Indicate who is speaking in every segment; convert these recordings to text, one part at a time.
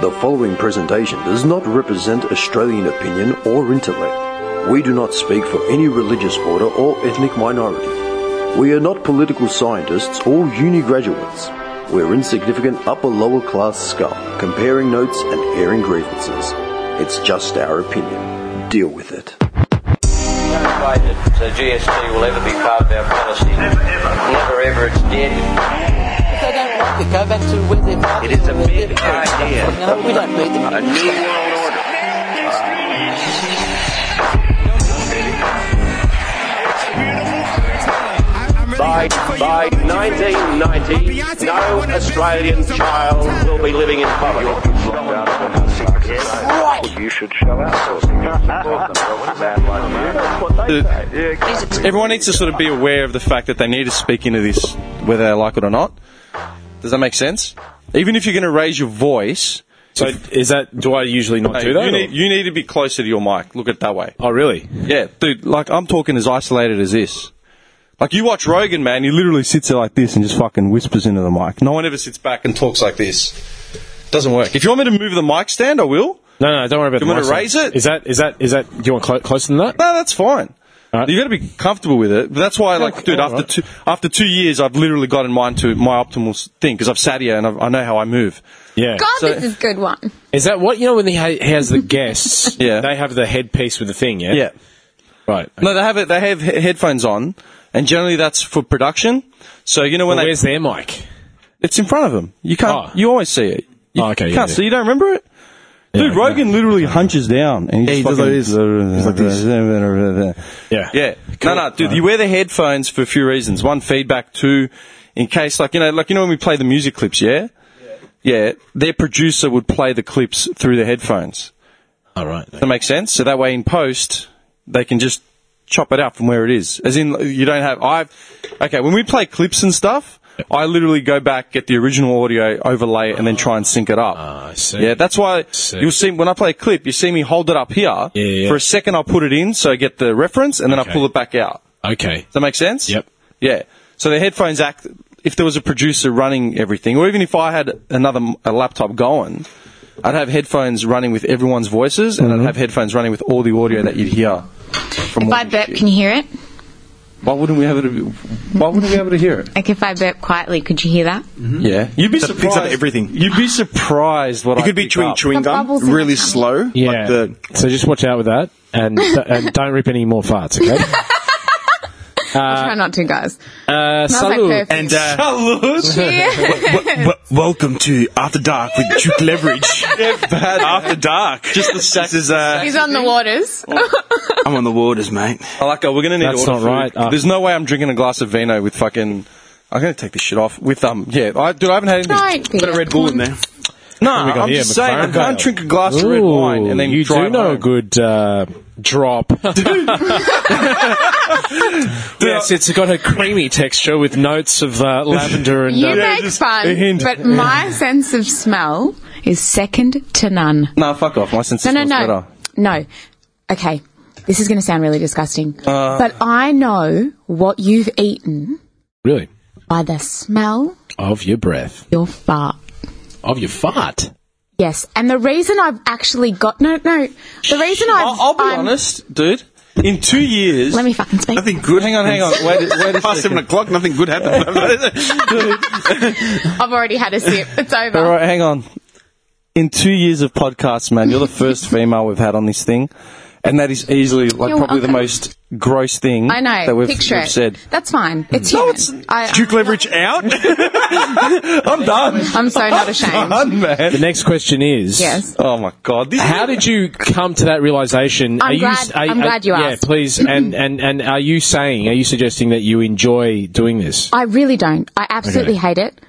Speaker 1: The following presentation does not represent Australian opinion or intellect. We do not speak for any religious order or ethnic minority. We are not political scientists or uni graduates. We're insignificant upper lower class scum, comparing notes and airing grievances. It's just our opinion. Deal with it.
Speaker 2: No way that the GST will ever be part of our policy. Never ever. Never ever, it's dead.
Speaker 3: They don't want to go back to where they're from.
Speaker 2: It is a
Speaker 3: Where
Speaker 2: big
Speaker 3: they're from.
Speaker 2: idea.
Speaker 3: No, we don't need them.
Speaker 2: A new world order. By, by 1990, no Australian child will be living in poverty.
Speaker 4: You should shell out
Speaker 5: Everyone needs to sort of be aware of the fact that they need to speak into this, whether they like it or not. Does that make sense? Even if you're going to raise your voice,
Speaker 6: So is that? Do I usually not
Speaker 5: hey,
Speaker 6: do that?
Speaker 5: you,
Speaker 6: or-
Speaker 5: need, you need to be closer to your mic. Look at it that way.
Speaker 6: oh, really?
Speaker 5: Yeah, dude. Like I'm talking as isolated as this. Like you watch Rogan, man. He literally sits there like this and just fucking whispers into the mic. No one ever sits back and talks like this. Doesn't work. If you want me to move the mic stand, I will.
Speaker 6: No, no, don't worry about.
Speaker 5: Do you
Speaker 6: the
Speaker 5: want
Speaker 6: mic
Speaker 5: to
Speaker 6: stand.
Speaker 5: raise it?
Speaker 6: Is that? Is that? Is that? Do you want clo- closer than that?
Speaker 5: No, that's fine.
Speaker 6: Alright.
Speaker 5: You got to be comfortable with it. But that's why, like,
Speaker 6: Okay,
Speaker 5: dude, after
Speaker 6: alright.
Speaker 5: two after two years, I've literally got in mind to my optimal s- thing because I've sat here and I've, I know how I move.
Speaker 6: Yeah.
Speaker 7: God,
Speaker 5: So-
Speaker 7: this is a good one.
Speaker 6: Is that what you know when he ha- he has the guests?
Speaker 5: Yeah.
Speaker 6: They have the headpiece with the thing. Yeah.
Speaker 5: Yeah.
Speaker 6: Right. Okay.
Speaker 5: No, they have it. They have he- headphones on, and generally that's for production. So you know when
Speaker 6: Well,
Speaker 5: they,
Speaker 6: where's their mic?
Speaker 5: it's in front of them, you can't.
Speaker 6: Oh.
Speaker 5: You always see it. You
Speaker 6: Oh, okay,
Speaker 5: You
Speaker 6: yeah,
Speaker 5: can't
Speaker 6: yeah.
Speaker 5: see. You don't remember it.
Speaker 6: Yeah,
Speaker 5: Dude,
Speaker 6: okay.
Speaker 5: Rogan literally hunches down and he,
Speaker 6: Yeah,
Speaker 5: just
Speaker 6: he does
Speaker 5: fucking-
Speaker 6: like this. He's Yeah.
Speaker 5: Yeah. No, no, dude, you wear the headphones for a few reasons. One, feedback. Two, in case, like, you know, like, you know, when we play the music clips, yeah? Yeah. Their producer would play the clips through the headphones.
Speaker 6: All right.
Speaker 5: That makes sense? So that way in post, they can just chop it out from where it is. As in, you don't have, I've, okay, when we play clips and stuff, I literally go back, get the original audio, overlay it, and then try and sync it up.
Speaker 6: I see.
Speaker 5: Yeah, that's why
Speaker 6: Sick.
Speaker 5: you'll see when I play a clip, you see me hold it up here.
Speaker 6: Yeah, yeah.
Speaker 5: For a second, I'll put it in so I get the reference, and then I
Speaker 6: Okay.
Speaker 5: pull it back out.
Speaker 6: Okay.
Speaker 5: Does that make sense?
Speaker 6: Yep.
Speaker 5: Yeah. So the headphones act. If there was a producer running everything, or even if I had another m- a laptop going, I'd have headphones running with everyone's voices, and I'd have headphones running with all the audio that you'd hear. From
Speaker 7: If
Speaker 5: all
Speaker 7: I
Speaker 5: the
Speaker 7: burp,
Speaker 5: shit.
Speaker 7: can you hear it?
Speaker 5: why wouldn't we have it? Why wouldn't we be able to hear it?
Speaker 7: Like if I burp quietly, could you hear that?
Speaker 5: Yeah, Hmm? you'd be surprised.
Speaker 8: picks up everything.
Speaker 5: You'd be surprised what
Speaker 8: It
Speaker 5: I
Speaker 8: could be
Speaker 5: pick
Speaker 8: chewing
Speaker 5: up.
Speaker 8: chewing
Speaker 7: The
Speaker 8: gum
Speaker 7: bubbles in
Speaker 8: really
Speaker 7: the tummy.
Speaker 8: slow. like
Speaker 6: Yeah.
Speaker 8: the-
Speaker 6: So just watch out with that, and and don't rip any more farts. Okay.
Speaker 7: Try not to, guys.
Speaker 6: Uh,
Speaker 7: Smells like
Speaker 6: Salud.
Speaker 7: perfume.
Speaker 8: and uh,
Speaker 5: Salute.
Speaker 8: w- w- welcome to After Dark with Duke Leverage. After Dark.
Speaker 5: Just the sack.
Speaker 8: This is, uh,
Speaker 7: He's on the waters.
Speaker 8: I'm on the waters, mate.
Speaker 5: I like, oh, we're gonna need.
Speaker 6: That's
Speaker 5: to order
Speaker 6: not
Speaker 5: food.
Speaker 6: right. Uh,
Speaker 5: There's no way I'm drinking a glass of vino with fucking. I'm gonna take this shit off with um. Yeah, I, dude, I haven't had anything.
Speaker 7: Don't be
Speaker 8: Got a Red Bull in there.
Speaker 5: No,
Speaker 6: What have we got
Speaker 5: I'm
Speaker 6: here?
Speaker 5: just saying, I
Speaker 6: McLaren
Speaker 5: can't
Speaker 6: Vale.
Speaker 5: drink a glass of red
Speaker 6: Ooh,
Speaker 5: wine and then
Speaker 6: you
Speaker 5: drive
Speaker 6: do know
Speaker 5: home.
Speaker 6: a good uh, drop. yes, it's got a creamy texture with notes of uh, lavender and.
Speaker 7: You
Speaker 6: uh,
Speaker 7: make
Speaker 5: a
Speaker 7: fun,
Speaker 5: hint.
Speaker 7: but my sense of smell is second to none.
Speaker 5: Nah, fuck off. My sense
Speaker 7: No,
Speaker 5: of
Speaker 7: no,
Speaker 5: smell's
Speaker 7: no.
Speaker 5: better.
Speaker 7: No. Okay. This is going to sound really disgusting.
Speaker 5: Uh.
Speaker 7: but I know what you've eaten
Speaker 6: really,
Speaker 7: by the smell
Speaker 6: of your breath,
Speaker 7: your fart.
Speaker 6: of your fart.
Speaker 7: Yes. And the reason I've actually got. No, no. The reason I've.
Speaker 5: I'll, I'll be
Speaker 7: I'm-
Speaker 5: honest, dude. In two years,
Speaker 7: Let me fucking speak.
Speaker 8: Nothing good.
Speaker 5: hang on, hang on. Wait, a- wait a
Speaker 8: Past seven
Speaker 5: second.
Speaker 8: o'clock, nothing good happened.
Speaker 7: I've already had a sip. It's over.
Speaker 5: All right, hang on. In two years of podcasts, man, you're the first female we've had on this thing, and that is easily like
Speaker 7: You're
Speaker 5: probably
Speaker 7: welcome.
Speaker 5: the most gross thing
Speaker 7: I know.
Speaker 5: that we've,
Speaker 7: Picture
Speaker 5: we've
Speaker 7: it.
Speaker 5: said.
Speaker 7: That's fine. It's
Speaker 5: No,
Speaker 7: human.
Speaker 5: it's-
Speaker 7: I,
Speaker 8: Duke Leverage out.
Speaker 5: I'm done.
Speaker 7: I'm so not ashamed.
Speaker 5: Done,
Speaker 6: The
Speaker 5: man.
Speaker 6: next question is.
Speaker 7: Yes.
Speaker 5: Oh my god. This
Speaker 6: How did you come to that realization?
Speaker 7: I'm glad- I'm glad you
Speaker 6: yeah,
Speaker 7: asked.
Speaker 6: please. And, and and are you saying? Are you suggesting that you enjoy doing this?
Speaker 7: I really don't. I absolutely
Speaker 6: Okay.
Speaker 7: hate it.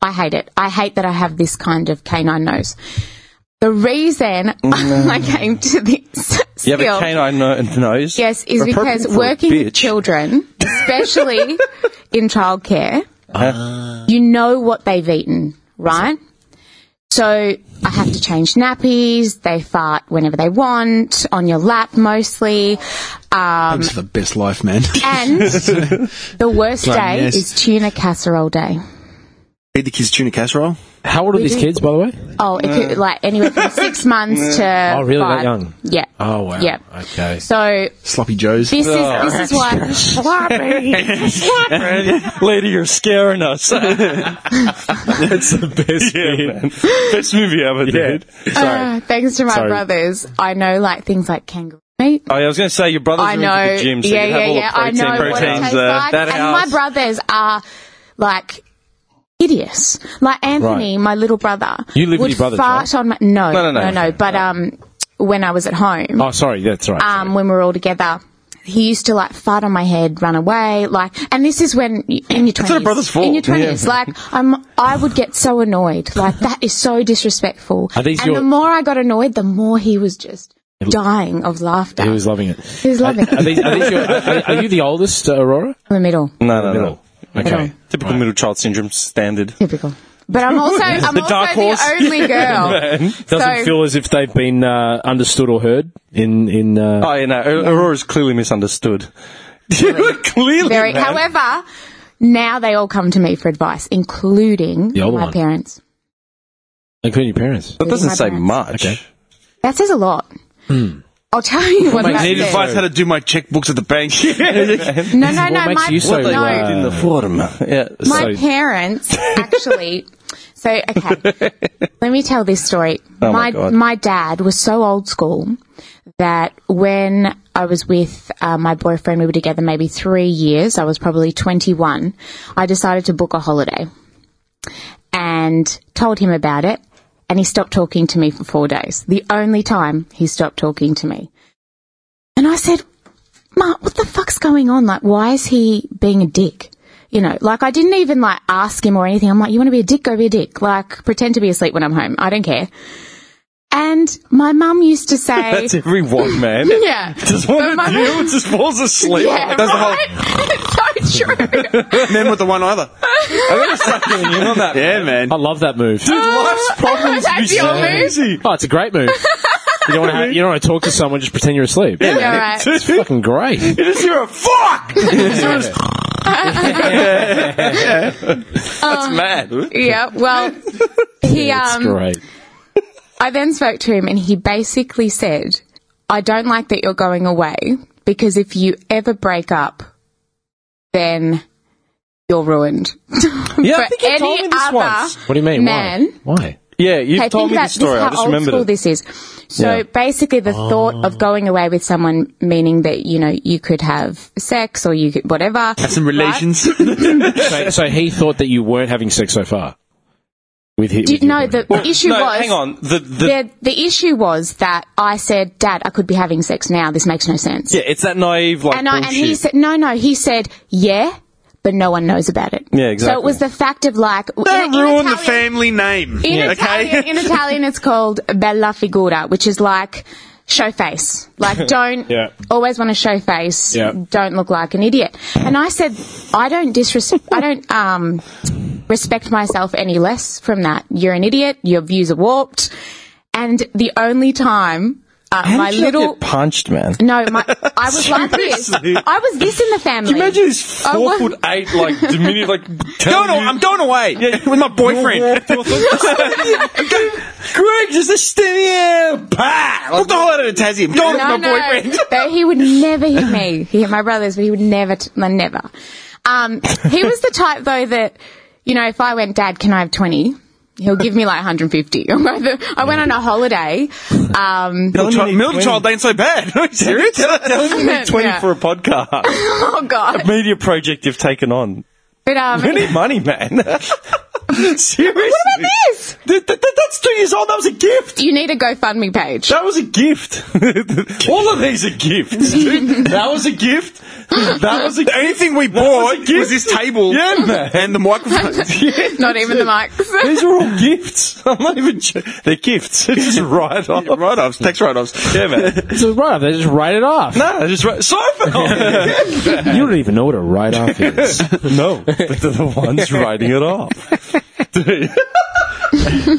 Speaker 7: I hate it. I hate that I have this kind of canine nose. The reason I came to this
Speaker 5: you have
Speaker 7: skill,
Speaker 5: a canine no- nose.
Speaker 7: yes, is
Speaker 5: Appropriate
Speaker 7: because
Speaker 5: for a
Speaker 7: working with
Speaker 5: bitch.
Speaker 7: children, especially in childcare,
Speaker 9: Uh-huh.
Speaker 7: you know what they've eaten, right? So I have to change nappies. They fart whenever they want on your lap, mostly. Um,
Speaker 8: It's the best life, man.
Speaker 7: and the worst
Speaker 8: Glad
Speaker 7: day
Speaker 8: yes.
Speaker 7: is tuna casserole day.
Speaker 8: Feed the kids tuna casserole.
Speaker 9: How old are
Speaker 7: We
Speaker 9: these
Speaker 7: do.
Speaker 9: kids, by the way?
Speaker 7: Oh, it could, like anywhere from six months to.
Speaker 9: Uh. Oh, really? That
Speaker 7: five.
Speaker 9: young?
Speaker 7: Yeah.
Speaker 9: Oh, wow.
Speaker 7: Yeah.
Speaker 9: Okay. Oh.
Speaker 7: So
Speaker 8: Sloppy Joe's.
Speaker 7: this is this is why. Sloppy.
Speaker 5: Lady, you're scaring us.
Speaker 9: That's the best
Speaker 5: Best movie ever, dude.
Speaker 7: Uh, thanks to my
Speaker 9: Sorry.
Speaker 7: brothers, I know like things like kangaroo meat.
Speaker 5: Oh, yeah, I was going to say your brothers
Speaker 7: I
Speaker 5: are
Speaker 7: know.
Speaker 5: into the gym, so
Speaker 7: yeah,
Speaker 5: you have
Speaker 7: yeah,
Speaker 5: all
Speaker 7: yeah.
Speaker 5: the protein,
Speaker 7: I know what it
Speaker 5: proteins
Speaker 7: tastes
Speaker 5: there.
Speaker 7: like.
Speaker 5: That
Speaker 7: and
Speaker 5: house.
Speaker 7: my brothers are like hideous. Like Anthony,
Speaker 9: Right.
Speaker 7: my little brother,
Speaker 9: You live with
Speaker 7: would
Speaker 9: your brothers,
Speaker 7: fart on my
Speaker 5: No,
Speaker 7: no,
Speaker 5: no,
Speaker 7: no,
Speaker 5: no.
Speaker 7: no, no. But um, when I was at home,
Speaker 9: Oh, sorry. That's right.
Speaker 7: um, when we were all together. He used to like fart on my head, run away, like, and this is when y- in your
Speaker 5: not a
Speaker 7: twenties,
Speaker 5: brother's fault.
Speaker 7: in your twenties,
Speaker 5: Yeah.
Speaker 7: like, I'm, I would get so annoyed, like that is so disrespectful.
Speaker 9: Are these
Speaker 7: and
Speaker 9: your-
Speaker 7: the more I got annoyed, the more he was just dying of laughter.
Speaker 9: He was loving it.
Speaker 7: He was loving
Speaker 9: Are,
Speaker 7: it.
Speaker 9: these, are, these your, are, are you the oldest, uh, Aurora?
Speaker 7: In the middle,
Speaker 5: No, no, no.
Speaker 9: Middle. Okay.
Speaker 5: Typical middle child syndrome standard.
Speaker 7: typical. But I'm also, I'm
Speaker 5: The
Speaker 7: also
Speaker 5: dark horse.
Speaker 7: the only girl.
Speaker 9: Doesn't
Speaker 7: So-
Speaker 9: feel as if they've been uh, understood or heard in in. Uh,
Speaker 5: Oh, yeah, no. Au- Aurora's clearly misunderstood. clearly.
Speaker 7: Very.
Speaker 5: man.
Speaker 7: However, now they all come to me for advice, including
Speaker 9: The
Speaker 7: my
Speaker 9: older one.
Speaker 7: parents.
Speaker 9: Including your parents.
Speaker 5: that doesn't
Speaker 7: my
Speaker 5: say
Speaker 7: parents.
Speaker 5: much.
Speaker 9: Okay.
Speaker 7: That says a lot. I'll tell you what that
Speaker 8: I need
Speaker 7: says.
Speaker 8: advice how to do my checkbooks at the bank.
Speaker 7: No, no,
Speaker 9: what
Speaker 7: no.
Speaker 9: makes
Speaker 7: My,
Speaker 9: you so,
Speaker 7: no,
Speaker 9: uh,
Speaker 5: In the form. Yeah.
Speaker 7: my
Speaker 9: so-
Speaker 7: parents actually. So okay, let me tell this story.
Speaker 5: Oh, my God.
Speaker 7: my dad was so old school that when I was with uh, my boyfriend, we were together maybe three years. I was probably twenty one. I decided to book a holiday, and told him about it. And he stopped talking to me for four days. The only time he stopped talking to me. And I said, Mark, what the fuck's going on? Like, why is he being a dick? You know, like I didn't even like ask him or anything. I'm like, you want to be a dick? Go be a dick. Like, pretend to be asleep when I'm home. I don't care. And my mum used to say,
Speaker 5: That's everyone, man.
Speaker 7: yeah,
Speaker 5: Just one
Speaker 7: But
Speaker 5: of
Speaker 7: my-
Speaker 5: you just falls asleep.
Speaker 7: yeah,
Speaker 5: That's the whole
Speaker 7: right? It's so true.
Speaker 8: Men with the one either.
Speaker 5: I'm gonna start doing in on that.
Speaker 8: Yeah, man.
Speaker 9: I love that move.
Speaker 5: Life's problems
Speaker 7: That's your move.
Speaker 9: Oh, it's a great move. You don't want to. You don't want to talk to someone. Just pretend you're asleep.
Speaker 7: Yeah, right.
Speaker 9: It's fucking great.
Speaker 8: You just hear a fuck!
Speaker 5: That's mad.
Speaker 7: Yeah. Well, he
Speaker 9: It's
Speaker 7: um,
Speaker 9: great.
Speaker 7: I then spoke to him and he basically said, I don't like that you're going away because if you ever break up, then you're ruined.
Speaker 5: Yeah,
Speaker 7: For
Speaker 5: I think you
Speaker 7: any
Speaker 5: told me this
Speaker 7: other
Speaker 5: once.
Speaker 9: What do you mean?
Speaker 7: man.
Speaker 9: Why? Why?
Speaker 5: Yeah, you
Speaker 7: I
Speaker 5: told me
Speaker 7: think that
Speaker 5: this story.
Speaker 7: This
Speaker 5: I
Speaker 7: is how
Speaker 5: just
Speaker 7: old
Speaker 5: remembered
Speaker 7: school
Speaker 5: it.
Speaker 7: this is. So
Speaker 5: Yeah. Oh.
Speaker 7: basically, the thought of going away with someone, meaning that you know you could have sex or you could whatever, have
Speaker 8: Some relations.
Speaker 9: So, so he thought that you weren't having sex so far. With him.
Speaker 7: Did, no, the issue
Speaker 5: no,
Speaker 7: was
Speaker 5: hang on. The, the,
Speaker 7: The, the issue was that I said, Dad, I could be having sex now. This makes no sense.
Speaker 5: yeah, it's that naive like
Speaker 7: and I, and
Speaker 5: bullshit.
Speaker 7: he said, no, no, he said, yeah, but no one knows about it.
Speaker 5: Yeah, exactly.
Speaker 7: So it was the fact of like,
Speaker 8: Don't
Speaker 7: in- in
Speaker 8: ruin the
Speaker 7: Italian-
Speaker 8: family name.
Speaker 7: In, Italian,
Speaker 8: Okay?
Speaker 7: in Italian, it's called bella figura, which is like show face. Like, don't
Speaker 9: Yeah.
Speaker 7: always want to show face.
Speaker 9: Yeah.
Speaker 7: Don't look like an idiot. And I said, I don't disrespect. I don't um, respect myself any less from that. You're an idiot. Your views are warped. And the only time uh,
Speaker 5: How
Speaker 7: my
Speaker 5: did you not
Speaker 7: little
Speaker 5: get punched, man?
Speaker 7: no, my, I was like this. I was this in the family.
Speaker 5: Can you imagine this
Speaker 7: I
Speaker 5: four
Speaker 7: was-
Speaker 5: foot eight, like diminutive, like
Speaker 8: Going,
Speaker 5: telling
Speaker 8: aw-
Speaker 5: you-
Speaker 8: I'm going away with my boyfriend.
Speaker 5: Greg, just a stim here.
Speaker 8: bah! Book the holiday to Tassie. I'm going with
Speaker 7: No,
Speaker 8: my
Speaker 7: no,
Speaker 8: boyfriend.
Speaker 7: but he would never hit me. He hit my brothers, but he would never, t- no, never. Um, he was the type though that, you know, if I went, Dad, can I have twenty? He'll give me like 150. I went on a holiday. Um,
Speaker 8: Middle child, middle
Speaker 5: 20.
Speaker 8: child ain't so bad. Are you serious?
Speaker 5: Twenty
Speaker 7: yeah.
Speaker 5: for a podcast,
Speaker 7: oh god!
Speaker 5: media project you've taken on.
Speaker 7: But um,
Speaker 5: We need money, man. Seriously, what
Speaker 7: about this?
Speaker 5: that's two years old. That was a gift.
Speaker 7: you need a GoFundMe page.
Speaker 5: That was a gift. All of these are gifts. dude. that was a gift. That was a
Speaker 8: The only thing we bought
Speaker 5: was a
Speaker 8: was this table
Speaker 5: Yeah, man.
Speaker 8: and the microphone.
Speaker 5: gift.
Speaker 7: Not even the mics.
Speaker 5: These are all gifts. I'm not even. jo- They're gifts. It's just right off.
Speaker 8: write offs, tax write offs.
Speaker 5: Yeah, man.
Speaker 9: It's a write-off. They just write it off.
Speaker 5: No, just right. Sofa.
Speaker 9: You don't even know what a write-off is.
Speaker 5: no, but they're the ones writing it off. Dude.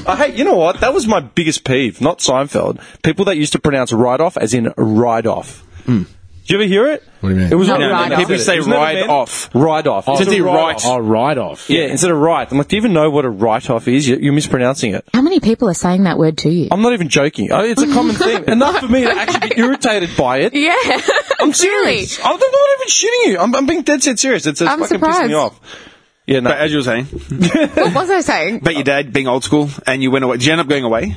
Speaker 5: I hate. Uh, You know what? That was my biggest peeve. Not Seinfeld. People that used to pronounce "write off" as in "ride off." Do you ever hear it?
Speaker 6: Hmm. What do you mean?
Speaker 5: It was
Speaker 7: No,
Speaker 5: one of
Speaker 7: ride
Speaker 5: them.
Speaker 7: off.
Speaker 5: People say
Speaker 10: It was never
Speaker 5: ride
Speaker 10: meant-
Speaker 5: off. Ride off.
Speaker 6: Oh,
Speaker 5: Instead of right.
Speaker 6: Oh, write off.
Speaker 5: Yeah, instead of right. I'm like, do you even know what a write off is? You- You're mispronouncing it.
Speaker 7: How many people are saying that word to you?
Speaker 5: I'm not even joking. I- It's a common thing. Enough for me to actually be irritated by it.
Speaker 7: yeah.
Speaker 5: I'm serious. I'm not even shitting you. I'm, I'm being dead set serious. It's, it's
Speaker 7: I'm
Speaker 5: fucking pissing
Speaker 7: surprised.
Speaker 5: me off. Yeah, no.
Speaker 9: But as you were saying,
Speaker 7: What was I saying?
Speaker 9: about your dad being old school and you went away. Did you end up going away?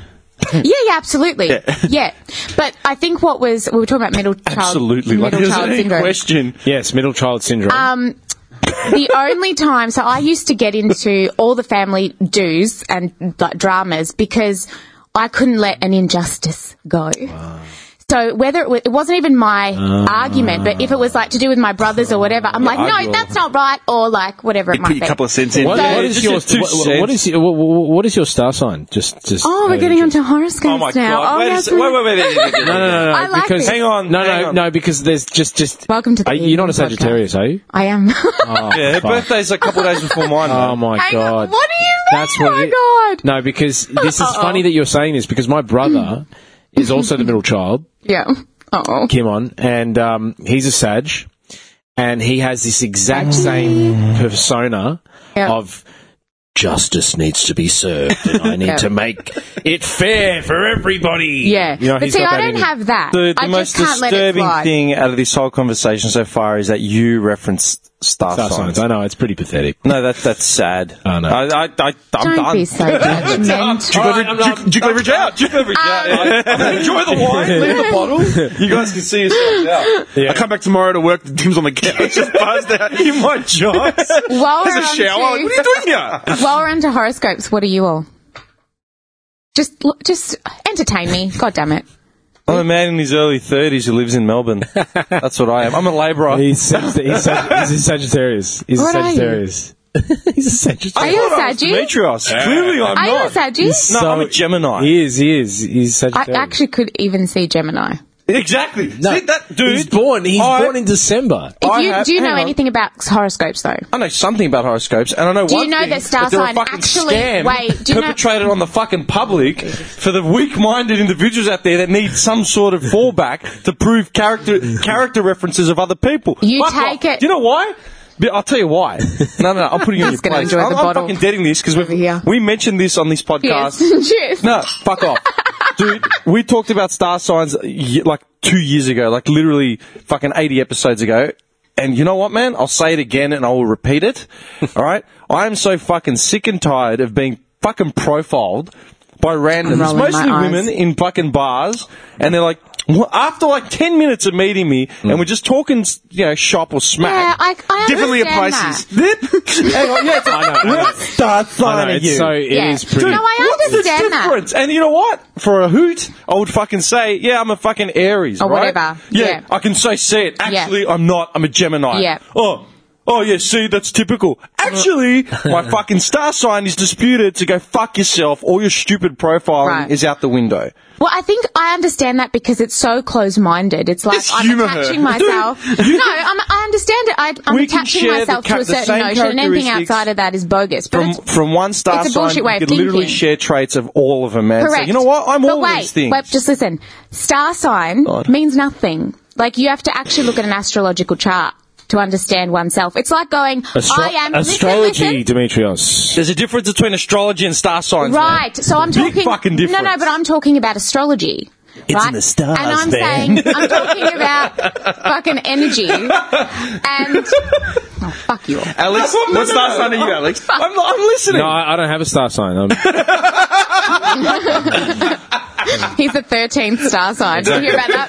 Speaker 7: Yeah, yeah, absolutely. Yeah. But I think what was, we were talking about middle child,
Speaker 5: Absolutely.
Speaker 7: middle
Speaker 5: like,
Speaker 7: child
Speaker 5: there's any
Speaker 7: syndrome.
Speaker 5: question.
Speaker 6: Yes, middle child syndrome.
Speaker 7: Um, the only time, so I used to get into all the family do's and like, dramas because I couldn't let an injustice go. So whether it, was, it wasn't even my argument, but if it was like to do with my brothers or whatever, I'm like, no, that's not right, or like whatever it,
Speaker 9: You
Speaker 7: might
Speaker 9: put
Speaker 7: be.
Speaker 9: your couple of cents in.
Speaker 6: what,
Speaker 7: so-
Speaker 6: what is
Speaker 5: Just
Speaker 6: your
Speaker 5: your two
Speaker 6: what, what- what
Speaker 5: cents.
Speaker 6: is your what, what- what is your star sign? Just just
Speaker 7: oh,
Speaker 6: uh,
Speaker 7: we're getting
Speaker 6: just-
Speaker 7: onto horoscopes
Speaker 5: Oh my
Speaker 7: now.
Speaker 5: god.
Speaker 7: Oh,
Speaker 5: wait, a
Speaker 7: that's
Speaker 5: sec- wait,
Speaker 7: really-
Speaker 5: wait, wait, wait, wait, wait,
Speaker 6: No,
Speaker 5: wait.
Speaker 6: no, no, no.
Speaker 7: I like
Speaker 6: because
Speaker 7: this. Hang
Speaker 5: on,
Speaker 6: No,
Speaker 5: hang
Speaker 6: no,
Speaker 5: on.
Speaker 6: no. Because there's just just.
Speaker 7: Welcome to the
Speaker 6: Are you- you're not a
Speaker 7: evening podcast.
Speaker 6: Sagittarius, are you?
Speaker 7: I am.
Speaker 6: Oh,
Speaker 5: Yeah, her
Speaker 6: fuck.
Speaker 5: birthday's a couple days before mine.
Speaker 6: Oh
Speaker 5: man.
Speaker 6: my
Speaker 7: Hang on,
Speaker 6: god.
Speaker 7: what do you mean?
Speaker 6: That's what
Speaker 7: Oh, my
Speaker 6: it-
Speaker 7: God.
Speaker 6: No, because this is
Speaker 7: Uh-oh.
Speaker 6: funny that you're saying this because my
Speaker 7: Mm.
Speaker 6: brother is also the middle child,
Speaker 7: yeah. Oh.
Speaker 6: Kim on, and um, he's a Sag, and he has this exact same persona
Speaker 7: Yeah.
Speaker 6: of justice needs to be served, and I need
Speaker 7: Yeah.
Speaker 6: to make it fair for everybody.
Speaker 7: Yeah.
Speaker 6: you know,
Speaker 7: but
Speaker 6: he's
Speaker 7: see,
Speaker 6: got
Speaker 7: I
Speaker 6: that
Speaker 7: don't
Speaker 6: in him.
Speaker 7: have that.
Speaker 5: The, the
Speaker 7: I
Speaker 5: most
Speaker 7: just can't let it
Speaker 5: disturbing
Speaker 7: slide.
Speaker 5: thing out of this whole conversation so far is that you referenced star,
Speaker 6: star
Speaker 5: signs.
Speaker 6: signs. I know it's pretty pathetic.
Speaker 5: No, that, that's sad.
Speaker 6: I know.
Speaker 5: I, I, I, am
Speaker 7: Don't
Speaker 5: done.
Speaker 7: be so judgmental.
Speaker 5: All right, I'm done. Juke leverage out. Juke leverage out. yeah. I'm gonna Enjoy the wine. Leave the bottle. You guys can see yourself out.
Speaker 9: I come back tomorrow to work. The team's on the couch. Just buzzed out. You might job.
Speaker 7: While we're,
Speaker 9: There's a
Speaker 7: on
Speaker 9: shower. Like, what are
Speaker 7: to,
Speaker 9: you doing here?
Speaker 7: while we're onto horoscopes, what are you all? Just, look- just entertain me. God damn it.
Speaker 5: I'm a man in his early 30s who lives in Melbourne. That's what I am. I'm a labourer.
Speaker 6: He's, Sag- he's, Sag- he's a Sagittarius. He's a
Speaker 7: What are you?
Speaker 6: Sagittarius. he's a Sagittarius.
Speaker 7: Are you a
Speaker 5: I was
Speaker 7: Saggy?
Speaker 5: Demetrius. Clearly I'm
Speaker 7: Are you a
Speaker 5: not.
Speaker 7: Saggy?
Speaker 5: No, I'm a Gemini.
Speaker 6: He is. He is. He's
Speaker 7: I
Speaker 6: Sagittarius.
Speaker 7: actually could even see Gemini.
Speaker 5: Exactly. See that dude?
Speaker 6: He's born. He's
Speaker 5: I-
Speaker 6: born in December.
Speaker 7: If
Speaker 5: I
Speaker 7: you,
Speaker 5: have-
Speaker 7: do you
Speaker 5: hang
Speaker 7: know
Speaker 5: on.
Speaker 7: anything about horoscopes, though?
Speaker 5: I know something about horoscopes, and I know
Speaker 7: Do you
Speaker 5: one
Speaker 7: know
Speaker 5: thing,
Speaker 7: that star
Speaker 5: but they're a
Speaker 7: sign
Speaker 5: fucking
Speaker 7: actually-
Speaker 5: scam
Speaker 7: wait, do you know-
Speaker 5: perpetrated on the fucking public for the weak-minded individuals out there that need some sort of fallback to prove character character references of other people.
Speaker 7: You
Speaker 5: Fuck
Speaker 7: take
Speaker 5: off.
Speaker 7: it-
Speaker 5: Do you know why? Be- I'll tell you why. No, no, no. I'm putting you in your
Speaker 7: Just gonna
Speaker 5: place.
Speaker 7: enjoy
Speaker 5: I'm,
Speaker 7: the
Speaker 5: I'm
Speaker 7: bottle
Speaker 5: fucking deading this because
Speaker 7: over here.
Speaker 5: we mentioned this on this podcast.
Speaker 7: Yes. Cheers.
Speaker 5: No, fuck off. Dude, we talked about star signs y- like two years ago, like literally fucking 80 episodes ago. And you know what, man? I'll say it again and I will repeat it. All right? I am so fucking sick and tired of being fucking profiled by randoms,
Speaker 7: rolling my
Speaker 5: mostly
Speaker 7: eyes.
Speaker 5: women in fucking bars. And they're like, "Wha- after like 10 minutes of meeting me and we're just talking, you know, shop or
Speaker 7: Yeah,
Speaker 5: smack.
Speaker 7: I, I
Speaker 9: Differently in
Speaker 7: understand
Speaker 9: places.
Speaker 7: that.
Speaker 5: Hang on, yeah, it's
Speaker 6: I know, I know.
Speaker 5: what star
Speaker 6: I
Speaker 5: sign
Speaker 6: know,
Speaker 5: are
Speaker 6: it's
Speaker 5: you?
Speaker 6: so it is
Speaker 7: Yeah.
Speaker 6: pretty.
Speaker 7: No, I
Speaker 5: What's the
Speaker 7: understand that.
Speaker 5: difference? And you know what? For a hoot, I would fucking say, yeah, I'm a fucking Aries,
Speaker 7: Or
Speaker 5: right?
Speaker 7: Oh, whatever.
Speaker 5: Yeah,
Speaker 7: Yeah.
Speaker 5: I can so say it.
Speaker 7: Yeah.
Speaker 5: Actually, I'm not. I'm a Gemini.
Speaker 7: Yeah.
Speaker 5: Oh. Oh yeah, see that's typical. Actually, my fucking star sign is disputed to go fuck yourself. All your stupid profiling
Speaker 7: Right.
Speaker 5: is out the window.
Speaker 7: Well, I think I understand that because it's so close-minded. It's like
Speaker 5: Just
Speaker 7: I'm
Speaker 5: humour her.
Speaker 7: attaching myself. no, I'm, I understand it. I, I'm
Speaker 5: We can
Speaker 7: attaching
Speaker 5: share the
Speaker 7: myself
Speaker 5: ca-
Speaker 7: to a
Speaker 5: the
Speaker 7: certain
Speaker 5: same
Speaker 7: notion, and anything
Speaker 5: characteristics
Speaker 7: outside of that is bogus. But
Speaker 5: From
Speaker 7: it's,
Speaker 5: from one star
Speaker 7: it's a
Speaker 5: sign,
Speaker 7: bullshit
Speaker 5: you
Speaker 7: way
Speaker 5: could
Speaker 7: of
Speaker 5: literally
Speaker 7: thinking.
Speaker 5: share traits of all of them, man.
Speaker 7: correct.
Speaker 5: So, you know what? I'm
Speaker 7: but
Speaker 5: all
Speaker 7: wait,
Speaker 5: of these things.
Speaker 7: Wait, just listen. Star sign
Speaker 5: God.
Speaker 7: means nothing. Like you have to actually look at an astrological chart to understand oneself. It's like going,
Speaker 6: Astro-
Speaker 7: I am listen,
Speaker 6: astrology,
Speaker 7: listen.
Speaker 6: Demetrios.
Speaker 5: There's a difference between astrology and star signs. man.
Speaker 7: Right. So I'm
Speaker 5: Big
Speaker 7: talking.
Speaker 5: fucking
Speaker 7: No, no,
Speaker 5: difference.
Speaker 7: but I'm talking about astrology. It's right?
Speaker 6: in the stars,
Speaker 7: And
Speaker 6: man.
Speaker 7: I'm saying, I'm talking about fucking energy. And. Oh, fuck you all.
Speaker 5: Alex, what star sign are you, Alex? I'm, not, I'm listening.
Speaker 6: No, I, I don't have a star sign. I'm,
Speaker 7: He's the 13th star sign. Did you hear about that?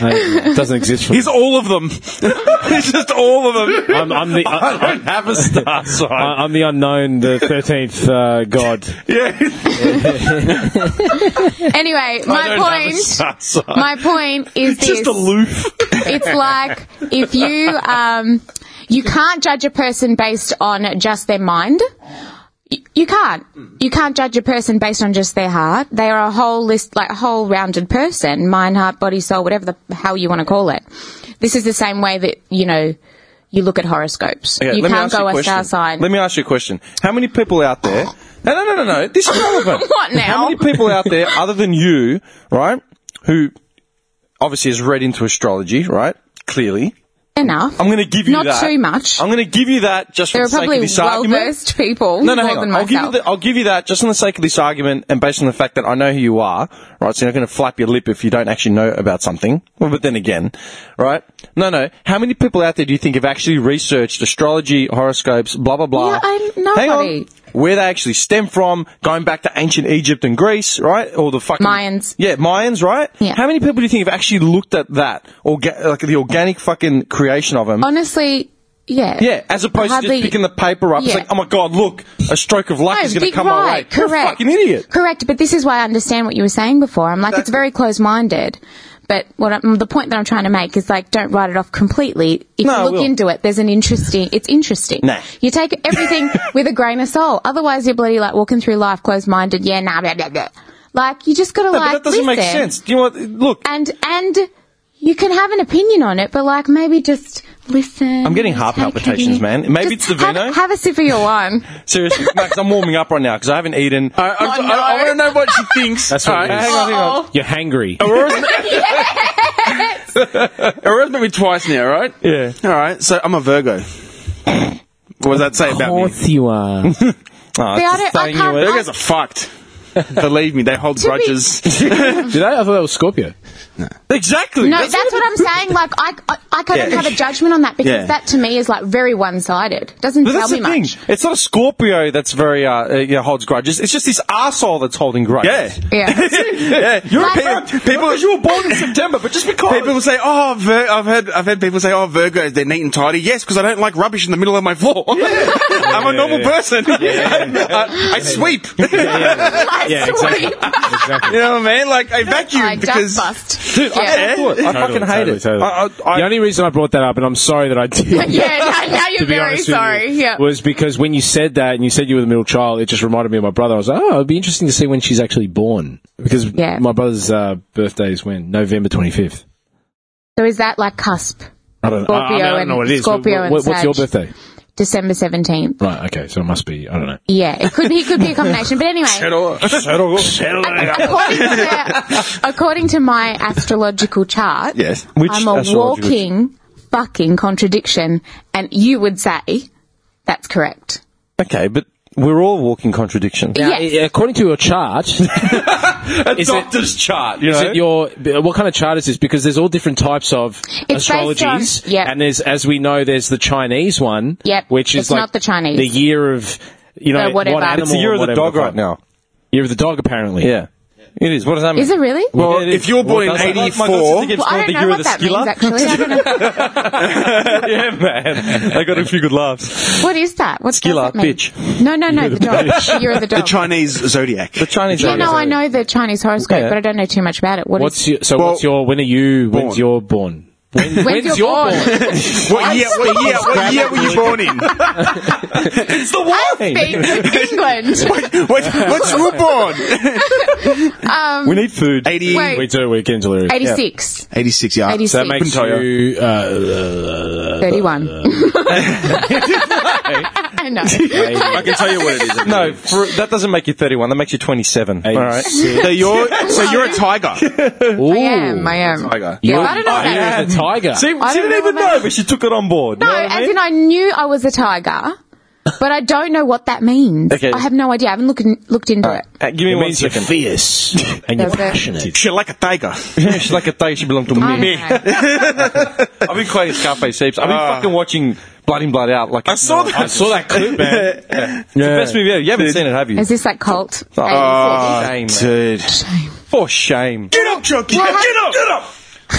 Speaker 6: I, it doesn't exist for me.
Speaker 9: He's all of them. He's just all of them.
Speaker 6: I'm, I'm the I, I don't have a star
Speaker 5: sign.
Speaker 6: I, am the unknown, the thirteenth uh, god.
Speaker 7: Anyway, my point. My point is this.
Speaker 5: Just aloof.
Speaker 7: it's like if you um, you can't judge a person based on just their mind. You- You can't. You can't judge a person based on just their heart. They are a whole list, like a whole rounded person, mind, heart, body, soul, whatever the hell you want to call it. This is the same way that you know you look at horoscopes.
Speaker 5: Okay,
Speaker 7: you
Speaker 5: let me
Speaker 7: can't
Speaker 5: ask you
Speaker 7: go
Speaker 5: a
Speaker 7: a
Speaker 5: question.
Speaker 7: star sign.
Speaker 5: Let me ask you a question. How many people out there? No, no, no, no, no. This is relevant.
Speaker 7: What now?
Speaker 5: How many people out there, other than you, right, who obviously has read into astrology, right, clearly.
Speaker 7: Enough.
Speaker 5: I'm going to give you
Speaker 7: Not
Speaker 5: that.
Speaker 7: too much.
Speaker 5: I'm going to give you that just for the
Speaker 7: there are
Speaker 5: sake
Speaker 7: probably
Speaker 5: of this argument.
Speaker 7: well-versed people
Speaker 5: No, no,
Speaker 7: more
Speaker 5: hang on.
Speaker 7: than
Speaker 5: I'll give, you
Speaker 7: myself.
Speaker 5: the, I'll give you that just on the sake of this argument and based on the fact that I know who you are, right? So you're not going to flap your lip if you don't actually know about something. Well, but then again, right? No, no. How many people out there do you think have actually researched astrology, horoscopes, blah, blah, blah?
Speaker 7: Yeah, I'm-
Speaker 5: Hang
Speaker 7: nobody.
Speaker 5: on. Where they actually stem from, going back to ancient Egypt and Greece, right? All the fucking
Speaker 7: Mayans.
Speaker 5: Yeah, Mayans, right?
Speaker 7: Yeah.
Speaker 5: How many people do you think have actually looked at that, orga- like the organic fucking creation of them?
Speaker 7: Honestly, yeah.
Speaker 5: Yeah, as opposed to
Speaker 7: Hardly-
Speaker 5: just picking the paper up. It's
Speaker 7: Yeah.
Speaker 5: like, oh my god, look, a stroke of luck
Speaker 7: No,
Speaker 5: is going to
Speaker 7: big
Speaker 5: come my way.
Speaker 7: right,
Speaker 5: You're a
Speaker 7: correct.
Speaker 5: fucking idiot.
Speaker 7: Correct, but this is why I understand what you were saying before. I'm like, it's very close-minded. But what I'm, the point that I'm trying to make is like, don't write it off completely. If
Speaker 5: No, I
Speaker 7: you look
Speaker 5: will.
Speaker 7: into it, there's an interesting. It's interesting.
Speaker 5: Nah.
Speaker 7: You take everything with a grain of salt. Otherwise, you're bloody like walking through life closed-minded. Yeah, nah, blah, blah, blah. Like you just gotta
Speaker 5: No,
Speaker 7: like
Speaker 5: but that doesn't make
Speaker 7: listen.
Speaker 5: sense. Do you know what? Look,
Speaker 7: And and you can have an opinion on it, but like maybe just listen.
Speaker 5: I'm getting heart
Speaker 7: Take it
Speaker 5: palpitations,
Speaker 7: in.
Speaker 5: man. Maybe
Speaker 7: Just
Speaker 5: it's the
Speaker 7: have-
Speaker 5: vino.
Speaker 7: Have a sip of your wine.
Speaker 5: seriously, Max, I'm warming up right now because I haven't eaten.
Speaker 7: Uh,
Speaker 9: I,
Speaker 7: Oh,
Speaker 9: I, I, I want to know what she thinks.
Speaker 6: That's what it is.
Speaker 9: hang on, hang on.
Speaker 7: Uh-oh.
Speaker 6: You're hangry.
Speaker 5: Oh,
Speaker 9: Aurora's met me twice now, right?
Speaker 5: Yeah.
Speaker 9: All right, so I'm a Virgo. What does that say about me?
Speaker 6: you are.
Speaker 5: Oh,
Speaker 7: See,
Speaker 5: it's
Speaker 7: I
Speaker 5: just
Speaker 7: don't- I
Speaker 5: saying you
Speaker 7: can't-
Speaker 5: were-
Speaker 9: Virgos
Speaker 7: I-
Speaker 9: are fucked. Believe me, they hold
Speaker 7: To be-
Speaker 9: grudges.
Speaker 6: Did they? I thought that was Scorpio.
Speaker 5: exactly.
Speaker 7: No, that's, what I'm saying. Like, I, I, I couldn't
Speaker 9: Yeah.
Speaker 7: have a judgment on that because
Speaker 9: Yeah.
Speaker 7: that to me is like very one sided. Doesn't
Speaker 5: But
Speaker 7: tell
Speaker 5: that's
Speaker 7: me
Speaker 5: the thing.
Speaker 7: much.
Speaker 5: It's not a Scorpio that's very uh, uh you know, holds grudges. It's just this asshole that's holding grudges.
Speaker 9: Yeah.
Speaker 7: Yeah.
Speaker 9: yeah, you're
Speaker 7: Like-
Speaker 9: people, people,
Speaker 5: Because you were born in September, but just because
Speaker 9: people will say, "Oh, Vir- I've heard, I've heard people say, oh, Virgos, they're neat and tidy." Yes, because I don't like rubbish in the middle of my floor. I'm a normal person. I, I sweep.
Speaker 7: yeah, exactly.
Speaker 9: You know what I mean? Like I vacuum
Speaker 7: I
Speaker 9: because
Speaker 7: just bust.
Speaker 5: Dude, I
Speaker 7: Yeah.
Speaker 5: can't do it. I fucking hate
Speaker 6: totally,
Speaker 5: it.
Speaker 6: totally.
Speaker 5: I, I, I,
Speaker 6: the only reason I brought that up, and I'm sorry that I did.
Speaker 7: yeah, no, now
Speaker 6: to
Speaker 7: you're
Speaker 6: be
Speaker 7: very
Speaker 6: honest with
Speaker 7: sorry.
Speaker 6: you,
Speaker 7: Yeah.
Speaker 6: was because when you said that and you said you were the middle child, it just reminded me of my brother. I was like, oh, it'd be interesting to see when she's actually born because
Speaker 7: Yeah.
Speaker 6: my brother's uh, birthday is when November twenty fifth.
Speaker 7: So is that like cusp?
Speaker 6: I don't, I, I, mean, I
Speaker 7: Scorpio
Speaker 6: don't know
Speaker 7: and-
Speaker 6: what it is.
Speaker 7: Scorpio
Speaker 6: What-
Speaker 7: and
Speaker 6: what- what's your
Speaker 7: Sag.
Speaker 6: birthday?
Speaker 7: December 17th.
Speaker 6: Right. Okay. So it must be. I don't know.
Speaker 7: Yeah, it could be, it could be a combination. But anyway, according to, according to my astrological chart,
Speaker 9: yes,
Speaker 5: Which
Speaker 7: I'm a
Speaker 5: astrological-
Speaker 7: walking fucking contradiction. And you would say that's correct.
Speaker 5: okay, but we're all walking contradiction.
Speaker 7: Yes.
Speaker 6: Now, i- Uh, according to your chart,
Speaker 5: A
Speaker 6: Is it-
Speaker 5: doctor's chart, you
Speaker 6: is
Speaker 5: know.
Speaker 6: it your what kind of chart is this? Because there's all different types of
Speaker 7: based on-
Speaker 6: astrologies,
Speaker 7: yeah.
Speaker 6: and there's as we know, there's the Chinese one,
Speaker 7: Yep,
Speaker 6: which is
Speaker 7: it's
Speaker 6: like
Speaker 7: not the Chinese.
Speaker 6: the year of you know
Speaker 7: The whatever.
Speaker 6: what
Speaker 7: It's the
Speaker 6: animal.
Speaker 5: it's the year
Speaker 6: or
Speaker 5: of the
Speaker 6: whatever
Speaker 5: dog
Speaker 6: it's
Speaker 5: right
Speaker 6: like.
Speaker 5: now.
Speaker 6: Year of the dog, apparently.
Speaker 5: Yeah. It is. What does that mean?
Speaker 7: Is it really?
Speaker 9: Well,
Speaker 5: it is.
Speaker 9: if you were born in
Speaker 5: does
Speaker 6: oh,
Speaker 5: that-
Speaker 9: 84
Speaker 5: My God, I think it's
Speaker 7: Well,
Speaker 5: called
Speaker 7: I
Speaker 5: the
Speaker 7: don't know
Speaker 5: year of
Speaker 7: what
Speaker 5: the
Speaker 7: that
Speaker 5: skiller.
Speaker 7: means, actually. I don't know.
Speaker 5: yeah, man. I got a few good laughs.
Speaker 7: What is that? What's
Speaker 5: Skiller,
Speaker 7: that mean?
Speaker 5: bitch.
Speaker 7: No, no, no, the dog. You're the dog.
Speaker 9: the Chinese zodiac.
Speaker 5: The Chinese
Speaker 7: yeah,
Speaker 5: one is
Speaker 7: no,
Speaker 5: it?
Speaker 7: I know the Chinese horoscope,
Speaker 5: Yeah.
Speaker 7: but I don't know too much about it. What
Speaker 6: What's
Speaker 7: is,
Speaker 6: your so?
Speaker 9: Well,
Speaker 6: what's your when are you?
Speaker 9: born.
Speaker 6: When's your born?
Speaker 7: when's, your born?
Speaker 9: What year? What year? What year were you born in?
Speaker 7: I speak with England.
Speaker 9: What, what's you were born?
Speaker 5: We need food.
Speaker 9: 80,
Speaker 7: Wait.
Speaker 6: We do. We can deliver.
Speaker 7: 86,
Speaker 9: 86, yeah.
Speaker 7: 86,
Speaker 6: So that makes
Speaker 9: Couldn't tell
Speaker 6: you. Uh,
Speaker 7: 31. I know.
Speaker 9: I can tell you what it is.
Speaker 5: No, for, that doesn't make you 31. That makes you 27. All right.
Speaker 9: So you're so you're a tiger.
Speaker 7: I am, I am.
Speaker 9: Tiger.
Speaker 7: Yeah, I don't know what
Speaker 6: Year
Speaker 7: that
Speaker 6: of the tiger.
Speaker 5: See,
Speaker 7: I
Speaker 5: she
Speaker 7: don't
Speaker 5: didn't
Speaker 7: know
Speaker 5: even
Speaker 7: what
Speaker 5: know, but she took it on board.
Speaker 7: No, as in I knew I was a tiger, but I don't know what that means.
Speaker 5: Okay.
Speaker 7: I have no idea. I haven't looked, looked into it.
Speaker 5: Uh, give me
Speaker 6: It
Speaker 5: one
Speaker 6: means you're
Speaker 5: second.
Speaker 6: fierce and you're
Speaker 7: Does it?
Speaker 6: passionate.
Speaker 9: She's like a tiger.
Speaker 5: She's like a day she belonged to
Speaker 7: I
Speaker 5: me.
Speaker 7: don't know.
Speaker 5: I've been quite Scarface Seeps. I've been
Speaker 9: Ah.
Speaker 5: fucking watching Blood in Blood Out. Like I
Speaker 9: saw that.
Speaker 6: I saw that clip, man.
Speaker 5: the best movie ever. You haven't seen it, have you?
Speaker 7: Is this like cult?
Speaker 5: Oh,
Speaker 7: Aliens?
Speaker 5: shame, man.
Speaker 9: Dude.
Speaker 5: For shame.
Speaker 9: Get up, Chucky. Get up. Get up. Chucky.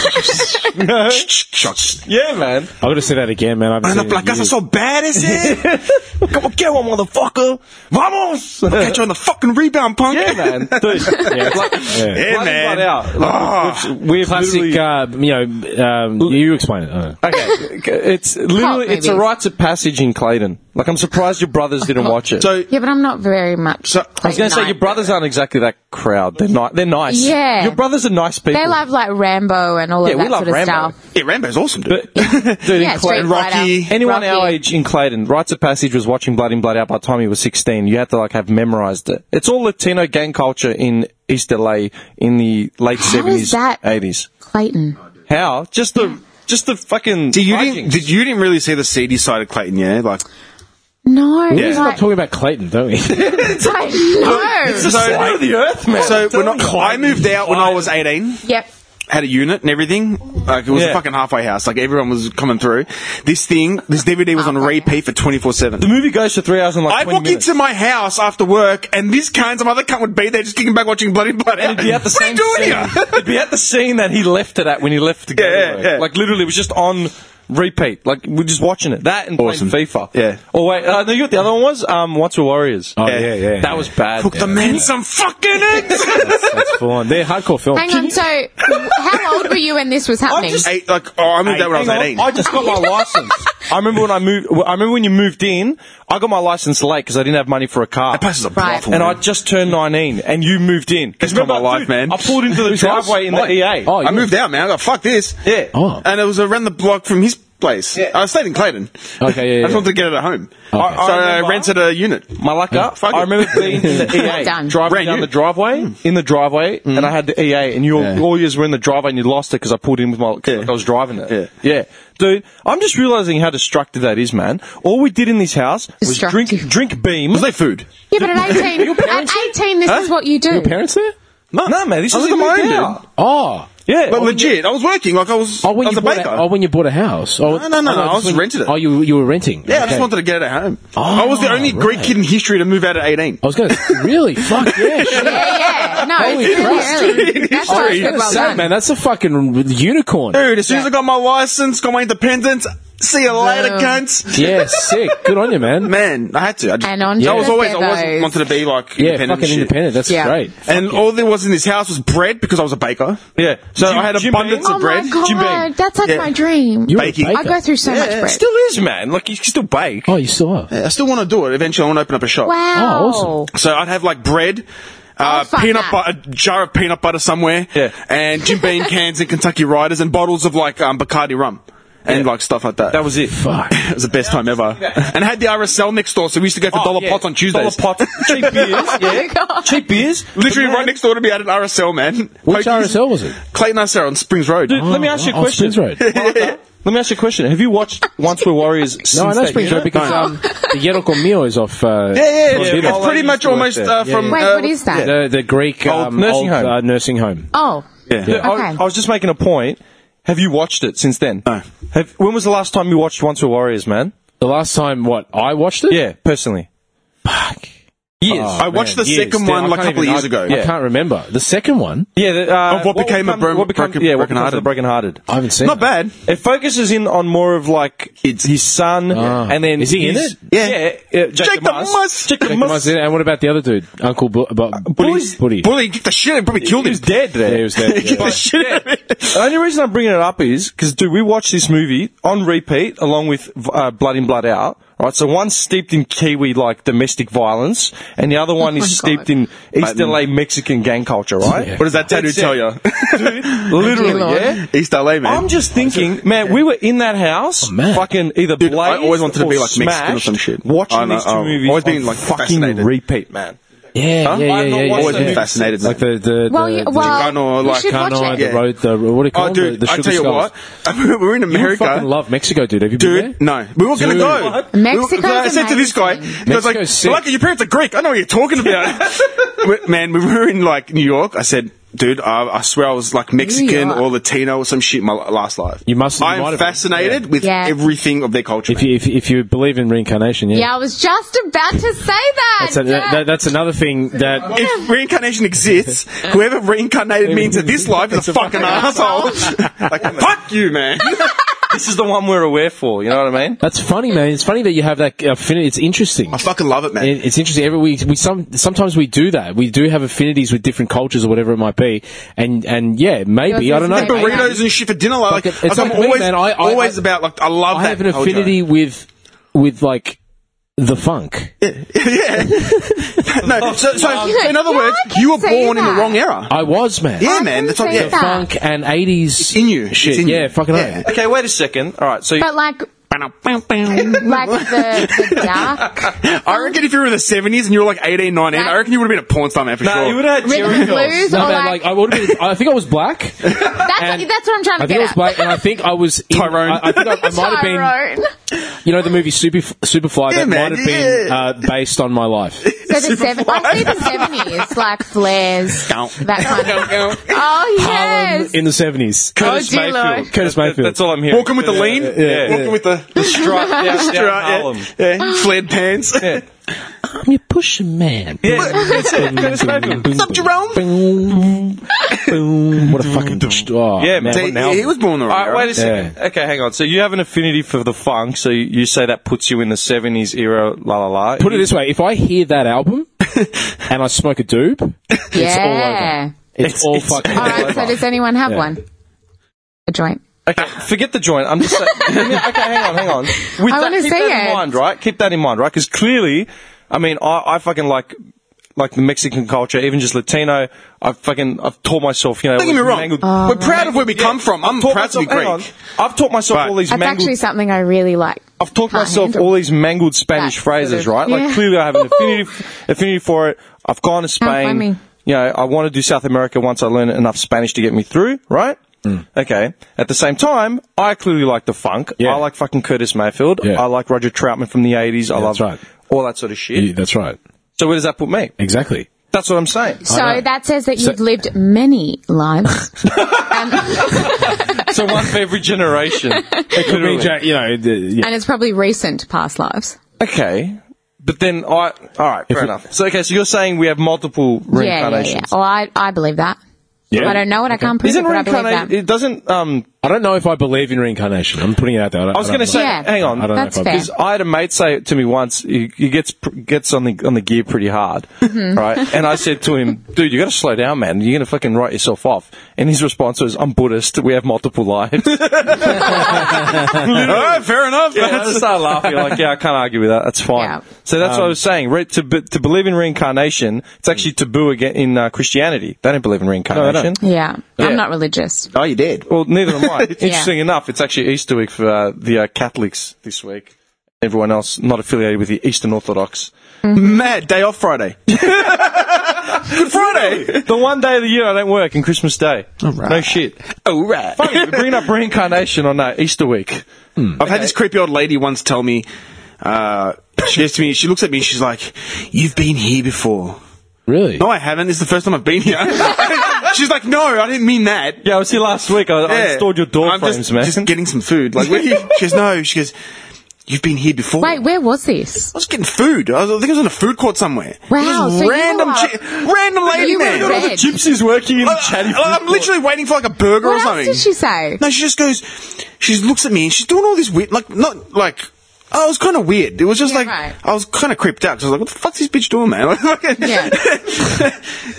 Speaker 5: Yeah, man.
Speaker 6: i have got to say that again, man. I've
Speaker 9: Man
Speaker 6: seen
Speaker 9: up
Speaker 6: it
Speaker 9: like
Speaker 6: in
Speaker 9: us are
Speaker 6: years.
Speaker 9: so bad as it. Come on, get one, motherfucker. Vamos. I'll catch you on the fucking rebound, punk.
Speaker 5: Yeah, man. Dude. Yeah, like,
Speaker 6: Yeah.
Speaker 9: Yeah,
Speaker 5: Blood in,
Speaker 9: man.
Speaker 5: blood out.
Speaker 9: Ah.
Speaker 5: We're
Speaker 6: Classic,
Speaker 5: literally-
Speaker 6: uh, you know, um, you explain it. I don't know.
Speaker 5: Okay, it's literally
Speaker 7: maybe.
Speaker 5: it's a rites of passage in Clayton. Like I'm surprised your brothers didn't watch it.
Speaker 9: So
Speaker 7: Yeah, but I'm not very much.
Speaker 9: So- I
Speaker 5: I was going to say your
Speaker 7: Claytonite.
Speaker 5: brothers aren't exactly that crowd. They're ni- They're nice.
Speaker 7: Yeah.
Speaker 5: your brothers are nice people.
Speaker 7: They love like Rambo and all
Speaker 5: Yeah,
Speaker 7: of
Speaker 5: we
Speaker 7: that
Speaker 5: love
Speaker 7: sort of
Speaker 5: Rambo.
Speaker 7: stuff.
Speaker 9: yeah, Rambo's awesome, dude.
Speaker 5: But, dude,
Speaker 7: Yeah,
Speaker 5: in Clayton,
Speaker 7: Street
Speaker 9: Rocky.
Speaker 7: Fighter,
Speaker 5: anyone our
Speaker 7: Rocky.
Speaker 5: age in Clayton, rites of passage was watching Blood in Blood Out. By the time you were 16, you had to like have memorized it. It's all Latino gang culture in East LA in the late
Speaker 7: How
Speaker 5: 70s,
Speaker 7: is that-
Speaker 5: 80s.
Speaker 7: Clayton.
Speaker 5: How? Just the just the fucking.
Speaker 9: Do you didn't,
Speaker 5: charging.
Speaker 9: did you didn't really see the seedy side of Clayton, yeah? Like,
Speaker 7: No.
Speaker 6: We're
Speaker 7: Like,
Speaker 6: not talking about Clayton, don't we?
Speaker 7: like, no.
Speaker 9: so,
Speaker 5: of the earth, man.
Speaker 9: so when I, I moved out when I was 18,
Speaker 7: Yep.
Speaker 9: had a unit and everything. Like it was
Speaker 5: Yeah.
Speaker 9: a fucking halfway house. Like everyone was coming through. This thing, this DVD was on repeat for 24 seven.
Speaker 5: the movie goes for three hours and like
Speaker 9: I
Speaker 5: 20
Speaker 9: walk
Speaker 5: minutes.
Speaker 9: into my house after work, and this cunt, some other cunt would be there just kicking back watching Bloody Blood.
Speaker 5: and it'd be at the
Speaker 9: what
Speaker 5: same
Speaker 9: are you doing
Speaker 5: scene.
Speaker 9: here?
Speaker 5: it'd be at the scene that he left it at when he left to go. to
Speaker 9: Yeah,
Speaker 5: work.
Speaker 9: yeah.
Speaker 5: Like literally, it was just on repeat. Like we're just watching it. That and
Speaker 9: Awesome.
Speaker 5: playing FIFA.
Speaker 9: Yeah.
Speaker 5: Oh wait, uh, no, you know what the other one was? Um, What's the Warriors?
Speaker 6: Oh, yeah, yeah.
Speaker 5: That was bad.
Speaker 9: Cook the man some fucking eggs.
Speaker 6: That's full on. They're hardcore films.
Speaker 7: Hang on. So, how old were you when this was happening?
Speaker 9: Eight, like, oh, I moved out when I was
Speaker 5: Hang
Speaker 9: 18.
Speaker 5: on, I just got my license. I remember when I moved. well, I remember when you moved in. I got my license late because I didn't have money for a car.
Speaker 9: That place is a
Speaker 7: Right.
Speaker 9: brothel.
Speaker 5: and I
Speaker 9: man.
Speaker 5: just turned 19, and you moved in.
Speaker 9: That's not
Speaker 5: Remember,
Speaker 9: my life,
Speaker 5: dude,
Speaker 9: man.
Speaker 5: I pulled into the driveway in
Speaker 9: E
Speaker 5: the EA.
Speaker 6: Oh,
Speaker 9: I moved out, man. I got fuck this.
Speaker 5: Yeah.
Speaker 6: Oh.
Speaker 9: And it was around the block from his place. I stayed in Clayton.
Speaker 6: Okay, yeah,
Speaker 9: I
Speaker 6: yeah,
Speaker 9: just
Speaker 6: yeah.
Speaker 9: wanted to get it at home.
Speaker 5: I-
Speaker 9: so
Speaker 5: I
Speaker 9: I,
Speaker 5: remember-
Speaker 9: rented a unit.
Speaker 5: My luck up.
Speaker 9: fuck
Speaker 5: I
Speaker 9: it.
Speaker 5: remember being in the EA,
Speaker 7: Done.
Speaker 5: driving
Speaker 9: Brand
Speaker 5: down
Speaker 9: new.
Speaker 5: the driveway, in the driveway,
Speaker 9: Mm.
Speaker 5: and I had the EA, and you all, all yours were in the driveway, and you lost it because I pulled in with my, 'cause, like, I was driving it.
Speaker 9: Yeah.
Speaker 5: dude, I'm just realizing how destructive that is, man. All we did in this house was drink
Speaker 7: Destructive.
Speaker 5: drink beam.
Speaker 9: Was there food?
Speaker 7: yeah, but at 18, at 18, this is what you do.
Speaker 6: Parents there?
Speaker 5: no, man, this
Speaker 9: I
Speaker 5: is
Speaker 9: lived on my own,
Speaker 5: yeah.
Speaker 9: dude.
Speaker 6: Oh.
Speaker 5: yeah.
Speaker 9: But legit, I was working. Like I was,
Speaker 6: Oh, when
Speaker 9: I was
Speaker 6: you
Speaker 9: a
Speaker 6: bought
Speaker 9: baker.
Speaker 6: A, oh, when you bought a house. Oh,
Speaker 9: No, no, no, no, I
Speaker 6: just
Speaker 9: was
Speaker 6: when-
Speaker 9: rented it.
Speaker 6: Oh, you you were renting.
Speaker 9: Yeah, I just
Speaker 6: Okay.
Speaker 9: wanted to get it at home.
Speaker 6: Oh,
Speaker 9: I was the only Greek
Speaker 6: right.
Speaker 9: kid in history to move out at 18.
Speaker 6: I was going to really fuck yeah. shit.
Speaker 7: Yeah, yeah. No,
Speaker 6: Holy
Speaker 7: it's
Speaker 6: Christ.
Speaker 7: really early. That's why it's
Speaker 6: I
Speaker 7: good,
Speaker 6: was gonna
Speaker 7: well
Speaker 6: say,
Speaker 7: done.
Speaker 6: man, that's a fucking unicorn.
Speaker 9: Dude, as soon as I got my license, got my independence, see you later, cunts.
Speaker 6: Yeah, sick. Good on you, man.
Speaker 9: Man, I had to. I just,
Speaker 7: And on
Speaker 9: I was
Speaker 7: Tuesday,
Speaker 9: always, I
Speaker 7: those-
Speaker 9: was wanted to be like
Speaker 6: Yeah,
Speaker 9: independent.
Speaker 6: fucking
Speaker 9: and shit.
Speaker 6: independent. That's
Speaker 7: Yeah.
Speaker 6: great.
Speaker 9: And all there was in this house was bread because I was a baker.
Speaker 5: yeah.
Speaker 9: So I had
Speaker 5: Jim
Speaker 9: abundance
Speaker 5: Beam?
Speaker 7: Oh
Speaker 9: of bread.
Speaker 7: my god,
Speaker 5: Jim Beam.
Speaker 7: that's like
Speaker 9: Yeah.
Speaker 7: my dream.
Speaker 6: You're
Speaker 9: Baking.
Speaker 6: a baker.
Speaker 7: I go through so much
Speaker 9: Yeah,
Speaker 7: bread.
Speaker 5: Still is, man. Like you can still bake.
Speaker 6: Oh, you still are.
Speaker 9: I still want to do it. Eventually, I want to open up a shop.
Speaker 7: wow.
Speaker 6: Oh, awesome.
Speaker 9: So I'd have like bread, uh,
Speaker 7: Oh, fuck
Speaker 9: peanut
Speaker 7: that.
Speaker 9: butter, a jar of peanut butter somewhere,
Speaker 5: Yeah.
Speaker 9: and Jim Beam cans and Kentucky Riders and bottles of like um, Bacardi rum and like stuff like that.
Speaker 5: That was it.
Speaker 6: Fuck.
Speaker 9: it was the best time ever.
Speaker 5: Yeah.
Speaker 9: And I had the RSL next door, so we used to go for
Speaker 5: Oh,
Speaker 9: dollar
Speaker 5: yeah.
Speaker 9: pots on
Speaker 5: Dollar
Speaker 9: Tuesdays.
Speaker 5: pots, cheap beers, yeah,
Speaker 7: God.
Speaker 5: cheap beers.
Speaker 9: Literally
Speaker 5: But
Speaker 9: right
Speaker 5: man-
Speaker 9: next door to me at an RSL, man.
Speaker 6: Which
Speaker 9: Pokies.
Speaker 6: RSL was it?
Speaker 9: Clayton RSL on Springs Road.
Speaker 5: Dude, let me ask you a
Speaker 6: Oh,
Speaker 5: question.
Speaker 6: Springs Road.
Speaker 5: Let me ask you a question. Have you watched Once We're Warriors? since
Speaker 6: No, I know
Speaker 5: that
Speaker 6: Springs
Speaker 5: year?
Speaker 6: Road because um, the Yeroko Mio is off. Uh,
Speaker 9: Yeah, yeah, yeah.
Speaker 5: Yeah,
Speaker 9: It's
Speaker 5: Paul
Speaker 9: pretty
Speaker 5: used
Speaker 9: much
Speaker 5: to work
Speaker 9: almost
Speaker 5: there.
Speaker 9: uh,
Speaker 5: Yeah,
Speaker 9: from.
Speaker 7: Wait,
Speaker 9: uh,
Speaker 7: what is that?
Speaker 6: The, the Greek
Speaker 5: Old
Speaker 6: um,
Speaker 5: nursing home.
Speaker 6: old, Uh, nursing home.
Speaker 7: Oh,
Speaker 5: Yeah, I-
Speaker 7: Okay.
Speaker 5: I, was just making a point. Have you watched it since then?
Speaker 9: No.
Speaker 5: Have, when was the last time you watched Once We're Warriors, man?
Speaker 6: The last time, what I watched it?
Speaker 5: Yeah, personally.
Speaker 6: Fuck.
Speaker 5: Years.
Speaker 6: Oh,
Speaker 9: I watched
Speaker 6: man,
Speaker 9: the
Speaker 6: years.
Speaker 9: second
Speaker 6: Dude,
Speaker 9: one
Speaker 6: I
Speaker 9: like a
Speaker 6: can't
Speaker 9: couple of
Speaker 6: even-
Speaker 9: years ago.
Speaker 6: I, I can't remember the second one.
Speaker 5: yeah, the, uh,
Speaker 9: Of what became a broken-
Speaker 5: what became,
Speaker 9: broken-
Speaker 5: yeah, what becomes
Speaker 9: broken-hearted.
Speaker 5: the broken-hearted.
Speaker 6: I haven't seen.
Speaker 9: Not
Speaker 6: it.
Speaker 9: bad.
Speaker 5: It focuses in on more of like it's his son,
Speaker 6: Ah.
Speaker 5: and then
Speaker 6: Is he in
Speaker 5: his-
Speaker 6: it?
Speaker 5: Yeah, yeah, uh, Jake,
Speaker 9: Jake the Mus.
Speaker 5: Jake the
Speaker 6: Jacob
Speaker 5: Mus.
Speaker 6: Mars in it. And what about the other dude, Uncle Bu- Bu-
Speaker 9: Uh,
Speaker 6: Buddy? Buddy.
Speaker 9: Bully kicked the shit and probably killed
Speaker 5: He
Speaker 9: him.
Speaker 5: was dead there.
Speaker 6: Yeah, he was dead,
Speaker 9: Kicked the
Speaker 6: yeah.
Speaker 9: shit out of him.
Speaker 5: The only reason I'm bringing it up is because, dude, we watched this movie on repeat along with uh, Blood in, Blood Out. Right, so one's steeped in Kiwi like domestic violence, and the other one
Speaker 7: my
Speaker 5: is steeped
Speaker 7: God.
Speaker 5: in East LA Mexican gang culture. Right?
Speaker 9: What does that tattoo
Speaker 5: That's it.
Speaker 9: tell you?
Speaker 5: Dude, literally,
Speaker 7: Lord.
Speaker 5: yeah.
Speaker 9: East LA, man.
Speaker 5: I'm just thinking, man, we were in that house,
Speaker 6: Oh, man.
Speaker 5: fucking either
Speaker 9: Dude,
Speaker 5: blazed
Speaker 9: I always wanted to
Speaker 5: or
Speaker 9: be like Mexican or
Speaker 5: smashed,
Speaker 9: some shit. I
Speaker 5: Watching
Speaker 9: know,
Speaker 5: these two
Speaker 9: I've
Speaker 5: movies,
Speaker 9: always been,
Speaker 5: on
Speaker 9: like,
Speaker 5: fucking
Speaker 9: fascinated.
Speaker 5: repeat, man.
Speaker 6: Yeah,
Speaker 5: Huh?
Speaker 6: yeah,
Speaker 5: I've
Speaker 6: yeah,
Speaker 5: not watched
Speaker 6: yeah. yeah,
Speaker 9: always
Speaker 5: that
Speaker 9: been
Speaker 6: yeah.
Speaker 5: movie.
Speaker 9: fascinated.
Speaker 6: Like the the,
Speaker 7: well,
Speaker 6: the,
Speaker 7: you,
Speaker 6: the
Speaker 7: well,
Speaker 9: Chicano,
Speaker 7: you
Speaker 9: like
Speaker 7: should watch
Speaker 6: Chicano,
Speaker 7: it.
Speaker 6: the
Speaker 9: Yeah.
Speaker 6: road, the what do you call
Speaker 9: oh,
Speaker 6: them?
Speaker 9: dude,
Speaker 6: the, the
Speaker 9: I
Speaker 6: sugar
Speaker 9: tell you
Speaker 6: skulls.
Speaker 9: what. We're in
Speaker 6: You
Speaker 9: America.
Speaker 6: fucking love Mexico, dude. Have you been
Speaker 9: Dude,
Speaker 6: there?
Speaker 9: no. We were going to
Speaker 6: Dude.
Speaker 9: go.
Speaker 6: What?
Speaker 9: We were-
Speaker 7: Mexico's
Speaker 9: I said to this guy,
Speaker 7: amazing.
Speaker 9: he was like,
Speaker 6: Mexico's sick.
Speaker 9: Malaka, your parents are Greek. I know what you're talking about. We- Man, we were in like New York. I said, dude, I, I swear I was like Mexican
Speaker 7: York.
Speaker 9: or Latino or some shit in my last life.
Speaker 6: You must- you might
Speaker 9: I am
Speaker 6: have been.
Speaker 9: fascinated with
Speaker 7: Yeah.
Speaker 9: everything of their culture.
Speaker 6: If you if, if you believe in reincarnation, yeah.
Speaker 7: Yeah, I was just about to say that.
Speaker 6: That's, a, that, that, that's another thing that
Speaker 9: if reincarnation exists, whoever reincarnated means in this life is a fucking asshole. like, fuck you, man.
Speaker 5: This is the one we're aware for. You know what I mean?
Speaker 6: that's funny, man. It's funny that you have that affinity. It's interesting.
Speaker 9: I fucking love it, man.
Speaker 6: It- It's interesting. Every we, we some sometimes we do that. We do have affinities with different cultures or whatever it might be. And and yeah, maybe
Speaker 7: Yeah,
Speaker 6: I don't know.
Speaker 7: it's like
Speaker 6: Maybe.
Speaker 9: burritos and shit for dinner. Like,
Speaker 6: Fuck it.
Speaker 9: like,
Speaker 6: It's
Speaker 9: I'm
Speaker 6: like me,
Speaker 9: always,
Speaker 6: man. I- I-
Speaker 9: always
Speaker 6: I-
Speaker 9: about like I love
Speaker 6: I
Speaker 9: that
Speaker 6: have an
Speaker 9: culture.
Speaker 6: affinity with with like the funk.
Speaker 9: No, so, so
Speaker 7: Yeah,
Speaker 9: in other
Speaker 7: yeah,
Speaker 9: words,
Speaker 7: I can
Speaker 9: you were
Speaker 7: see
Speaker 9: born in
Speaker 7: that.
Speaker 9: the wrong era.
Speaker 6: I was man.
Speaker 9: yeah,
Speaker 7: I
Speaker 9: man.
Speaker 7: can
Speaker 9: That's what,
Speaker 7: see
Speaker 9: yeah.
Speaker 7: that.
Speaker 6: Funk and eighties
Speaker 9: It's in you. It's
Speaker 6: shit.
Speaker 9: in you.
Speaker 6: yeah, fucking.
Speaker 9: Yeah.
Speaker 6: Yeah.
Speaker 5: Okay, wait a second. All right, so you,
Speaker 7: But like, like the, the dark
Speaker 9: I reckon if you were in the 70s and you were like 18, 19, I reckon you would have been a porn star man for
Speaker 5: Nah,
Speaker 9: sure.
Speaker 5: you would have had
Speaker 7: rhythm and blues,
Speaker 6: No,
Speaker 7: or
Speaker 6: man, like
Speaker 7: like,
Speaker 6: I would have been. I think I was black.
Speaker 7: that's,
Speaker 6: and-
Speaker 7: that's what I'm trying
Speaker 6: I
Speaker 7: to
Speaker 6: think I was
Speaker 7: get at.
Speaker 6: black, and I think I was in,
Speaker 5: Tyrone.
Speaker 6: I, I think I, I might have been.
Speaker 7: Tyrone.
Speaker 6: You know the movie Super Superfly
Speaker 9: Yeah,
Speaker 6: that
Speaker 9: man,
Speaker 6: might have been
Speaker 9: yeah.
Speaker 6: uh, based on my life.
Speaker 7: So the seven, I see the 70s, like flares, that kind of Oh,
Speaker 6: Harlem
Speaker 7: yes.
Speaker 6: in the seventies.
Speaker 5: Curtis
Speaker 7: Oh, dear
Speaker 5: Mayfield.
Speaker 7: Lord.
Speaker 6: Curtis Mayfield.
Speaker 5: That's all I'm hearing.
Speaker 9: Walking with the lean,
Speaker 5: Yeah, yeah, yeah.
Speaker 9: walking with the, the
Speaker 5: Strut, down, down
Speaker 9: strut, yeah.
Speaker 5: Harlem.
Speaker 9: yeah, flared pants.
Speaker 6: I'm your pusher man.
Speaker 5: Yeah, that's it. Curtis Mayfield.
Speaker 9: Stop, Jerome.
Speaker 6: Boom, boom. What a fucking. Oh,
Speaker 5: Yeah, man.
Speaker 6: what an
Speaker 9: He, he
Speaker 6: album.
Speaker 9: was born the
Speaker 5: All
Speaker 9: right
Speaker 5: right,
Speaker 9: era.
Speaker 5: wait a second. Okay, hang on. So you have an affinity for the funk, so you, you say that puts you in the 70s era, la la la.
Speaker 6: Put it this way: if I hear that album and I smoke a doob,
Speaker 7: Yeah.
Speaker 6: it's,
Speaker 5: It's-
Speaker 6: all
Speaker 5: it's-
Speaker 6: fucking.
Speaker 7: All right, so does anyone have
Speaker 6: Yeah.
Speaker 7: one? A joint.
Speaker 5: Okay, forget the joint. I'm just saying. okay, hang on, hang on. With
Speaker 7: I
Speaker 5: that,
Speaker 7: wanna
Speaker 5: keep
Speaker 7: see
Speaker 5: that in
Speaker 7: it.
Speaker 5: mind, right? Keep that in mind, right? Because clearly, I mean, I, I fucking like like the Mexican culture, even just Latino. I fucking I've taught myself, you know.
Speaker 9: Don't get me
Speaker 5: with
Speaker 9: wrong.
Speaker 5: mangled-
Speaker 7: Oh,
Speaker 9: We're proud of where we come from. I'm
Speaker 5: taught
Speaker 9: proud to be
Speaker 5: myself- hang
Speaker 9: Greek.
Speaker 5: on. I've taught myself
Speaker 9: Right.
Speaker 5: all these
Speaker 7: That's
Speaker 5: mangled.
Speaker 7: actually something I really like.
Speaker 5: I've taught
Speaker 7: Can't
Speaker 5: myself
Speaker 7: handle
Speaker 5: all these mangled Spanish
Speaker 7: that
Speaker 5: phrases,
Speaker 7: sort
Speaker 5: right?
Speaker 7: of-
Speaker 5: Like
Speaker 7: yeah.
Speaker 5: clearly, I have an affinity f- affinity for it. I've gone to
Speaker 7: funny.
Speaker 5: Spain. You know, I want to do South America once I learn enough Spanish to get me through, right?
Speaker 6: Mm.
Speaker 5: Okay. At the same time, I clearly like the funk.
Speaker 6: Yeah.
Speaker 5: I like fucking Curtis Mayfield.
Speaker 6: Yeah.
Speaker 5: I like Roger Troutman from the eighties. I love
Speaker 6: that's right.
Speaker 5: all that sort of shit.
Speaker 6: Yeah, that's right.
Speaker 5: So where does that put me?
Speaker 6: Exactly.
Speaker 5: That's what I'm saying.
Speaker 6: know.
Speaker 7: So that says that
Speaker 6: So-
Speaker 7: you've lived many lives. Um, and,
Speaker 5: so one for every generation.
Speaker 6: Could be, Jack- you know, the, yeah.
Speaker 7: and it's probably recent past lives.
Speaker 5: Okay. But then I, all right, fair
Speaker 6: we-
Speaker 5: enough. So okay, so you're saying we have multiple
Speaker 7: Yeah, yeah,
Speaker 5: reincarnations.
Speaker 7: yeah. Oh, I, I believe that. I don't know it. I can't prove
Speaker 5: Isn't
Speaker 7: it, but I believe
Speaker 5: reincarnation?
Speaker 7: that.
Speaker 5: It doesn't. Um,
Speaker 6: I don't know if I believe in reincarnation. I'm putting it out there. I, don't-
Speaker 5: I was
Speaker 6: don't
Speaker 5: going to
Speaker 6: know.
Speaker 5: say.
Speaker 7: Yeah.
Speaker 5: Hang on.
Speaker 6: I don't
Speaker 7: That's
Speaker 6: know if I
Speaker 7: fair.
Speaker 6: believe.
Speaker 5: Because I had a mate say to me once, he, he gets pr- gets on the on the gear pretty hard,
Speaker 7: Mm-hmm.
Speaker 5: right? And I said to him, "Dude, you got to slow down, man. You're going to fucking write yourself off." And his response was, "I'm Buddhist. We have multiple lives."
Speaker 9: All right, fair enough.
Speaker 5: And I just started laughing. Like, yeah, I can't argue with that. That's fine.
Speaker 7: Yeah.
Speaker 5: So that's what I was saying. Re- to be- to believe in reincarnation, it's actually taboo again in uh, Christianity. They don't believe in reincarnation.
Speaker 7: Yeah.
Speaker 5: Yeah.
Speaker 7: I'm not religious.
Speaker 9: Oh, you did.
Speaker 5: Well, neither am I. Interesting enough, it's actually Easter week for uh, the uh, Catholics this week. Everyone else not affiliated with the Eastern Orthodox.
Speaker 9: Mad day off Friday. Good Friday.
Speaker 5: The one day of the year I don't work, and Christmas Day. No shit.
Speaker 9: All right.
Speaker 5: Funny, we're bringing up reincarnation on uh, Easter week.
Speaker 9: I've had this creepy old lady once tell me, uh, she goes to me, she looks at me, and she's like, "You've been here before."
Speaker 6: Really?
Speaker 9: No, I haven't. This is the first time I've been here. she's like, "No, I didn't mean that."
Speaker 5: Yeah, I was here last week. I, I
Speaker 9: Yeah.
Speaker 5: installed your door
Speaker 9: I'm
Speaker 5: frames,
Speaker 9: just,
Speaker 5: man.
Speaker 9: Just getting some food. Like, where are you? she goes, "No." She goes, "You've been here before."
Speaker 7: Wait, where was this?
Speaker 9: I was getting food. I, was, I think I was in a food court somewhere.
Speaker 7: Wow,
Speaker 9: Just
Speaker 7: so you
Speaker 9: random,
Speaker 7: are-
Speaker 9: chi- random lady
Speaker 7: you were
Speaker 9: man.
Speaker 7: red.
Speaker 5: gypsies working in
Speaker 9: Like, I'm literally waiting for like a burger or
Speaker 7: What
Speaker 9: something.
Speaker 7: else did she say?
Speaker 9: No, she just goes. She just looks at me and she's doing all this weird, like not like. I was kind of weird. It was just
Speaker 7: Yeah,
Speaker 9: like
Speaker 7: right.
Speaker 9: I was kind of creeped out because I was like, "What the fuck's this bitch doing, man?"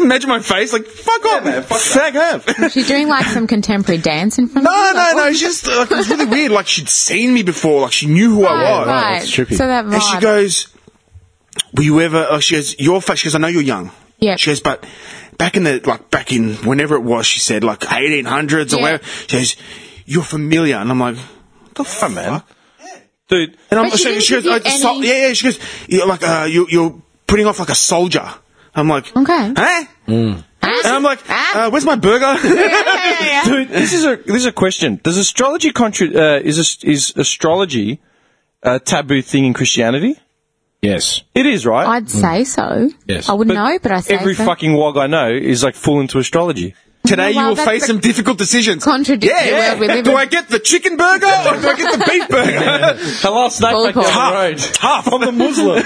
Speaker 9: Imagine my face, like, "Fuck off, man, fuck fag off."
Speaker 7: She's doing like some contemporary dance in front of
Speaker 9: no,
Speaker 7: you?
Speaker 9: no,
Speaker 7: Like,
Speaker 9: no.
Speaker 7: what-
Speaker 9: She's just like it was really weird. Like she'd seen me before. Like she knew who I
Speaker 5: Oh,
Speaker 7: Right,
Speaker 9: was.
Speaker 7: right.
Speaker 6: that's trippy.
Speaker 7: So that vibe.
Speaker 9: And she goes, "Were you ever?" Oh, she goes, "Your face." She goes, "I know you're young."
Speaker 7: Yep.
Speaker 9: She goes, "But back in the like back in whenever it was," she said, "like 1800s or
Speaker 7: Yeah.
Speaker 9: whatever." She goes, "You're familiar," and I'm like, "What the fuck, man?"
Speaker 5: Dude,
Speaker 9: And I'm,
Speaker 7: But she
Speaker 9: so
Speaker 7: didn't
Speaker 9: she goes,
Speaker 7: give you
Speaker 9: "Uh, so-
Speaker 7: any-
Speaker 9: "Yeah, yeah." She goes, "You're like uh, you, you're putting off like a soldier." I'm like,
Speaker 7: Okay.
Speaker 9: huh?"
Speaker 7: Ah,
Speaker 9: And I'm like,
Speaker 7: ah.
Speaker 9: uh, "Where's my burger?"
Speaker 5: dude, this is a this is a question. Does astrology contra- uh, is a, is astrology a taboo thing in Christianity?
Speaker 6: Yes.
Speaker 5: It is, right?
Speaker 7: I'd say so.
Speaker 6: Yes.
Speaker 7: I wouldn't know, but I say
Speaker 5: Mm. every
Speaker 7: so.
Speaker 5: fucking wog I know is like full into astrology.
Speaker 7: Well,
Speaker 9: Today you will
Speaker 7: that's
Speaker 9: face
Speaker 7: the
Speaker 9: some difficult decisions.
Speaker 7: contradictory
Speaker 9: Yeah, yeah.
Speaker 7: world we live
Speaker 9: do
Speaker 7: in.
Speaker 9: I get the chicken burger or do I get the beef burger?
Speaker 5: Hello, snake
Speaker 7: Bull
Speaker 5: back down
Speaker 7: call.
Speaker 5: the road. Tough. I'm the Muslim.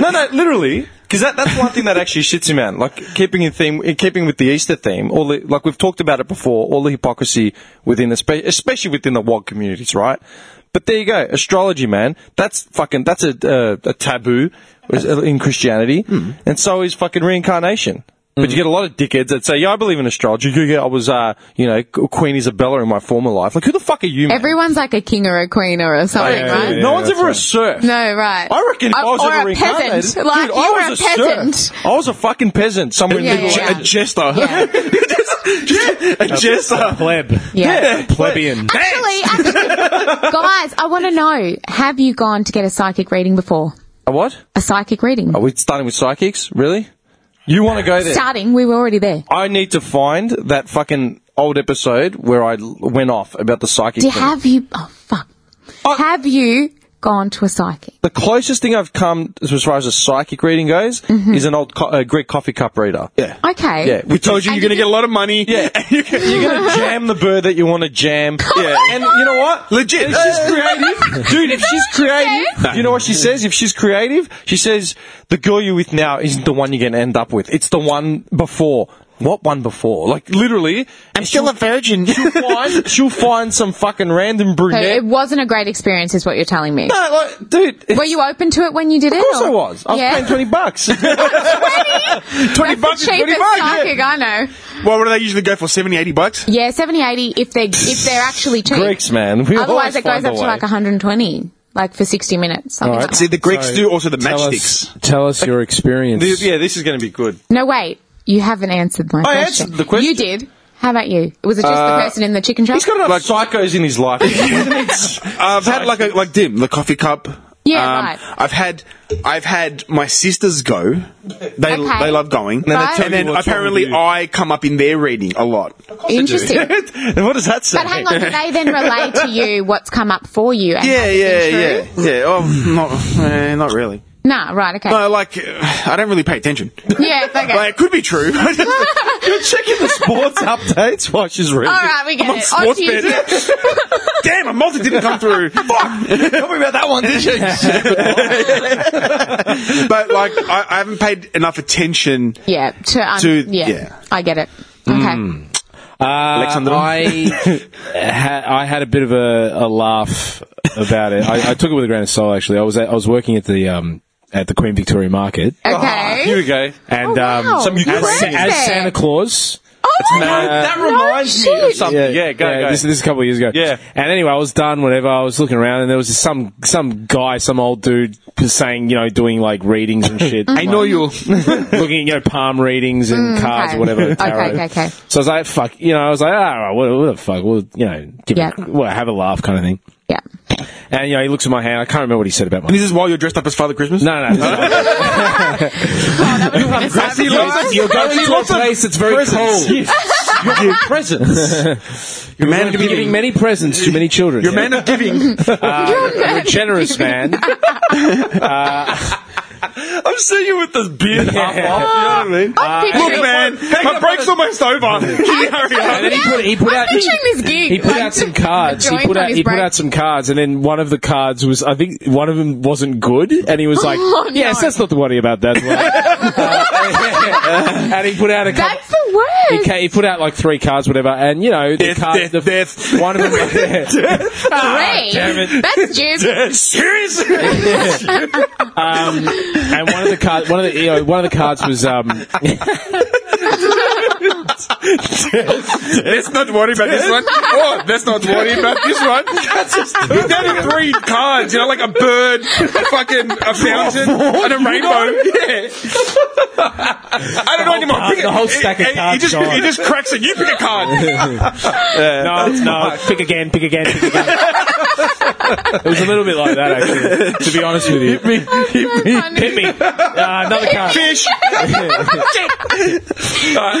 Speaker 5: no, no, literally. Because that, that's one thing that actually shits you, man. Like keeping in theme, in keeping with the Easter theme, all the like we've talked about it before, all the hypocrisy within, the spe- especially within the wog communities, right? But there you go, astrology, man. That's fucking that's a uh, a taboo uh, in Christianity, and so is fucking reincarnation. But you get a lot of dickheads that say, "Yeah, I believe in astrology." You get, I was, uh, you know, Queen Isabella in my former life. Like, who the fuck are you, man?
Speaker 7: Everyone's like a king or a queen or a something,
Speaker 5: Yeah,
Speaker 7: right?
Speaker 5: yeah, no one's ever a serf.
Speaker 7: No, right.
Speaker 5: I reckon if I
Speaker 7: Or-
Speaker 5: was
Speaker 7: or
Speaker 5: ever
Speaker 7: a
Speaker 5: reincarnated,
Speaker 7: peasant.
Speaker 5: dude,
Speaker 7: Like,
Speaker 5: I
Speaker 7: you
Speaker 5: was
Speaker 7: were a
Speaker 5: a,
Speaker 7: peasant.
Speaker 5: serf. I was a fucking peasant somewhere
Speaker 7: Yeah,
Speaker 5: in the
Speaker 7: yeah, yeah.
Speaker 9: A jester.
Speaker 7: Yeah.
Speaker 9: a jester.
Speaker 6: Pleb.
Speaker 7: Yeah.
Speaker 6: Plebeian.
Speaker 7: Actually, actually, Guys, I want to know: Have you gone to get a psychic reading before?
Speaker 5: A what?
Speaker 7: A psychic reading.
Speaker 5: Are we starting with psychics? Really? You want to go there?
Speaker 7: Starting, we were already there.
Speaker 5: I need to find that fucking old episode where I l- went off about the psychic.
Speaker 7: Do you
Speaker 5: thing.
Speaker 7: have you? Oh fuck! Have you gone to a psychic?
Speaker 5: the closest thing I've come as far as a psychic reading goes is an old co- uh, Greek coffee cup reader. Yeah.
Speaker 7: Okay.
Speaker 5: Yeah.
Speaker 9: We told you
Speaker 7: And
Speaker 9: you're going to
Speaker 7: you-
Speaker 9: get a lot of money.
Speaker 5: Yeah, you're gonna jam the bird that you want to jam. Yeah, and you know what?
Speaker 9: Legit.
Speaker 5: If she's creative, dude. If she's creative, you know what she says? If she's creative, she says the girl you're with now isn't the one you're gonna end up with. It's the one before. What one before? Like literally, I'm still a virgin. She'll find, she'll find some fucking random
Speaker 7: So
Speaker 5: brunette.
Speaker 7: it wasn't a great experience, is what you're telling me.
Speaker 5: No, like, dude. it's-
Speaker 7: Were you open to it when you did it?
Speaker 5: Of course
Speaker 7: or-
Speaker 5: I was. I was
Speaker 7: yeah.
Speaker 5: paying twenty bucks.
Speaker 9: 20 bucks
Speaker 7: That's
Speaker 9: is
Speaker 7: the
Speaker 9: 20
Speaker 7: cheapest
Speaker 9: bucks.
Speaker 7: psychic I know.
Speaker 9: Well, what do they usually go for? 70, 80 bucks?
Speaker 7: Yeah, 70, 80 if they're if they're actually cheap.
Speaker 5: Greeks, man. We always
Speaker 7: Otherwise, it goes
Speaker 5: find a
Speaker 7: up to
Speaker 5: way.
Speaker 7: like 120, like for 60 minutes. Something like
Speaker 9: See,
Speaker 7: that.
Speaker 9: the Greeks do also the
Speaker 6: Tell
Speaker 9: matchsticks.
Speaker 6: us, tell us your experience.
Speaker 5: This- yeah, this is going to be good.
Speaker 7: No, wait. You haven't answered my Oh, question.
Speaker 5: answered the question.
Speaker 7: You did. How about you? Was it just the
Speaker 9: Uh,
Speaker 7: person in the chicken shop?
Speaker 5: He's got enough psychos in his life.
Speaker 9: I've had like a, like dim the coffee cup. Um,
Speaker 7: Yeah, right.
Speaker 9: I've had I've had my sisters go. They
Speaker 7: Okay.
Speaker 9: they love going.
Speaker 7: then they Right. tell
Speaker 9: And
Speaker 7: you
Speaker 9: then
Speaker 5: what's wrong
Speaker 9: apparently
Speaker 5: with you.
Speaker 9: I come up in their reading a lot.
Speaker 7: Interesting.
Speaker 5: and what does that say?
Speaker 7: But hang on, do they then relay to you what's come up for you? And
Speaker 9: Yeah,
Speaker 7: what's
Speaker 9: yeah,
Speaker 7: been true?
Speaker 9: yeah, yeah. Oh, not eh, not really.
Speaker 7: Nah, right, okay.
Speaker 9: No, like uh, I don't really pay attention.
Speaker 7: yeah, it's okay.
Speaker 9: Like it could be true.
Speaker 5: You're checking the sports updates while she's reading.
Speaker 7: All right, we get
Speaker 9: on
Speaker 7: it. On to you.
Speaker 9: Sportsbet. Damn, a multi didn't come through. Fuck. Tell me about that one, did you? but like, I, I haven't paid enough attention.
Speaker 7: Yeah, to, um,
Speaker 9: To-
Speaker 7: yeah,
Speaker 9: yeah.
Speaker 7: I get it. Okay.
Speaker 6: Uh, I, ha- I had a bit of a, a laugh about it. I, I took it with a grain of salt. Actually, I was at, I was working at the um, at the Queen Victoria Market,
Speaker 7: Okay.
Speaker 5: Here we go.
Speaker 6: and
Speaker 7: Oh, wow.
Speaker 6: um,
Speaker 7: Some
Speaker 6: as,
Speaker 7: Ukrainians there.
Speaker 6: as Santa Claus.
Speaker 7: oh, my
Speaker 5: No,
Speaker 7: God.
Speaker 5: that
Speaker 7: No
Speaker 5: reminds me of
Speaker 7: shit.
Speaker 5: something. Yeah, go, go.
Speaker 6: This, this is a couple of years ago.
Speaker 5: Yeah.
Speaker 6: And anyway, I was done. Whatever. I was looking around, and there was just some some guy, some old dude, just saying, you know, doing like readings and shit. I know you. looking at you know palm readings and cards
Speaker 7: Mm, okay.
Speaker 6: or whatever.
Speaker 7: Okay,
Speaker 6: tarot.
Speaker 7: okay, okay.
Speaker 6: So I was like, fuck. You know, I was like, all right, what, what the fuck? Well, you know, give
Speaker 7: Yeah.
Speaker 6: it, a- well, have a laugh, kind of thing.
Speaker 7: Yeah.
Speaker 6: And you know, he looks at my hand. I can't remember what he said about my.
Speaker 9: This is while you're dressed up as Father Christmas.
Speaker 6: no, no. no.
Speaker 9: Grassy looks-
Speaker 6: You're going to a place that's very cold.
Speaker 5: Your presents.
Speaker 9: You're a man
Speaker 6: You're going
Speaker 9: of
Speaker 6: to be giving many presents to many children.
Speaker 9: You're a man of giving.
Speaker 6: I'm a generous man.
Speaker 5: Uh, I'm seeing you with this beard half off. You know what I mean?
Speaker 7: I'm picturing,
Speaker 9: Look, man, my break's almost over. Can you hurry up?
Speaker 6: And then he put, he put
Speaker 7: I'm
Speaker 6: out. He,
Speaker 7: picturing this gig.
Speaker 6: he put
Speaker 7: like,
Speaker 6: out some cards. He
Speaker 7: joint
Speaker 6: put
Speaker 7: on
Speaker 6: out.
Speaker 7: his
Speaker 6: He put
Speaker 7: break.
Speaker 6: out some cards, and then one of the cards was. I think one of them wasn't good, and he was like,
Speaker 7: Oh, no.
Speaker 6: "Yes, that's not the worry about that one." and he put out a. couple-
Speaker 7: That's the
Speaker 6: he,
Speaker 7: worst.
Speaker 6: ca- he put out like three cards, whatever, and you know the
Speaker 9: Death,
Speaker 6: card,
Speaker 9: death,
Speaker 6: the,
Speaker 9: death.
Speaker 6: one of them.
Speaker 7: Great.
Speaker 6: Ah, damn it.
Speaker 7: That's Jim.
Speaker 9: Seriously?
Speaker 6: Um, and one of the cards, one of the you know, one of the cards was um,
Speaker 9: Let's not worry about this one. Oh, let's not worry about this one. He's down to three cards, you know, like a bird, a fucking a fountain, and a rainbow. Yeah. I don't know anymore.
Speaker 6: card-
Speaker 9: Pick a-
Speaker 6: the whole stack of
Speaker 9: he- he
Speaker 6: cards
Speaker 9: just-
Speaker 6: gone.
Speaker 9: He just cracks it. You pick a card.
Speaker 6: no, no, pick again, pick again, pick again. it was a little bit like that, actually. To be honest with you, hit me, hit me, hit me. Uh, another card. Fish.
Speaker 5: Alright,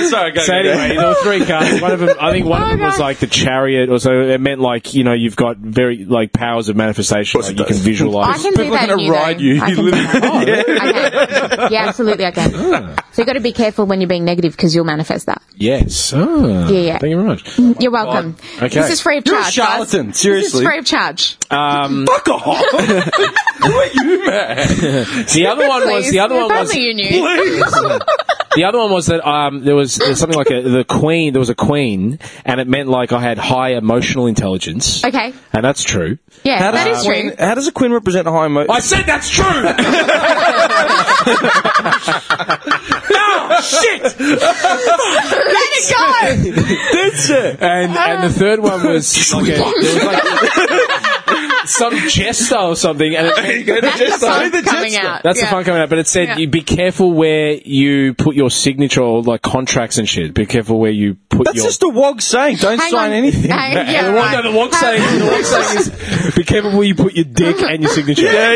Speaker 5: sorry, go, go,
Speaker 6: So
Speaker 5: go.
Speaker 6: anyway, there were three cards. One of them, I think, one of them was like the chariot, or so. It meant like you know you've got very like powers of manifestation. Like you can
Speaker 7: I
Speaker 6: visualize.
Speaker 7: can do
Speaker 5: People are
Speaker 7: that.
Speaker 5: gonna
Speaker 7: in you,
Speaker 5: ride
Speaker 7: though.
Speaker 5: you.
Speaker 7: I
Speaker 5: You
Speaker 7: can do that. yeah. Okay. yeah, absolutely. I can.
Speaker 6: Ah.
Speaker 7: So you got to be careful when you're being negative because you'll manifest that.
Speaker 6: Yes. Oh,
Speaker 7: Yeah, yeah.
Speaker 6: Thank you very much.
Speaker 7: You're welcome.
Speaker 6: Okay.
Speaker 7: This is free of
Speaker 5: You're a
Speaker 7: charge.
Speaker 5: charlatan,
Speaker 7: guys. This is
Speaker 5: seriously.
Speaker 7: free of charge.
Speaker 6: Um,
Speaker 5: Fuck off. Who are you, man?
Speaker 6: the other one was
Speaker 7: Please.
Speaker 6: the other
Speaker 7: If
Speaker 6: one was
Speaker 7: only you knew.
Speaker 6: The other one was that um, there was there was something like a, the queen. There was a queen, and it meant like I had high emotional intelligence.
Speaker 7: Okay.
Speaker 6: and that's true.
Speaker 7: Yeah, that is true.
Speaker 5: Quinn- How does a Quinn represent high mo
Speaker 6: I said that's true. Ah,
Speaker 7: Let it go.
Speaker 6: and and the third one was like a, there was like, some jester or something, and it,
Speaker 7: That's the fun coming out.
Speaker 6: That's
Speaker 7: Yeah.
Speaker 6: the fun coming out. But it said
Speaker 7: Yeah.
Speaker 6: you be careful where you put your signature or like contracts and shit. Be careful where you put
Speaker 5: That's
Speaker 6: your.
Speaker 5: just a wog saying. Don't
Speaker 7: Hang
Speaker 5: sign
Speaker 7: on.
Speaker 5: anything.
Speaker 7: Hang- yeah,
Speaker 6: the one, no,
Speaker 7: right.
Speaker 6: the one saying, the one saying is be careful where you put your dick and your signature.
Speaker 5: yeah,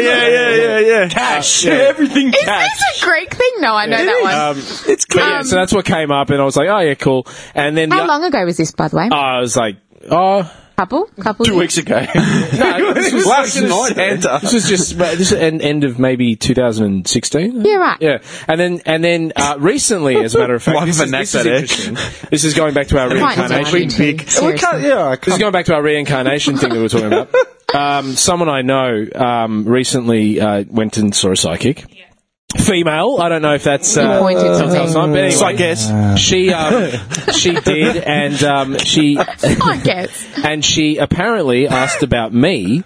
Speaker 5: yeah. Cash. Everything
Speaker 7: Is this a Greek thing? No, I know that one.
Speaker 5: Um, it's
Speaker 6: Um, But yeah, so that's what came up, and I was like, oh yeah, cool. And then
Speaker 7: How
Speaker 6: the-
Speaker 7: long ago was this, by the way?
Speaker 6: I was like, oh.
Speaker 7: couple, couple.
Speaker 5: Two
Speaker 7: years?
Speaker 5: weeks ago.
Speaker 6: No, this was
Speaker 5: Last
Speaker 6: this was-
Speaker 5: night.
Speaker 6: This was just this is an end of maybe 2016.
Speaker 7: Yeah, right.
Speaker 6: Yeah, and then and then uh, recently, as a matter of fact,
Speaker 8: One
Speaker 6: this is,
Speaker 8: Vanac
Speaker 6: this is
Speaker 8: that, eh?
Speaker 6: interesting. This is going back to our
Speaker 7: Mine's
Speaker 6: reincarnation.
Speaker 7: one, two, seriously.
Speaker 5: yeah, I
Speaker 6: This is going back to our reincarnation thing that we were talking about. Um, someone I know um, recently uh, went and saw a psychic. Female. I don't know if that's uh,
Speaker 7: pointed to
Speaker 6: sometimes
Speaker 7: me.
Speaker 6: not, but anyway,
Speaker 5: guess.
Speaker 6: she um, she did, and um, she
Speaker 7: I guess.
Speaker 6: and she apparently asked about me,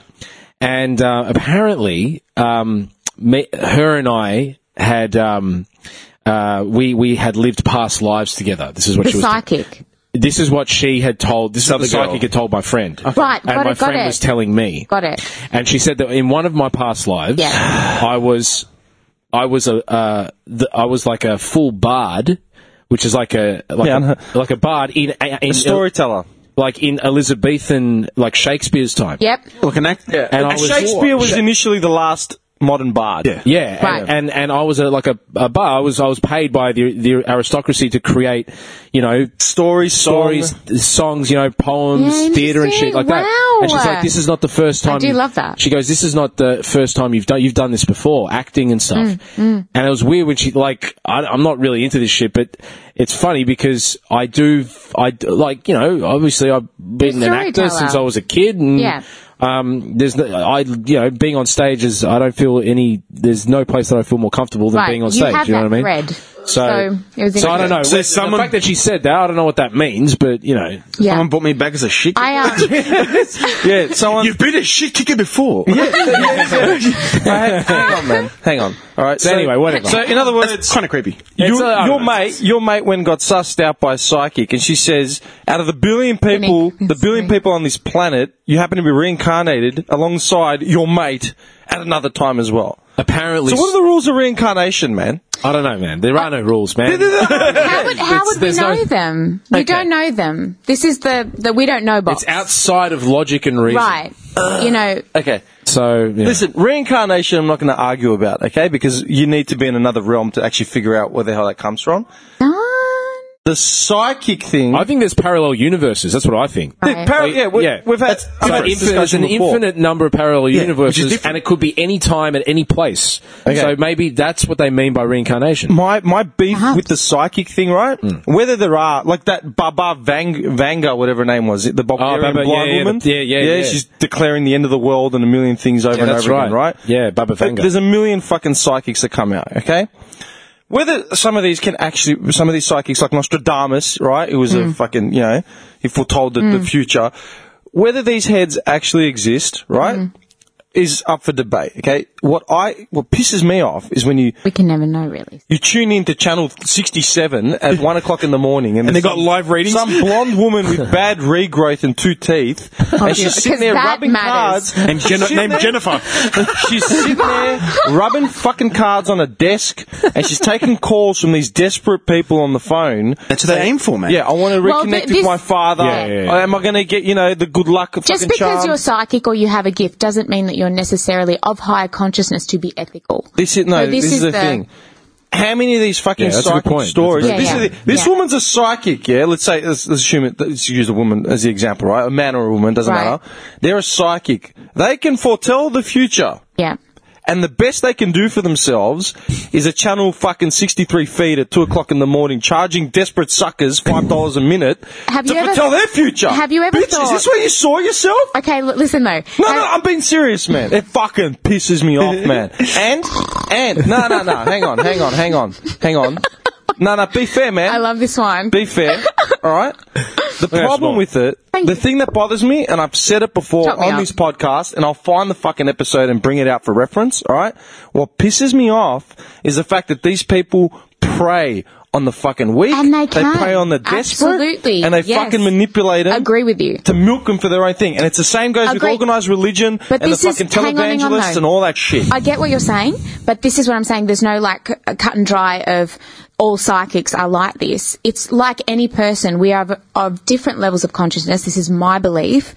Speaker 6: and uh, apparently, um, me, her and I had um, uh, we we had lived past lives together. This is what
Speaker 7: The
Speaker 6: she was.
Speaker 7: psychic.
Speaker 6: this is what she had told. This is what the
Speaker 8: Other girl.
Speaker 6: psychic had told my friend,
Speaker 7: Right,
Speaker 6: and
Speaker 7: got
Speaker 6: my
Speaker 7: it, got
Speaker 6: friend
Speaker 7: it.
Speaker 6: was telling me,
Speaker 7: Got it.
Speaker 6: and she said that in one of my past lives,
Speaker 7: Yeah.
Speaker 6: I was, I was a, uh, th- I was like a full bard. Which is like a like,
Speaker 5: Yeah.
Speaker 6: a, like a bard in in
Speaker 5: Storyteller.
Speaker 6: like in Elizabethan, like Shakespeare's time.
Speaker 7: Yep.
Speaker 8: Look, an act. Yeah.
Speaker 6: And I
Speaker 5: And
Speaker 6: was,
Speaker 5: Shakespeare was initially the last modern bard.
Speaker 8: Yeah.
Speaker 6: yeah,
Speaker 7: Right.
Speaker 6: and, and and I was a, like a, a bar. I was I was paid by the the aristocracy to create, you know,
Speaker 5: Stories,
Speaker 6: stories,
Speaker 5: stories.
Speaker 6: songs, you know, poems,
Speaker 7: Yeah,
Speaker 6: theatre and shit
Speaker 7: interesting.
Speaker 6: like that.
Speaker 7: Wow.
Speaker 6: And she's like, this is not the first time.
Speaker 7: do
Speaker 6: you-"
Speaker 7: love that.
Speaker 6: She goes, this is not the first time you've done you've done this before, acting and stuff.
Speaker 7: Mm,
Speaker 6: And it was weird when she like, I, I'm not really into this shit, but it's funny because I do, I d- like, you know, obviously I've been an actor
Speaker 7: storyteller.
Speaker 6: since I was a kid, and
Speaker 7: Yeah.
Speaker 6: um, there's no, I you know being on stage is I don't feel any there's no place that I feel more comfortable than
Speaker 7: Right.
Speaker 6: being on
Speaker 7: You
Speaker 6: stage.
Speaker 7: have
Speaker 6: you know
Speaker 7: that
Speaker 6: what I mean?
Speaker 7: thread.
Speaker 6: So,
Speaker 7: So, it
Speaker 6: so,
Speaker 7: was
Speaker 6: I don't know.
Speaker 8: So
Speaker 6: The-
Speaker 8: someone-
Speaker 6: the fact that she said that, I don't know what that means, but you know,
Speaker 7: Yeah.
Speaker 8: Someone brought me back as a shit.
Speaker 7: I um,
Speaker 5: Yeah, someone.
Speaker 8: You've been a shit kicker before.
Speaker 5: hang, hang on, man. Hang on. All right.
Speaker 6: So anyway, whatever.
Speaker 5: So, in other words,
Speaker 8: It's kind of creepy.
Speaker 6: It's,
Speaker 5: your,
Speaker 6: uh, I don't
Speaker 5: your
Speaker 6: know.
Speaker 5: mate, your mate, when got sussed out by a psychic, and she says, out of the billion people,
Speaker 7: Billion.
Speaker 5: the billion
Speaker 7: Sorry.
Speaker 5: people on this planet, you happen to be reincarnated alongside your mate at another time as well.
Speaker 6: apparently,
Speaker 5: So, what are the Uh, rules of reincarnation, man?
Speaker 6: I don't know, man. There are no rules, man.
Speaker 7: how would, how would we
Speaker 6: there's
Speaker 7: know
Speaker 6: no-
Speaker 7: them? We don't know them. This is the, the we don't know box.
Speaker 6: it's outside of logic and reason.
Speaker 7: Right. you know,
Speaker 5: Okay.
Speaker 6: So yeah.
Speaker 5: Listen, reincarnation, I'm not going to argue about, okay? Because you need to be in another realm to actually figure out where the hell that comes from. The psychic thing.
Speaker 6: I think there's parallel universes. That's what I think.
Speaker 7: Right.
Speaker 5: Par- Hmm? yeah, we,
Speaker 6: yeah.
Speaker 5: we've had, we've had
Speaker 6: So
Speaker 5: this
Speaker 6: infinite- there's
Speaker 5: discussion
Speaker 6: an
Speaker 5: before.
Speaker 6: infinite number of parallel universes,
Speaker 8: different.
Speaker 6: and it could be any time at any place. So maybe that's what they mean by reincarnation.
Speaker 5: my my beef with the psychic thing, right?
Speaker 6: Hmm.
Speaker 5: Whether there are like that Baba Vang, Vanga, whatever her name was, the Bulgarian
Speaker 6: Oh, Baba,
Speaker 5: blind
Speaker 6: yeah, yeah,
Speaker 5: woman,
Speaker 6: the- yeah, yeah, yeah.
Speaker 5: she's declaring the end of the world and a million things over and
Speaker 6: that's
Speaker 5: over again, right?
Speaker 6: right. Yeah, Baba
Speaker 5: But
Speaker 6: Vanga.
Speaker 5: There's a million fucking psychics that come out, okay? Whether some of these can actually, some of these psychics like Nostradamus, right? It was a fucking, you know, he foretold the, the future. Whether these heads actually exist, right? Is up for debate. Okay, what I what pisses me off is when you
Speaker 7: we can never know really.
Speaker 5: you tune in to channel 67 at 1 o'clock in the morning and,
Speaker 8: And they
Speaker 5: there's
Speaker 8: got live readings?
Speaker 5: some blonde woman with bad regrowth and two teeth and
Speaker 7: dear.
Speaker 5: she's sitting
Speaker 7: Oh, Because
Speaker 5: there
Speaker 7: that
Speaker 5: rubbing
Speaker 7: matters.
Speaker 5: cards
Speaker 8: Named, Jen-
Speaker 5: She's
Speaker 8: named
Speaker 5: there-
Speaker 8: Jennifer.
Speaker 5: she's sitting there rubbing fucking cards on a desk and she's taking calls from these desperate people on the phone
Speaker 8: That's what they aim for, man.
Speaker 5: yeah I want to reconnect
Speaker 7: Well, th-
Speaker 5: with
Speaker 7: this-
Speaker 5: my father
Speaker 6: Yeah, yeah, yeah.
Speaker 5: am I going to get you know the good luck of
Speaker 7: Just
Speaker 5: fucking
Speaker 7: because
Speaker 5: charm
Speaker 7: you're psychic or you have a gift doesn't mean that you're necessarily of higher consciousness to be ethical.
Speaker 5: This is no.
Speaker 7: So
Speaker 5: this, is, the, thing. How many of these fucking
Speaker 6: Yeah, that's a good
Speaker 5: psychic
Speaker 6: point.
Speaker 5: stories?
Speaker 7: That's a
Speaker 5: this
Speaker 7: good
Speaker 5: is
Speaker 7: point.
Speaker 5: the- this
Speaker 7: Yeah.
Speaker 5: woman's a psychic. Yeah, let's say let's, let's assume it. Let's use a woman as the example, right? A man or a woman doesn't
Speaker 7: Right.
Speaker 5: matter. They're a psychic. They can foretell the future,
Speaker 7: Yeah.
Speaker 5: and the best they can do for themselves is a channel fucking sixty three feed at two o'clock in the morning, charging desperate suckers five dollars a minute
Speaker 7: Have
Speaker 5: to
Speaker 7: you ever-
Speaker 5: foretell their future.
Speaker 7: Have you ever
Speaker 5: Bitch, Is this
Speaker 7: thought-
Speaker 5: where you saw yourself?
Speaker 7: Okay, l- listen though.
Speaker 5: No,
Speaker 7: Have-
Speaker 5: no, I'm being serious, man. It fucking pisses me off, man. And and no, no, no. Hang on, hang on, hang on, hang on. No, no. Be fair, man.
Speaker 7: I love this one.
Speaker 5: Be fair. All right. The problem
Speaker 6: smart.
Speaker 5: with it,
Speaker 7: Thank
Speaker 5: the
Speaker 7: you.
Speaker 5: thing that bothers me, and I've said it before
Speaker 7: Chop me
Speaker 5: on
Speaker 7: up.
Speaker 5: this podcast, and I'll find the fucking episode and bring it out for reference. All right. What pisses me off is the fact that these people prey on the fucking weak.
Speaker 7: And they can.
Speaker 5: play on the desperate.
Speaker 7: Absolutely,
Speaker 5: And they
Speaker 7: yes.
Speaker 5: fucking manipulate them.
Speaker 7: Agree with you.
Speaker 5: To milk them for their own thing. And it's the same goes with
Speaker 7: Agree.
Speaker 5: organised religion
Speaker 7: But
Speaker 5: and the
Speaker 7: this is-
Speaker 5: fucking
Speaker 7: hang on, hang on,
Speaker 5: televangelists
Speaker 7: though.
Speaker 5: and all that shit.
Speaker 7: I get what you're saying, but this is what I'm saying. There's no like c- cut and dry of all psychics are like this. It's like any person. We are of, of different levels of consciousness. This is my belief.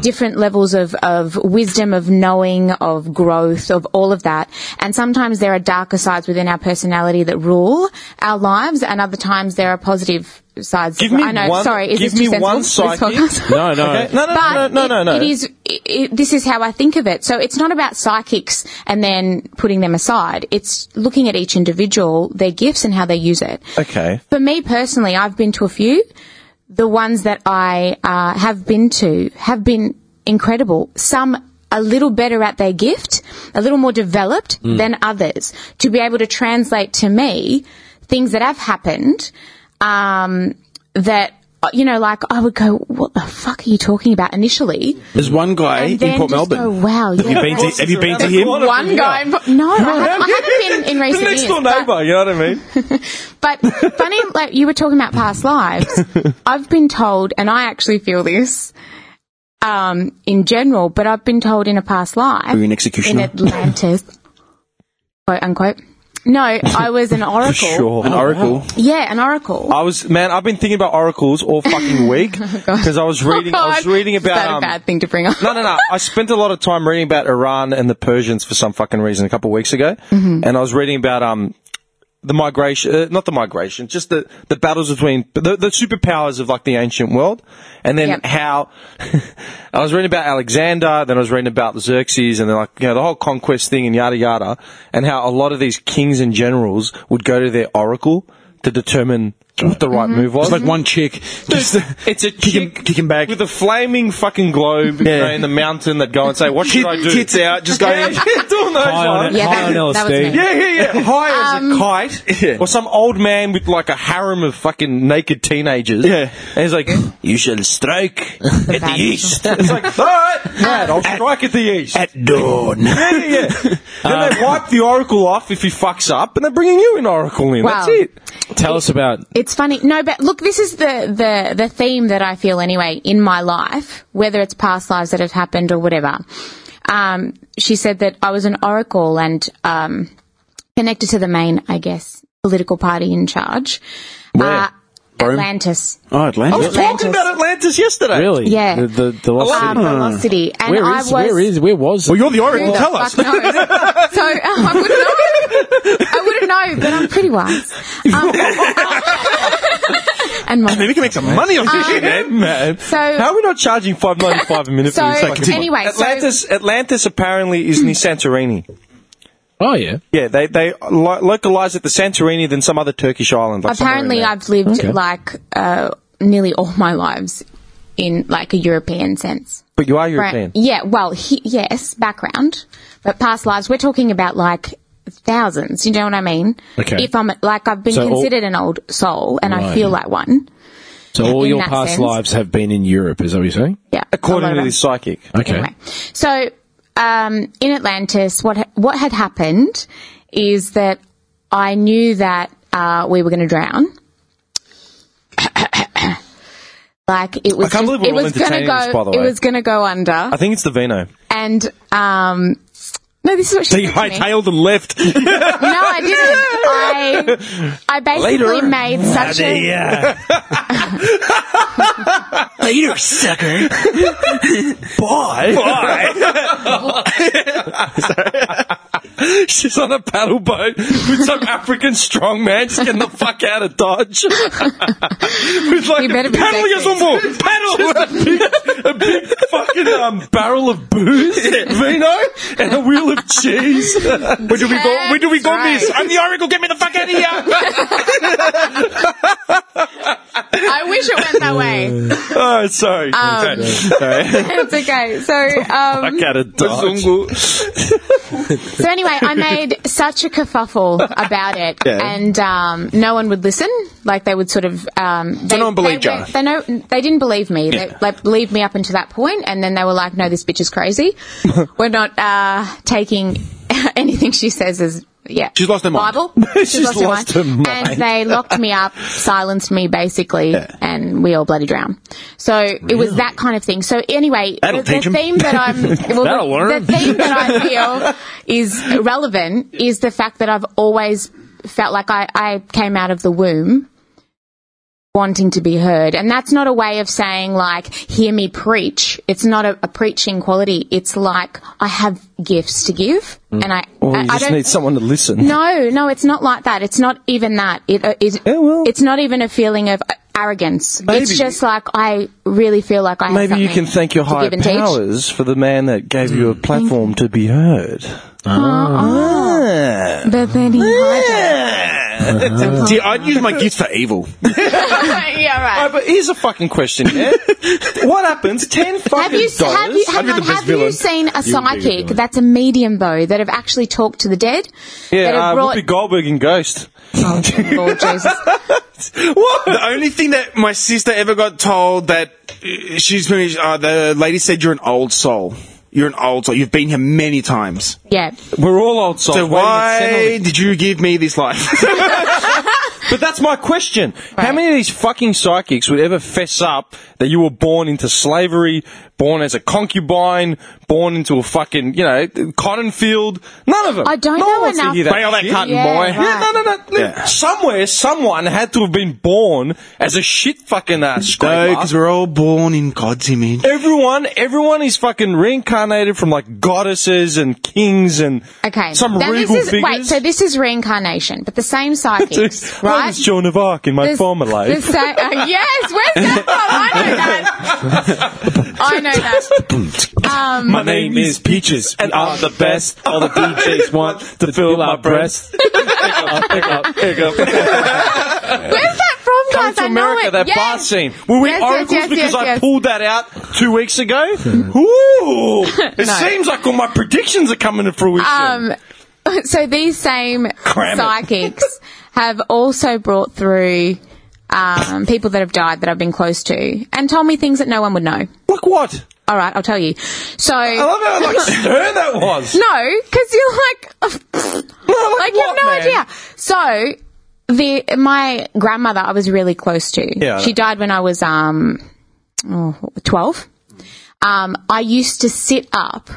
Speaker 7: Different levels of, of wisdom, of knowing, of growth, of all of that. And sometimes there are darker sides within our personality that rule our lives, and other times there are positive sides.
Speaker 5: Give me
Speaker 7: I know.
Speaker 5: one-
Speaker 7: sorry, is
Speaker 5: give
Speaker 7: this
Speaker 5: me
Speaker 7: too sensible
Speaker 5: one
Speaker 7: for this
Speaker 5: psychic-
Speaker 7: podcast?
Speaker 6: No, no.
Speaker 5: Okay? No, no,
Speaker 7: but
Speaker 5: no, no, no,
Speaker 7: it-
Speaker 5: no.
Speaker 7: it is. It, it, this is how I think of it. So it's not about psychics and then putting them aside. It's looking at each individual, their gifts, and how they use it.
Speaker 5: Okay.
Speaker 7: For me personally, I've been to a few. The ones that I uh, have been to have been incredible. Some a little better at their gift, a little more developed than others. To be able to translate to me things that have happened um, that. uh, You know, like I would go, "What the fuck are you talking about?" Initially,
Speaker 8: There's one guy
Speaker 7: and then
Speaker 8: in Port
Speaker 7: just
Speaker 8: Melbourne.
Speaker 7: go, "Wow, yeah,
Speaker 8: have you been
Speaker 7: that's-
Speaker 8: to Have you been to
Speaker 5: That's
Speaker 8: him?
Speaker 5: one
Speaker 7: one guy in Port- no, I haven't, I haven't been in
Speaker 5: The
Speaker 7: recent
Speaker 5: next
Speaker 7: years.
Speaker 5: door
Speaker 7: but-
Speaker 5: neighbour, you know what I mean?
Speaker 7: but funny, like you were talking about past lives. I've been told, and I actually feel this um, in general, but I've been told in a past life
Speaker 8: You're an
Speaker 7: in
Speaker 8: executioner.
Speaker 7: Atlantis, quote unquote. No, I was an oracle.
Speaker 8: An oracle.
Speaker 7: Yeah, an oracle.
Speaker 5: I was man. I've been thinking about oracles all fucking week
Speaker 7: Oh,
Speaker 5: because I was reading. I was
Speaker 7: God,
Speaker 5: reading
Speaker 7: Oh, is
Speaker 5: about.
Speaker 7: that
Speaker 5: um,
Speaker 7: a bad thing to bring up.
Speaker 5: no, no, no. I spent a lot of time reading about Iran and the Persians for some fucking reason a couple of weeks ago,
Speaker 8: Mm-hmm.
Speaker 5: and I was reading about um the migration, uh, not the migration, just the the battles between the, the superpowers of like the ancient world, and then
Speaker 7: Yep.
Speaker 5: how I was reading about Alexander, then I was reading about Xerxes, and then like you know the whole conquest thing and yada yada, and how a lot of these kings and generals would go to their oracle to determine. What the right move was?
Speaker 8: Mm-hmm. It's like one chick. Just
Speaker 5: It's a
Speaker 8: him-
Speaker 5: chick
Speaker 8: kick him back.
Speaker 5: with a flaming fucking globe you
Speaker 8: Yeah.
Speaker 5: know, in the mountain that go and say, "What should I do?"
Speaker 8: Tits out, just go in.
Speaker 5: Yeah, doing those
Speaker 6: High on
Speaker 5: ones.
Speaker 6: it.
Speaker 7: Yeah,
Speaker 6: High
Speaker 7: that-
Speaker 6: on
Speaker 7: that was
Speaker 6: LSD.
Speaker 7: me.
Speaker 5: Yeah, yeah, yeah. High as a
Speaker 7: Um,
Speaker 5: kite,
Speaker 8: Yeah.
Speaker 5: or some old man with like a harem of fucking naked teenagers.
Speaker 8: Yeah.
Speaker 5: and he's like, "You shall strike at the
Speaker 7: bad
Speaker 5: east." it's like, all right, lad, I'll strike at the east.
Speaker 8: At dawn.
Speaker 5: yeah, yeah, yeah. Then
Speaker 6: Uh,
Speaker 5: they wipe the oracle off if he fucks up, and they're bringing you an oracle in. That's
Speaker 7: Wow.
Speaker 5: it.
Speaker 6: Tell us about.
Speaker 7: It's funny. No, but look, this is the, the, the theme that I feel anyway in my life, whether it's past lives that have happened or whatever. Um, she said that I was an oracle and um, connected to the main, I guess, political party in charge. Uh, Atlantis.
Speaker 8: Oh,
Speaker 5: I
Speaker 8: Atlantis.
Speaker 5: was talking
Speaker 7: Atlantis.
Speaker 5: about Atlantis yesterday.
Speaker 6: Really?
Speaker 7: Yeah.
Speaker 6: The, the, the lost
Speaker 7: Uh,
Speaker 6: city. Hmm.
Speaker 7: Velocity. And
Speaker 6: Where
Speaker 7: I
Speaker 6: is,
Speaker 7: was.
Speaker 6: where is, where was?
Speaker 8: Well, you're the oracle.
Speaker 7: Who the
Speaker 8: Tell us.
Speaker 7: fuck knows? so um, I wouldn't know. I wouldn't know, but I'm pretty wise. Um, and my
Speaker 8: Maybe we can make some money off this shit, man.
Speaker 7: Um,
Speaker 5: man.
Speaker 7: So-
Speaker 5: how are we not charging five ninety five a minute
Speaker 7: So,
Speaker 5: for this fucking
Speaker 7: anyway, so- Hmm.
Speaker 5: Atlantis Atlantis apparently is near Santorini.
Speaker 6: oh, yeah.
Speaker 5: Yeah, they they lo- localize it to Santorini than some other Turkish island. Like somewhere in
Speaker 7: apparently
Speaker 5: there.
Speaker 7: I've lived like uh, nearly all my lives in like a European sense.
Speaker 5: but you are
Speaker 7: Right.
Speaker 5: European.
Speaker 7: Yeah, well, he, yes, background, but past lives. We're talking about like thousands. You know what I mean?
Speaker 6: Okay.
Speaker 7: If I'm like I've been
Speaker 6: So all-
Speaker 7: considered an old soul, and I
Speaker 6: Right.
Speaker 7: feel like one.
Speaker 6: So all
Speaker 7: In
Speaker 6: your
Speaker 7: that
Speaker 6: past
Speaker 7: sense.
Speaker 6: lives have been in Europe, is that what you're saying?
Speaker 7: Yeah. a
Speaker 5: According
Speaker 7: lot
Speaker 5: to
Speaker 7: of
Speaker 5: this
Speaker 7: them.
Speaker 5: psychic,
Speaker 6: Okay.
Speaker 7: Anyway, so um, in Atlantis, what ha- what had happened is that I knew that uh, we were going to drown. like it was,
Speaker 5: I can't
Speaker 7: just-
Speaker 5: believe we're
Speaker 7: it
Speaker 5: all
Speaker 7: was going to
Speaker 5: entertaining
Speaker 7: go.
Speaker 5: this, by the
Speaker 7: It
Speaker 5: way.
Speaker 7: was going to go under,
Speaker 5: I think it's the vino.
Speaker 7: and um, no, this is what she
Speaker 8: They
Speaker 7: said to me.
Speaker 8: hightailed and left.
Speaker 7: No, I didn't. I I basically
Speaker 5: Later.
Speaker 7: made such a
Speaker 8: Later, sucker.
Speaker 5: Bye. Bye. She's on a paddle boat with some African strongman just getting the fuck out of Dodge. with like,
Speaker 7: You better be
Speaker 5: paddling us
Speaker 7: safe.
Speaker 5: on board. Paddle! a, big, a big fucking um, barrel of booze, vino, and a wheel of cheese. Where do we
Speaker 7: go- where do we go, That's miss? right.
Speaker 5: I'm the oracle, get me the fuck out of here!
Speaker 7: I wish it went that way.
Speaker 5: oh, sorry. okay. Sorry.
Speaker 7: it's okay. So um,
Speaker 5: Fuck out of Dodge.
Speaker 7: So anyway, I made such a kerfuffle about it, and um, no one would listen. Like they would sort of um, they,
Speaker 5: no one believed
Speaker 7: they,
Speaker 5: you.
Speaker 7: were- They no, they didn't believe me. They like, believed me up until that point, and then they were like, "No, this bitch is crazy. we're not uh, taking anything she says as yeah.
Speaker 9: She's lost her mind.
Speaker 7: Bible.
Speaker 6: She's lost her mind.
Speaker 7: And they locked me up, silenced me basically, and we all bloody drowned. So it was that kind of thing. So anyway,
Speaker 8: That'll
Speaker 7: the,
Speaker 8: teach
Speaker 7: the
Speaker 8: 'em.
Speaker 7: theme that I'm, well,
Speaker 6: That'll
Speaker 7: the,
Speaker 6: learn 'em.
Speaker 7: the theme that I feel is relevant is the fact that I've always felt like I, I came out of the womb wanting to be heard. And that's not a way of saying, like, hear me preach. It's not a, a preaching quality. It's like, I have gifts to give. And I,
Speaker 5: Or
Speaker 7: I,
Speaker 5: you
Speaker 7: I
Speaker 5: just
Speaker 7: don't.
Speaker 5: need someone to listen.
Speaker 7: no, no, it's not like that. It's not even that. It, uh, it,
Speaker 5: Yeah, well-
Speaker 7: it's not even a feeling of uh, arrogance.
Speaker 5: Maybe-
Speaker 7: It's just like, I really feel like I have
Speaker 5: Maybe you
Speaker 7: something
Speaker 5: can thank your
Speaker 7: to
Speaker 5: higher
Speaker 7: give and teach.
Speaker 5: powers for the man that gave you a platform to be heard. Ah.
Speaker 7: But then he hijacked.
Speaker 8: See, I'd use my gifts for evil.
Speaker 7: yeah, right.
Speaker 5: Oh, but here's a fucking question. Yeah? what happens? Ten fucking
Speaker 7: Have you,
Speaker 5: dollars.
Speaker 7: have you, hang on, have you seen a psychic that's a medium though that have actually talked to the dead?
Speaker 5: yeah,
Speaker 7: that
Speaker 5: uh,
Speaker 7: have
Speaker 5: Whoopi Goldberg in Ghost.
Speaker 7: Oh, dear Lord Jesus.
Speaker 5: What?
Speaker 9: The only thing that my sister ever got told that uh, she's been, uh, the lady said, "You're an old soul. You're an old soul. You've been here many times.
Speaker 7: Yeah,
Speaker 5: We're all old souls.
Speaker 9: So
Speaker 5: waiting at Sentinel.
Speaker 9: why did you give me this life?"
Speaker 5: But that's my question. How
Speaker 7: Right.
Speaker 5: many of these fucking psychics would ever fess up that you were born into slavery, born as a concubine, born into a fucking, you know, cotton field? None of them.
Speaker 7: I don't
Speaker 5: no one
Speaker 7: know
Speaker 5: wants to
Speaker 7: enough-
Speaker 5: hear that
Speaker 9: Bail that
Speaker 5: shit.
Speaker 9: cotton
Speaker 7: Yeah,
Speaker 9: boy.
Speaker 7: right.
Speaker 5: Yeah, no, no, no. Look,
Speaker 9: Yeah.
Speaker 5: Somewhere, someone had to have been born as a shit fucking uh,
Speaker 9: No,
Speaker 5: scraper.
Speaker 9: because we're all born in God's image.
Speaker 5: Everyone, everyone is fucking reincarnated from like goddesses and kings and
Speaker 7: okay.
Speaker 5: some
Speaker 7: Now,
Speaker 5: regal
Speaker 7: this is,
Speaker 5: figures.
Speaker 7: Wait, so this is reincarnation, but the same psychics,
Speaker 5: I
Speaker 7: right?
Speaker 5: was Joan of Arc in my
Speaker 7: This-
Speaker 5: former life.
Speaker 7: this sa- uh, yes, where's that from? I know that. I know that. Um,
Speaker 6: My name is Peaches, and I'm the best. All the DJs want to fill our breasts.
Speaker 7: where's that from,
Speaker 5: Coming
Speaker 7: guys?
Speaker 5: to
Speaker 7: I know
Speaker 5: America,
Speaker 7: it.
Speaker 5: that
Speaker 7: yes.
Speaker 5: bar scene. Were we
Speaker 7: Yes, yes,
Speaker 5: oracles
Speaker 7: yes,
Speaker 5: because
Speaker 7: yes,
Speaker 5: I
Speaker 7: yes.
Speaker 5: pulled that out two weeks ago?
Speaker 6: Hmm.
Speaker 5: Ooh! It
Speaker 7: No.
Speaker 5: seems like all my predictions are coming to fruition.
Speaker 7: Um, so these same psychics have also brought through um, people that have died that I've been close to and told me things that no one would know.
Speaker 5: Look what?
Speaker 7: All right, I'll tell you. So.
Speaker 5: I love how like stern that was.
Speaker 7: No, because you're like, oh, like you have
Speaker 5: what,
Speaker 7: no
Speaker 5: man?
Speaker 7: idea. So the my grandmother, I was really close to.
Speaker 5: Yeah, I
Speaker 7: she
Speaker 5: know.
Speaker 7: died when I was um oh, twelve. Um, I used to sit up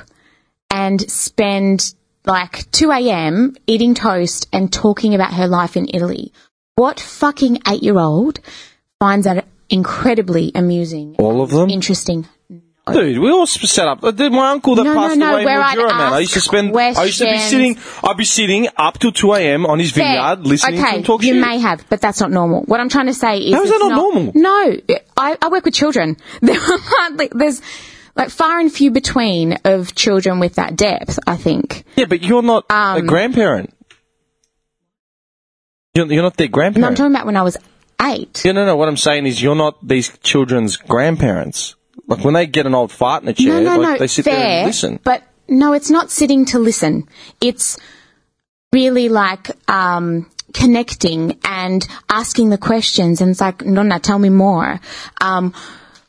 Speaker 7: and spend like two a.m. eating toast and talking about her life in Italy. What fucking eight year old finds that incredibly amusing?
Speaker 5: All of them?
Speaker 7: interesting.
Speaker 5: Dude, we all sp- set up. Uh, dude, My uncle that
Speaker 7: No, no,
Speaker 5: passed
Speaker 7: no,
Speaker 5: away in
Speaker 7: where I'd
Speaker 5: Mildura, man. I
Speaker 7: ask
Speaker 5: used to spend. I used to be
Speaker 7: questions.
Speaker 5: sitting. I'd be sitting up till two a.m. on his vineyard listening
Speaker 7: okay,
Speaker 5: to him talk
Speaker 7: you
Speaker 5: shit.
Speaker 7: may have, but that's not normal. What I'm trying to say is,
Speaker 5: How is that
Speaker 7: it's
Speaker 5: not normal?
Speaker 7: No, I, I work with children. There are hardly there's like far and few between of children with that depth. I think
Speaker 5: yeah, but you're not a
Speaker 7: Um,
Speaker 5: grandparent. You're, you're not their
Speaker 7: no, I'm
Speaker 5: grandparent.
Speaker 7: talking about when I was eight.
Speaker 5: yeah, no, no. What I'm saying is, you're not these children's grandparents. Like when they get an old fart in a chair,
Speaker 7: no, no,
Speaker 5: like,
Speaker 7: no,
Speaker 5: they sit
Speaker 7: fair,
Speaker 5: there and listen.
Speaker 7: But no, it's not sitting to listen. It's really like um, connecting and asking the questions. And it's like, Nonna, tell me more. Um,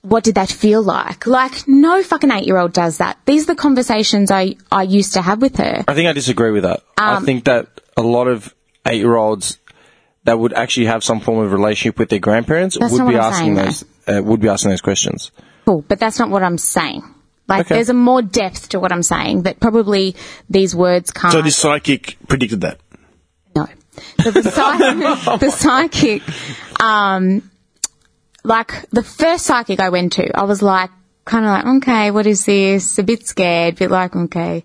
Speaker 7: what did that feel like? Like, no fucking eight year old does that. These are the conversations I, I used to have with her.
Speaker 5: I think I disagree with that.
Speaker 7: Um,
Speaker 5: I think that a lot of eight year olds that would actually have some form of relationship with their grandparents
Speaker 7: That's
Speaker 5: would
Speaker 7: not
Speaker 5: be
Speaker 7: what I'm
Speaker 5: asking
Speaker 7: saying,
Speaker 5: those uh, would be asking those questions.
Speaker 7: Cool, but that's not what I'm saying. Like,
Speaker 5: Okay.
Speaker 7: there's a more depth to what I'm saying that probably these words can't.
Speaker 8: So this psychic predicted that.
Speaker 7: No. So the, psych- the psychic, um, like the first psychic I went to, I was like, kind of like, okay, what is this? A bit scared, bit like, okay,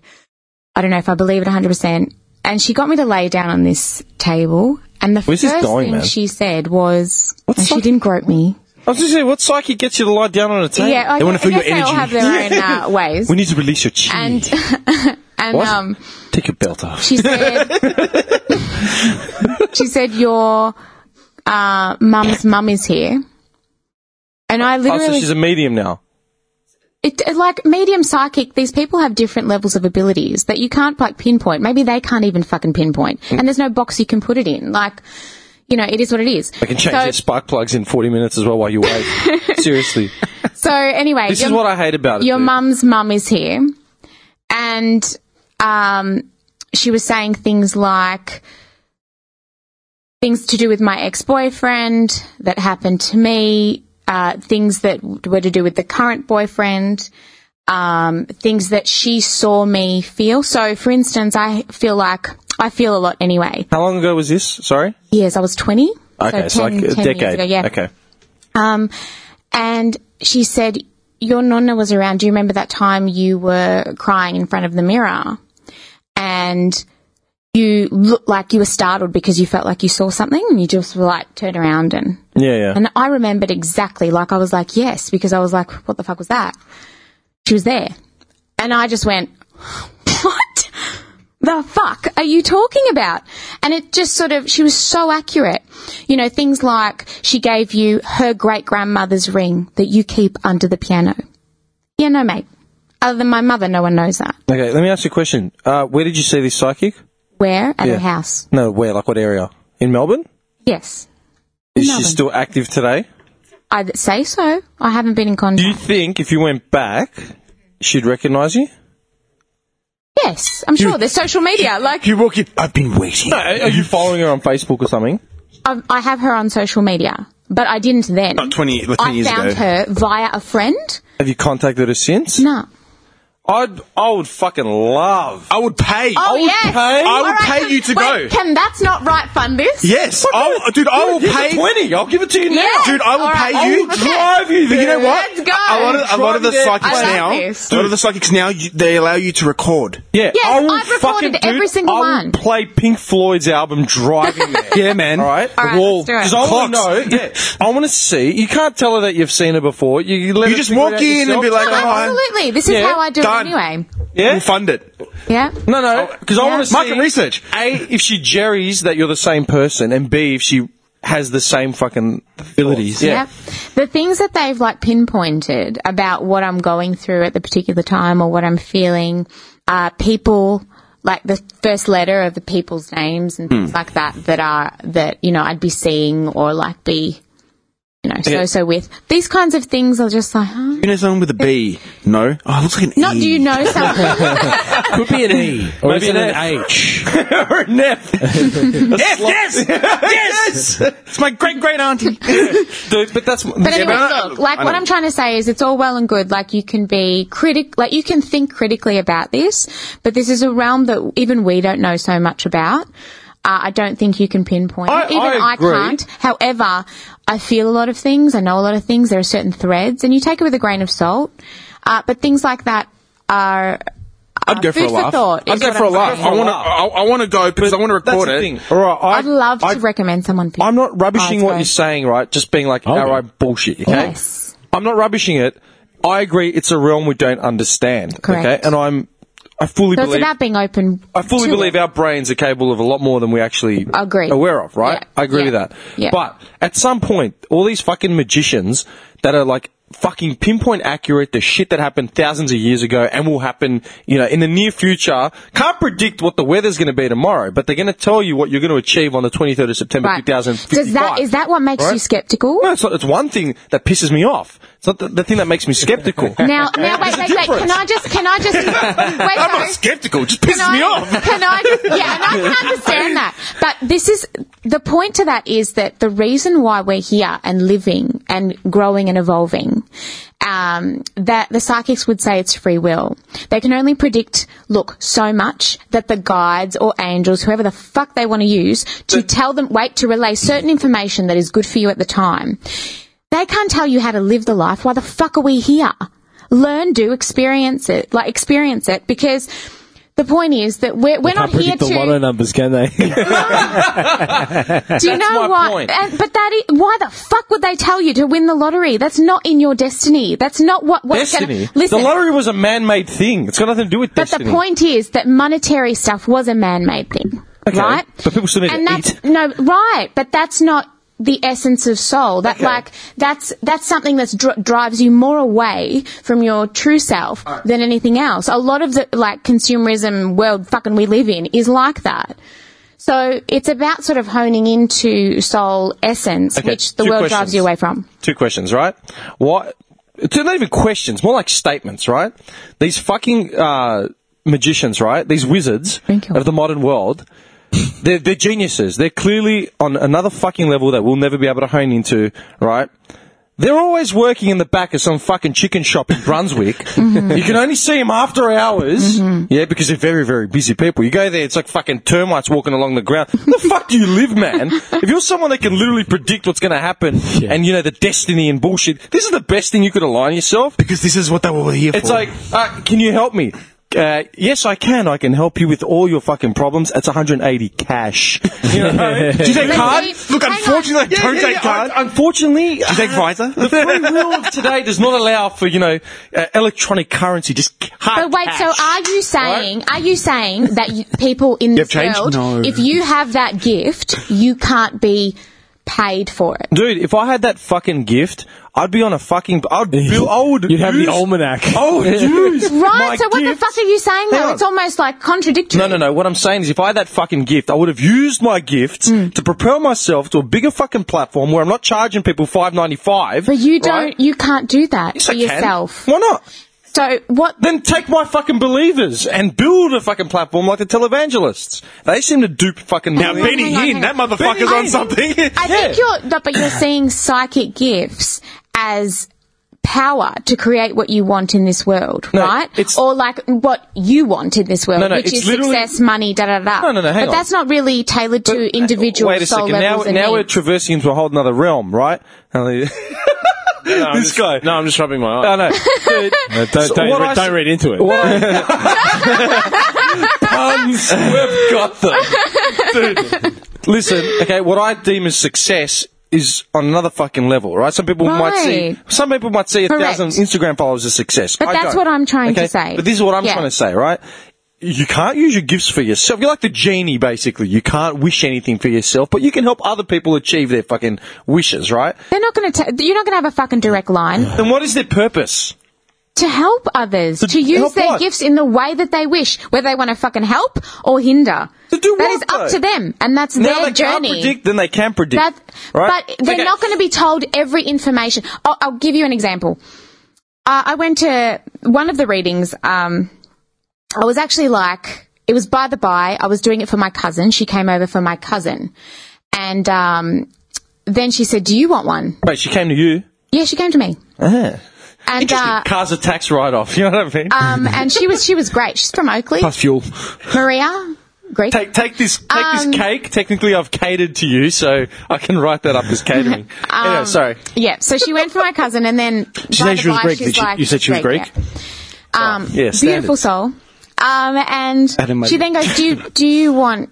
Speaker 7: I don't know if I believe it 100%. And she got me to lay down on this table. And the
Speaker 5: Where's this
Speaker 7: first
Speaker 5: going,
Speaker 7: thing
Speaker 5: man?
Speaker 7: she said was,
Speaker 5: What's
Speaker 7: and she
Speaker 5: psych-
Speaker 7: didn't grope me.
Speaker 5: I was just saying, what psychic gets you to lie down on a table?
Speaker 7: Yeah, I,
Speaker 8: They wanna
Speaker 7: I
Speaker 8: feel your
Speaker 7: guess they all
Speaker 8: energy.
Speaker 7: have their own uh, ways.
Speaker 5: We need to release your chi.
Speaker 7: and and
Speaker 5: What?
Speaker 7: um,
Speaker 5: Take your belt off.
Speaker 7: She said, she said, your uh, mum's mum is here. And I
Speaker 5: Oh, so
Speaker 7: literally,
Speaker 5: she's a medium now.
Speaker 7: it, it- like medium psychic, these people have different levels of abilities that you can't like pinpoint. Maybe they can't even fucking pinpoint.
Speaker 5: Mm.
Speaker 7: And there's no box you can put it in. Like, you know, it is what it is.
Speaker 5: I can change
Speaker 7: so,
Speaker 5: your spark plugs in 40 minutes as well while you wait. Seriously.
Speaker 7: So anyway,
Speaker 5: This is
Speaker 7: your-
Speaker 5: what I hate about it.
Speaker 7: your
Speaker 5: dude.
Speaker 7: mum's mum is here, and um, she was saying things like things to do with my ex boyfriend that happened to me, uh, things that were to do with the current boyfriend, um, things that she saw me feel. So, for instance, I feel like I feel a lot anyway.
Speaker 5: How long ago was this? Sorry.
Speaker 7: Yes, I was 20.
Speaker 5: Okay, so,
Speaker 7: 10
Speaker 5: like a
Speaker 7: 10
Speaker 5: decade.
Speaker 7: Years ago, yeah.
Speaker 5: Okay.
Speaker 7: Um, and she said, Your nonna was around. Do you remember that time you were crying in front of the mirror? And you looked like you were startled because you felt like you saw something and you just were like, turn around and.
Speaker 5: Yeah, yeah.
Speaker 7: And I remembered exactly, like, I was like, yes, because I was like, what the fuck was that? She was there. And I just went, what the fuck are you talking about? And it just sort of, she was so accurate. You know, things like she gave you her great grandmother's ring that you keep under the piano. Yeah, no, mate. Other than my mother, no one knows that.
Speaker 5: Okay, let me ask you a question. Uh, where did you see this psychic?
Speaker 7: Where? At her house.
Speaker 5: No, where? Like what area? In Melbourne?
Speaker 7: Yes.
Speaker 5: Is
Speaker 7: Melbourne.
Speaker 5: she still active today?
Speaker 7: I'd say so. I haven't been in contact.
Speaker 5: Do you think if you went back, she'd recognise you?
Speaker 7: yes, I'm sure. There's social media. Like,
Speaker 8: You walk in. I've been waiting.
Speaker 5: No, are you following her on Facebook or something?
Speaker 7: I've, I have her on social media, but I didn't then.
Speaker 8: About 20, about 20
Speaker 7: I
Speaker 8: years
Speaker 7: found
Speaker 8: ago.
Speaker 7: her via a friend.
Speaker 5: Have you contacted her since?
Speaker 7: No.
Speaker 5: I'd, I would fucking love.
Speaker 8: I would pay.
Speaker 7: Oh, yes.
Speaker 8: I
Speaker 7: All
Speaker 8: would
Speaker 7: right,
Speaker 8: pay
Speaker 7: can-
Speaker 8: you to go.
Speaker 7: wait, Can that's not right fund this?
Speaker 8: Yes, I'll, dude, I will
Speaker 5: Give her
Speaker 8: pay.
Speaker 5: 20. I'll give it to you now.
Speaker 7: Yes.
Speaker 8: Dude, I will
Speaker 7: All right.
Speaker 8: pay you.
Speaker 7: Okay.
Speaker 5: drive you
Speaker 8: But you know
Speaker 5: there.
Speaker 8: what?
Speaker 7: Let's go.
Speaker 8: A lot of, a lot of the
Speaker 5: Drive there.
Speaker 8: psychics
Speaker 7: I love
Speaker 8: now,
Speaker 7: this.
Speaker 8: a lot of the psychics now, you, they allow you to record.
Speaker 5: Yeah,
Speaker 7: Yes,
Speaker 5: I will
Speaker 7: I've recorded
Speaker 5: fucking do-
Speaker 7: every single
Speaker 5: I will
Speaker 7: one.
Speaker 5: Play Pink Floyd's album driving there.
Speaker 8: Yeah, man.
Speaker 5: All right,
Speaker 7: All right,
Speaker 5: the wall.
Speaker 7: let's do it.
Speaker 5: Because I want to know.
Speaker 8: Clocks.
Speaker 5: Yeah, I want to see. You can't tell her that you've seen her before. You, you, let
Speaker 8: You
Speaker 5: her
Speaker 8: just
Speaker 5: figure it
Speaker 8: walk
Speaker 5: out
Speaker 8: in and
Speaker 5: yourself.
Speaker 8: be like,
Speaker 7: Oh,
Speaker 8: "Oh, hi."
Speaker 7: absolutely. This is
Speaker 5: Yeah.
Speaker 7: how I do
Speaker 8: Done.
Speaker 7: it anyway.
Speaker 5: yeah,
Speaker 8: We'll fund it.
Speaker 7: Yeah.
Speaker 5: no,
Speaker 8: Oh,
Speaker 5: no, because I
Speaker 7: Yeah.
Speaker 5: want to
Speaker 8: Market
Speaker 5: see
Speaker 8: research.
Speaker 5: A, if she jerrys that you're the same person, and B, if she has the same fucking abilities. Yeah.
Speaker 7: The things that they've like pinpointed about what I'm going through at the particular time or what I'm feeling, uh, people like the first letter of the people's names and things like that that are that you know I'd be seeing or like be you know so so with these kinds of things are just like huh?
Speaker 8: You know someone with a B? No. Oh, it looks like an
Speaker 7: not
Speaker 8: E.
Speaker 7: do you know something
Speaker 6: Could be an E. Or
Speaker 5: Maybe
Speaker 6: is it
Speaker 5: an
Speaker 6: an H?
Speaker 5: or an F.
Speaker 8: Yes, yes, yes. It's my great great auntie.
Speaker 5: Dude, but that's
Speaker 7: But anyway,
Speaker 8: but I-
Speaker 7: look, like
Speaker 8: I
Speaker 7: what
Speaker 8: know.
Speaker 7: I'm trying to say is it's all well and good. Like you can be critic, like you can think critically about this, but this is a realm that even we don't know so much about. Uh, I don't think you can pinpoint.
Speaker 5: I-
Speaker 7: it. even
Speaker 5: I
Speaker 7: I,
Speaker 5: agree.
Speaker 7: can't. However, I feel a lot of things. I know a lot of things. There are certain threads, and you take it with a grain of salt. Uh, but things like that are
Speaker 8: I'd go for
Speaker 7: food
Speaker 8: a
Speaker 7: for
Speaker 8: laugh.
Speaker 7: thought.
Speaker 8: I'd
Speaker 7: is
Speaker 8: go
Speaker 7: what
Speaker 8: for a
Speaker 7: I'm
Speaker 8: laugh.
Speaker 7: saying.
Speaker 8: I want to. I, I want to go because I want to
Speaker 5: that's
Speaker 8: record
Speaker 5: the
Speaker 8: it.
Speaker 5: thing. All right, I,
Speaker 7: I'd love
Speaker 5: I-
Speaker 7: to recommend someone. For
Speaker 5: I'm
Speaker 7: you.
Speaker 5: not rubbishing
Speaker 7: Oh,
Speaker 5: what
Speaker 7: sorry.
Speaker 5: you're saying, right? Just being like,
Speaker 6: Okay.
Speaker 5: all right, bullshit, okay?
Speaker 7: Yes.
Speaker 5: I'm not rubbishing it. I agree it's a realm we don't understand, okay?
Speaker 7: Correct.
Speaker 5: And I'm, I fully
Speaker 7: So it's
Speaker 5: believe,
Speaker 7: about being open.
Speaker 5: I fully
Speaker 7: to
Speaker 5: believe
Speaker 7: it.
Speaker 5: our brains are capable of a lot more than we actually
Speaker 7: Agree.
Speaker 5: aware of, right?
Speaker 7: Yeah.
Speaker 5: I agree with
Speaker 7: Yeah.
Speaker 5: that.
Speaker 7: Yeah.
Speaker 5: But at some point, all these fucking magicians that are like fucking pinpoint accurate the shit that happened thousands of years ago and will happen, you know, in the near future, can't predict what the weather's going to be tomorrow, but they're going to tell you what you're going to achieve on the 23rd of September
Speaker 7: Right.
Speaker 5: 2055.
Speaker 7: Does that is that what makes
Speaker 5: right?
Speaker 7: you skeptical?
Speaker 5: No, it's, not, it's one thing that pisses me off. It's not the, the thing that makes me skeptical.
Speaker 7: Now, now, wait, wait, wait. Can I just, can I just, wait,
Speaker 8: I'm not
Speaker 7: sorry.
Speaker 8: skeptical. It just
Speaker 7: Can
Speaker 8: pisses
Speaker 7: I,
Speaker 8: me off.
Speaker 7: can I just, yeah, and I can understand that. But this is, the point to that is that the reason why we're here and living and growing and evolving, um, that the psychics would say it's free will. They can only predict, look, so much that the guides or angels, whoever the fuck they want to use, to tell them, wait, to relay certain information that is good for you at the time. They can't tell you how to live the life. Why the fuck are we here? Learn, do, experience it. Like, experience it because the point is that we're, we're not
Speaker 6: Can't
Speaker 7: here
Speaker 6: predict
Speaker 7: to.
Speaker 6: the lotto numbers, can they?
Speaker 7: do you
Speaker 5: my
Speaker 7: know what?
Speaker 5: point.
Speaker 7: And, but that is, why the fuck would they tell you to win the lottery? That's not in your destiny. That's not what what's
Speaker 5: Destiny.
Speaker 7: Gonna, listen,
Speaker 5: the lottery was a man-made thing. It's got nothing to do with
Speaker 7: but
Speaker 5: destiny.
Speaker 7: the point is that monetary stuff was a man-made thing,
Speaker 5: Okay.
Speaker 7: right?
Speaker 5: But people still need
Speaker 7: and
Speaker 5: to eat.
Speaker 7: that's, No, right? But that's not the essence of soul. That like that's that's something that dr- drives you more away from your true self than anything else. A lot of the like consumerism world fucking we live in is like that. So it's about sort of honing into soul essence,
Speaker 5: Okay,
Speaker 7: which the
Speaker 5: two
Speaker 7: world
Speaker 5: questions.
Speaker 7: drives you away from.
Speaker 5: Two questions, right? Why? It's not even questions, more like statements, right? These fucking uh, magicians, right? These wizards
Speaker 7: Thank you.
Speaker 5: of the modern world. They're, they're geniuses. They're clearly on another fucking level that we'll never be able to hone into, right? They're always working in the back of some fucking chicken shop in Brunswick. You can only see them after hours. Yeah, because they're very, very busy people. You go there, it's like fucking termites walking along the ground. the fuck do you live, man? If you're someone that can literally predict what's going to happen and, you know, the destiny and bullshit, this is the best thing you could align yourself.
Speaker 8: Because this is what they were here for.
Speaker 5: It's like, uh, can you help me? Uh, yes, I can. I can help you with all your fucking problems. That's 180 cash. You know what I mean? Do you take
Speaker 7: Let's
Speaker 5: card?
Speaker 7: see.
Speaker 8: Look,
Speaker 7: Hang on.
Speaker 8: unfortunately, I don't take card.
Speaker 5: Un- Unfortunately,
Speaker 8: Do you take Visa?
Speaker 5: the free will of today does not allow for you know uh, electronic currency. Just c- hard
Speaker 7: But wait,
Speaker 5: cash.
Speaker 7: so are you saying are you saying that you, people in this
Speaker 8: have changed?
Speaker 7: world,
Speaker 8: No.
Speaker 7: if you have that gift, you can't be paid for it?
Speaker 5: dude, if I had that fucking gift, I'd be on a fucking. I'd build. I would.
Speaker 6: You'd have the
Speaker 5: use-
Speaker 6: almanac.
Speaker 5: I would use
Speaker 7: Right.
Speaker 5: my
Speaker 7: so what
Speaker 5: gift-
Speaker 7: the fuck are you saying
Speaker 5: Hang
Speaker 7: though?
Speaker 5: on.
Speaker 7: It's almost like contradictory.
Speaker 5: No, no, no. What I'm saying is, if I had that fucking gift, I would have used my gift
Speaker 7: Hmm.
Speaker 5: to propel myself to a bigger fucking platform where I'm not charging people five ninety five.
Speaker 7: But you don't. You can't do that
Speaker 5: Yes,
Speaker 7: for
Speaker 5: I can.
Speaker 7: yourself.
Speaker 5: Why not?
Speaker 7: So what?
Speaker 5: Then take my fucking believers and build a fucking platform like the televangelists. They seem to dupe fucking.
Speaker 8: Now,
Speaker 5: millions.
Speaker 8: Benny
Speaker 7: hang on,
Speaker 8: Hinn, that
Speaker 7: hang on.
Speaker 8: motherfucker's
Speaker 5: Benny
Speaker 8: on
Speaker 5: Hinn.
Speaker 8: something.
Speaker 7: I think you're. No, but you're seeing psychic gifts as power to create what you want in this world,
Speaker 5: No,
Speaker 7: right?
Speaker 5: it's-
Speaker 7: or like what you want in this world,
Speaker 5: No, no,
Speaker 7: which
Speaker 5: it's
Speaker 7: is
Speaker 5: literally-
Speaker 7: success, money, da da da.
Speaker 5: No, no, no, hang on.
Speaker 7: but
Speaker 5: uh,
Speaker 7: that's not really tailored to individual
Speaker 5: Wait a
Speaker 7: soul
Speaker 5: second. Now,
Speaker 7: levels and
Speaker 5: now we're
Speaker 7: needs.
Speaker 5: traversing into a whole another realm, right? And they- this guy.
Speaker 6: No, I'm just rubbing my
Speaker 5: I
Speaker 6: eyes.
Speaker 5: know. Dude,
Speaker 6: Don't,
Speaker 5: So
Speaker 6: don't,
Speaker 5: what
Speaker 6: re-
Speaker 5: I
Speaker 6: don't
Speaker 5: s-
Speaker 6: read into it.
Speaker 5: puns. We've got them. Listen, okay, what I deem as success is on another fucking level, right? Some people might see
Speaker 7: Right.
Speaker 5: some people might see a
Speaker 7: Correct.
Speaker 5: thousand Instagram followers as success.
Speaker 7: But
Speaker 5: I
Speaker 7: that's
Speaker 5: don't.
Speaker 7: what I'm trying to say.
Speaker 5: But this is what I'm
Speaker 7: Yeah.
Speaker 5: trying to say, right? You can't use your gifts for yourself. You're like the genie, basically. You can't wish anything for yourself, but you can help other people achieve their fucking wishes, right?
Speaker 7: They're not going to. You're not going to have a fucking direct line
Speaker 5: Then what is their purpose?
Speaker 7: to help others to
Speaker 5: help
Speaker 7: use their
Speaker 5: what?
Speaker 7: gifts in the way that they wish, whether they want to fucking help or hinder.
Speaker 5: To do
Speaker 7: that
Speaker 5: what,
Speaker 7: is up
Speaker 5: though?
Speaker 7: to them, and that's
Speaker 5: Now
Speaker 7: their
Speaker 5: they
Speaker 7: journey.
Speaker 5: can't predict, then they can predict.
Speaker 7: That,
Speaker 5: right?
Speaker 7: But they're
Speaker 5: Okay.
Speaker 7: not going to be told every information. I'll, I'll give you an example. Uh, I went to one of the readings. Um, I was actually like, it was by the by. I was doing it for my cousin. She came over for my cousin, and um, then she said, "Do you want one?"
Speaker 5: Wait, she came to you.
Speaker 7: Yeah, she came to me.
Speaker 8: Uh-huh.
Speaker 7: And uh,
Speaker 5: Car's a tax write off, you know what I mean?
Speaker 7: um, and she was she was great. She's from Oakley,
Speaker 5: Plus fuel.
Speaker 7: Maria, Greek.
Speaker 5: Take take this take
Speaker 7: Um,
Speaker 5: this cake. Technically, I've catered to you, so I can write that up as catering.
Speaker 7: Um,
Speaker 5: anyway, sorry.
Speaker 7: Yeah, so she went for my cousin, and then she
Speaker 8: said she was Greek, did she? You said she was Greek?
Speaker 7: Um,
Speaker 5: yeah,
Speaker 7: beautiful soul. Um, and
Speaker 8: Adam, maybe.
Speaker 7: she then goes, "Do you, do you want,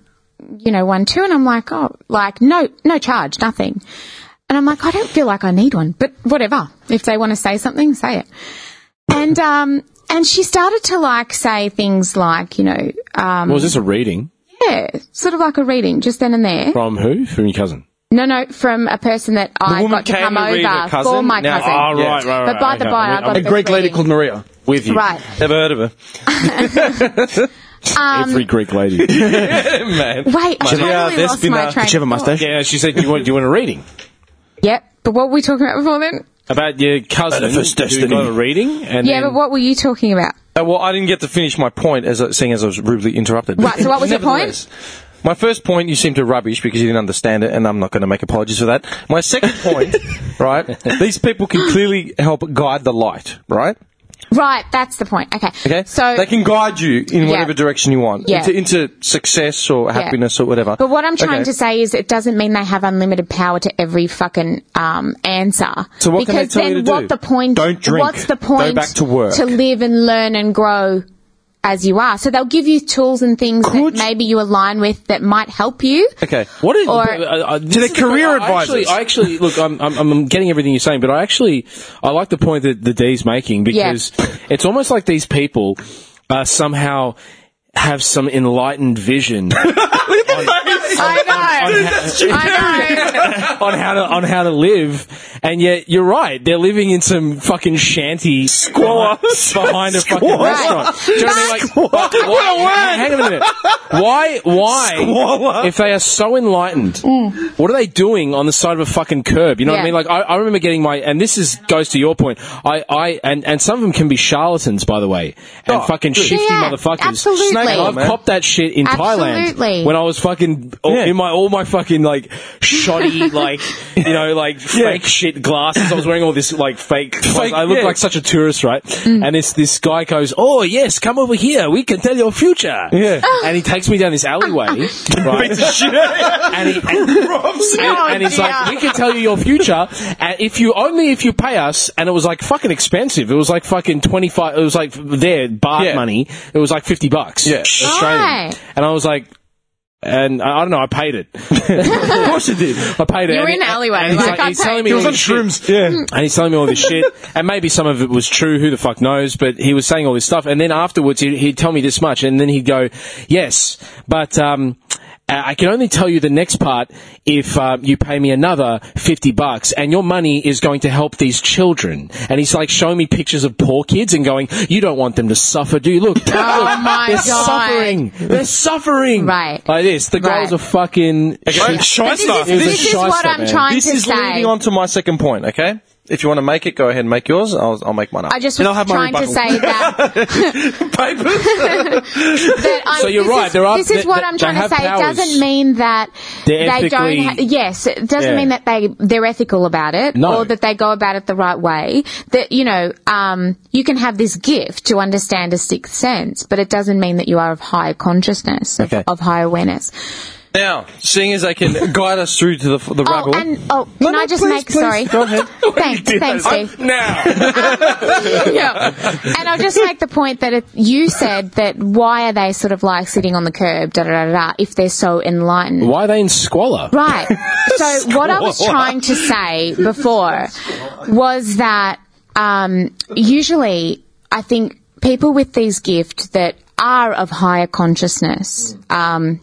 Speaker 7: you know, one too?" And I'm like, "Oh, like no, no charge, nothing." And I'm like, "I don't feel like I need one, but whatever. If they want to say something, say it." And um, and she started to like say things like, you know, um,
Speaker 6: Was this a reading
Speaker 7: yeah, sort of like a reading just then and there.
Speaker 6: from who? From your cousin?
Speaker 7: No, no, from a person that I
Speaker 5: woman
Speaker 7: got to
Speaker 5: came
Speaker 7: come
Speaker 5: to read her
Speaker 7: over
Speaker 5: cousin?
Speaker 7: for my
Speaker 5: Now-
Speaker 7: cousin.
Speaker 5: Ah,
Speaker 6: Oh,
Speaker 5: Yeah.
Speaker 6: right, right, right.
Speaker 7: But by the
Speaker 6: okay.
Speaker 7: by, I
Speaker 6: I'm
Speaker 7: got
Speaker 8: A
Speaker 6: with-
Speaker 8: Greek lady called Maria.
Speaker 6: with you.
Speaker 7: right.
Speaker 5: Never heard of her.
Speaker 7: Um,
Speaker 6: Every Greek lady.
Speaker 5: Man.
Speaker 7: Wait, I totally
Speaker 5: Yeah, uh, there's
Speaker 7: lost
Speaker 5: been
Speaker 7: my
Speaker 5: a-
Speaker 7: train.
Speaker 8: Did she have a
Speaker 7: of
Speaker 8: mustache?
Speaker 6: yeah, she said, do you want, do you want a reading?
Speaker 7: thought. Yep. But what were we talking about before then?
Speaker 6: About your cousin
Speaker 5: Manifest
Speaker 6: who
Speaker 5: destiny.
Speaker 6: got a reading? And
Speaker 7: Yeah,
Speaker 6: then,
Speaker 7: but what were you talking about?
Speaker 5: Uh, well, I didn't get to finish my point, as I- seeing as I was rudely interrupted.
Speaker 7: Right, so what was your point?
Speaker 5: Nevertheless, My first point, you seem to rubbish because you didn't understand it, and I'm not going to make apologies for that. My second point, right? These people can clearly help guide the light, right?
Speaker 7: Right, that's the point. Okay.
Speaker 5: Okay,
Speaker 7: So,
Speaker 5: they can guide you in whatever direction you want
Speaker 7: Yeah.
Speaker 5: into, into success or happiness or whatever.
Speaker 7: but what I'm trying
Speaker 5: Okay.
Speaker 7: to say is, it doesn't mean they have unlimited power to every fucking um, answer.
Speaker 5: So what can they
Speaker 7: because
Speaker 5: tell you
Speaker 7: then
Speaker 5: to
Speaker 7: what
Speaker 5: do?
Speaker 7: the point?
Speaker 5: Don't drink.
Speaker 7: What's the
Speaker 5: Go
Speaker 7: point?
Speaker 5: back to work.
Speaker 7: To live and learn and grow as you are. So they'll give you tools and things
Speaker 5: Could-
Speaker 7: that maybe you align with that might help you.
Speaker 5: okay,
Speaker 6: What is,
Speaker 7: Or-
Speaker 6: but, uh, uh, this
Speaker 5: the
Speaker 6: is
Speaker 5: career
Speaker 6: I actually-
Speaker 5: advisors.
Speaker 6: I actually look. I'm, I'm I'm getting everything you're saying, but I actually I like the point that the D's making because it's almost like these people are uh, somehow have some enlightened vision
Speaker 7: I know. I know.
Speaker 6: on how to on how to live, and yet you're right. They're living in some fucking shanty squalor behind a fucking restaurant. Do you know what I mean? Like, but why, hang on a minute. Why? Why? If they are so enlightened, what are they doing on the side of a fucking curb? You know what I
Speaker 7: Mm. Yeah.
Speaker 6: mean? Like I, I remember getting my, and this is goes to your point. I, I, and and some of them can be charlatans, by the way, and fucking shifty
Speaker 7: Yeah,
Speaker 6: motherfuckers.
Speaker 7: absolutely.
Speaker 6: Snake oil, I've copped that shit in
Speaker 7: Absolutely.
Speaker 6: Thailand when I was fucking oh, in my all my fucking like shoddy like you know like fake shit glasses. I was wearing all this like fake. I looked like such a tourist, right?
Speaker 7: Mm.
Speaker 6: And this this guy goes, "Oh yes, come over here. We can tell your future." Yeah. and he takes me down this alleyway, right? and, he, and, and, and he's like,
Speaker 7: Oh, dear.
Speaker 6: "We can tell you your future, and if you only if you pay us." And it was like fucking expensive. It was like fucking twenty five. It was like their bar
Speaker 5: Yeah.
Speaker 6: money. It was like fifty bucks. Yeah, Australian.
Speaker 7: Right.
Speaker 6: And I was like. And I I don't know. I paid it. of course you did. I paid it.
Speaker 7: You were
Speaker 6: and
Speaker 7: in
Speaker 6: he-
Speaker 7: alleyway,
Speaker 6: and he's
Speaker 7: like, I
Speaker 6: he's telling
Speaker 7: paid.
Speaker 6: me
Speaker 7: He
Speaker 6: all
Speaker 7: was
Speaker 6: this shit. And he's telling me all this shit. And maybe some of it was true. Who the fuck knows? But he was saying all this stuff. And then afterwards, he'd, he'd tell me this much. And then he'd go, yes, but, um, uh, I can only tell you the next part if uh, you pay me another 50 bucks and your money is going to help these children. And he's like showing me pictures of poor kids and going, you don't want them to suffer, do you? Look, look,
Speaker 7: Oh my
Speaker 6: they're
Speaker 7: God.
Speaker 6: suffering. They're suffering.
Speaker 7: Right.
Speaker 6: Like this. The
Speaker 7: Right.
Speaker 6: girls are fucking...
Speaker 7: This is, this is what
Speaker 6: shyster,
Speaker 7: I'm
Speaker 6: man.
Speaker 7: trying
Speaker 5: This
Speaker 7: to
Speaker 5: is
Speaker 7: say.
Speaker 5: leading on to my second point, okay? If you want to make it, go ahead and make yours. I'll, I'll make mine up.
Speaker 7: I just
Speaker 5: And I'll
Speaker 7: was
Speaker 5: have my
Speaker 7: trying to
Speaker 5: rebuttal.
Speaker 7: say that. that I'm,
Speaker 6: So you're
Speaker 7: this
Speaker 6: right,
Speaker 7: Is,
Speaker 6: there are-
Speaker 7: this is
Speaker 6: they-
Speaker 7: what
Speaker 6: they-
Speaker 7: I'm
Speaker 6: they
Speaker 7: trying to
Speaker 6: have
Speaker 7: say. It
Speaker 6: powers.
Speaker 7: doesn't mean that
Speaker 6: They're
Speaker 7: they don't.
Speaker 6: ethically-
Speaker 7: Ha- yes, it doesn't
Speaker 6: Yeah.
Speaker 7: mean that they they're ethical about it,
Speaker 6: No.
Speaker 7: or that they go about it the right way. That you know, um, you can have this gift to understand a sixth sense, but it doesn't mean that you are of higher consciousness, of,
Speaker 6: Okay.
Speaker 7: of higher awareness.
Speaker 5: now, seeing as they can guide us through to the, the
Speaker 7: Oh,
Speaker 5: rabble.
Speaker 7: and oh, can
Speaker 5: no,
Speaker 7: I just
Speaker 5: please,
Speaker 7: make?
Speaker 5: please,
Speaker 7: Sorry,
Speaker 5: go ahead.
Speaker 7: thanks, thanks, Steve.
Speaker 9: Now,
Speaker 7: yeah. And I'll just make the point that it, you said that why are they sort of like sitting on the curb, da da da da, if they're so enlightened.
Speaker 6: Why are they in squalor?
Speaker 7: Right. So what I was trying to say before was that um, usually I think people with these gifts that are of higher consciousness, um,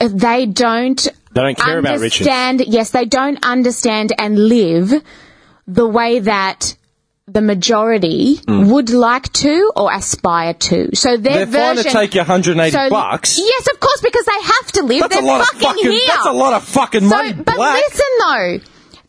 Speaker 7: they don't
Speaker 6: They don't care about riches.
Speaker 7: understand. Yes, they don't understand and live the way that the majority would like to or aspire to. So their
Speaker 5: Mm. They're fine to
Speaker 7: version.
Speaker 5: take your 180 bucks.
Speaker 7: Yes, of course, because they have to live.
Speaker 5: that's
Speaker 7: They're
Speaker 5: a lot
Speaker 7: fucking,
Speaker 5: of fucking.
Speaker 7: here.
Speaker 5: That's a lot of fucking money.
Speaker 7: So, but
Speaker 5: black.
Speaker 7: listen though,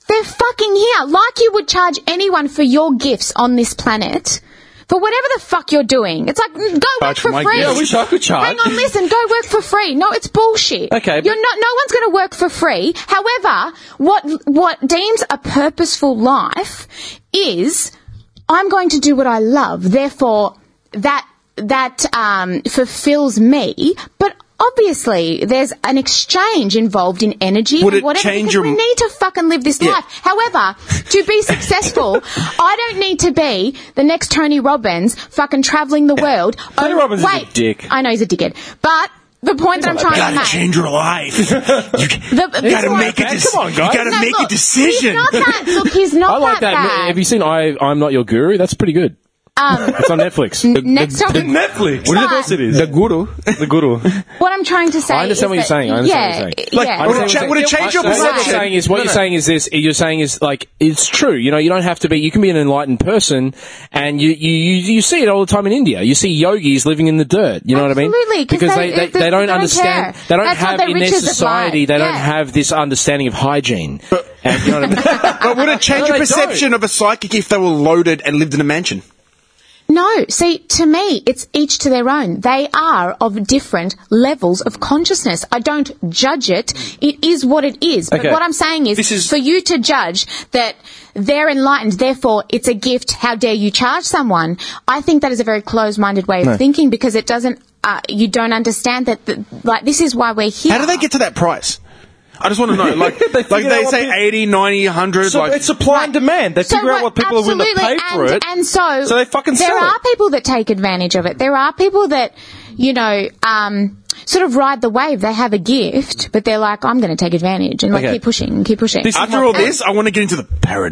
Speaker 7: they're fucking here. Like you would charge anyone for your gifts on this planet. For whatever the fuck you're doing, it's like mm, go work
Speaker 8: Charge
Speaker 7: for
Speaker 8: my
Speaker 7: free.
Speaker 8: gifts.
Speaker 5: I wish I could charge.
Speaker 7: Hang on, listen, go work for free. No, it's bullshit.
Speaker 5: Okay,
Speaker 7: You're
Speaker 5: but-
Speaker 7: not no one's gonna work for free. However, what what deems a purposeful life is I'm going to do what I love, therefore that that um, fulfills me, but obviously there's an exchange involved in energy
Speaker 8: Would
Speaker 7: and
Speaker 8: it
Speaker 7: whatever
Speaker 8: change
Speaker 7: because
Speaker 8: your
Speaker 7: we
Speaker 8: m-
Speaker 7: need to fucking live this life. However, to be successful, I don't need to be the next Tony Robbins fucking traveling the world. Tony
Speaker 5: Robbins is a dick.
Speaker 7: I know he's a dickhead, but the point that I'm trying to
Speaker 8: gotta
Speaker 7: make.
Speaker 8: change your life. You
Speaker 7: the,
Speaker 8: gotta
Speaker 7: the-
Speaker 8: make a
Speaker 6: man.
Speaker 8: decision.
Speaker 6: Come on,
Speaker 8: You
Speaker 6: guys.
Speaker 8: gotta
Speaker 7: No,
Speaker 8: make
Speaker 7: look,
Speaker 8: a decision.
Speaker 7: He's not that. Look, he's not
Speaker 6: I like that.
Speaker 7: bad.
Speaker 6: Have you seen I, I'm Not Your Guru? That's pretty good.
Speaker 7: Um,
Speaker 6: it's on Netflix.
Speaker 7: Next topic.
Speaker 5: Netflix.
Speaker 7: But-
Speaker 5: What is it is? The guru. The guru.
Speaker 7: What I'm trying to say.
Speaker 6: I understand what
Speaker 7: is
Speaker 6: you're
Speaker 7: that-
Speaker 6: saying. I understand
Speaker 7: yeah,
Speaker 6: what you're saying.
Speaker 7: yeah.
Speaker 6: I
Speaker 8: Would it
Speaker 6: understand
Speaker 8: cha- would it change your
Speaker 6: I- I- What
Speaker 7: perception?
Speaker 6: you're saying is what you're saying is this. You're saying is like it's true. You know, you don't have to be. You can be an enlightened person, and you you, you, you see it all the time in India. You see yogis living in the dirt. You know what I
Speaker 7: Absolutely,
Speaker 6: mean?
Speaker 7: 'cause
Speaker 6: Because
Speaker 7: they-
Speaker 6: they, they,
Speaker 7: they- they
Speaker 6: don't,
Speaker 7: don't
Speaker 6: understand.
Speaker 7: care.
Speaker 6: They don't
Speaker 7: That's what
Speaker 6: have
Speaker 7: the
Speaker 6: in their
Speaker 7: riches of life.
Speaker 6: society. They don't
Speaker 7: Yeah.
Speaker 6: have this understanding of hygiene. And, you know what I mean?
Speaker 8: But would it change
Speaker 6: No,
Speaker 8: your
Speaker 6: they don't.
Speaker 8: perception of a psychic if they were loaded and lived in a mansion?
Speaker 7: No, see, to me, it's each to their own. They are of different levels of consciousness. I don't judge it. It is what it is. But
Speaker 5: Okay.
Speaker 7: what I'm saying is,
Speaker 5: This is-
Speaker 7: for you to judge that they're enlightened, therefore it's a gift, how dare you charge someone, I think that is a very closed-minded way of thinking because it doesn't, uh, you don't understand that, the, like, this is why we're here.
Speaker 8: How do they get to that price? I just want to know. Like,
Speaker 5: They
Speaker 8: like
Speaker 5: figured out
Speaker 8: they
Speaker 5: what
Speaker 8: say
Speaker 5: people-
Speaker 8: 80, 90, 100.
Speaker 5: So
Speaker 8: like,
Speaker 5: it's supply and demand. They figure out what people are willing to
Speaker 7: absolutely,
Speaker 5: pay
Speaker 7: and,
Speaker 5: for it.
Speaker 7: And so,
Speaker 5: so they fucking
Speaker 7: there
Speaker 5: sell
Speaker 7: are
Speaker 5: it.
Speaker 7: people that take advantage of it. There are people that you know, um, sort of ride the wave. They have a gift, but they're like, I'm going to take advantage and like
Speaker 5: Okay.
Speaker 7: keep pushing, and keep pushing.
Speaker 5: This is
Speaker 8: After
Speaker 5: my
Speaker 8: all
Speaker 5: point.
Speaker 8: this, I want to get into the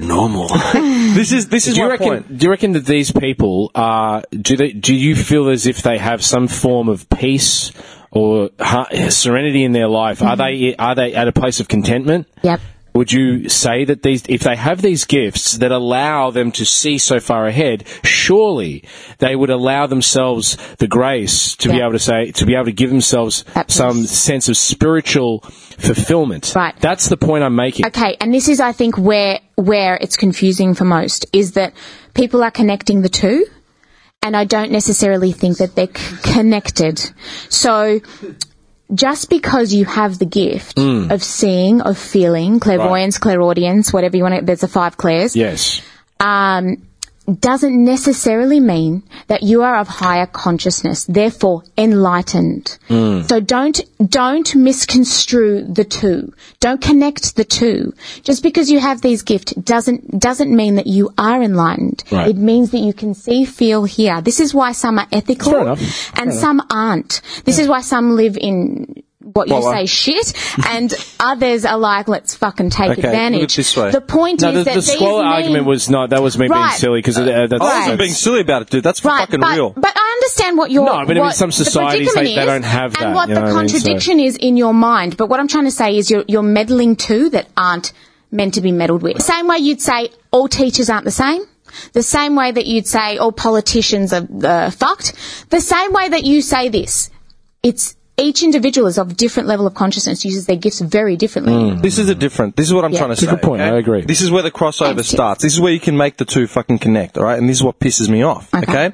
Speaker 8: paranormal.
Speaker 5: This is this is
Speaker 6: do you
Speaker 5: my
Speaker 6: reckon?
Speaker 5: point.
Speaker 6: Do you reckon that these people are? Do they? Do you feel as if they have some form of peace or ha- serenity in their life? Are they? Are they at a place of contentment?
Speaker 7: Mm-hmm. Yep.
Speaker 6: Would you say that these, if they have these gifts that allow them to see so far ahead, surely they would allow themselves the grace to be
Speaker 7: Yeah.
Speaker 6: able to say, to be able to give themselves
Speaker 7: That peace.
Speaker 6: some sense of spiritual fulfillment?
Speaker 7: Right.
Speaker 6: That's the point I'm making.
Speaker 7: Okay, and this is, I think, where where it's confusing for most is that people are connecting the two, and I don't necessarily think that they're c- connected. So, just because you have the gift of seeing, of feeling, clairvoyance, clairaudience, whatever you want, to, there's the five clairs,
Speaker 6: Yes.
Speaker 7: um, doesn't necessarily mean that you are of higher consciousness, therefore enlightened.
Speaker 6: Hmm.
Speaker 7: So don't don't misconstrue the two. Don't connect the two. Just because you have these gifts doesn't doesn't mean that you are enlightened.
Speaker 6: Right.
Speaker 7: It means that you can see, feel, hear. This is why some are ethical
Speaker 6: Fair enough.
Speaker 7: and some aren't. This is why some live in what you
Speaker 6: uh,
Speaker 7: say shit, and others are like, let's fucking take
Speaker 5: Okay, look at
Speaker 7: advantage.
Speaker 5: this way.
Speaker 7: The point
Speaker 6: No,
Speaker 7: is
Speaker 6: the,
Speaker 7: that
Speaker 6: the
Speaker 7: these
Speaker 6: squalor
Speaker 7: men-
Speaker 6: argument was not. That was me being
Speaker 7: Right.
Speaker 6: silly because uh, that's.
Speaker 5: I wasn't
Speaker 7: Right.
Speaker 5: being silly about it, dude. That's
Speaker 7: Right,
Speaker 5: fucking
Speaker 7: but,
Speaker 5: real.
Speaker 7: But I understand what you're.
Speaker 6: No, but I mean,
Speaker 7: what
Speaker 6: some
Speaker 7: the
Speaker 6: societies, they-
Speaker 7: predicament
Speaker 6: they
Speaker 7: is
Speaker 6: don't have that,
Speaker 7: And what
Speaker 6: you
Speaker 7: the
Speaker 6: know what I mean? So-
Speaker 7: contradiction is in your mind. But what I'm trying to say is you're, you're meddling two that aren't meant to be meddled with. Same way you'd say all teachers aren't the same. The same way that you'd say all politicians are uh, fucked. The same way that you say this. It's each individual is of different level of consciousness, uses their gifts very differently.
Speaker 5: Mm. This is a different. This is what I'm
Speaker 7: Yeah.
Speaker 5: trying to
Speaker 7: It's
Speaker 5: say.
Speaker 6: a good point,
Speaker 5: okay?
Speaker 6: I agree.
Speaker 5: This is where the crossover
Speaker 7: Thank you.
Speaker 5: starts. This is where you can make the two fucking connect. All right, and this is what pisses me off. Okay.
Speaker 7: Okay.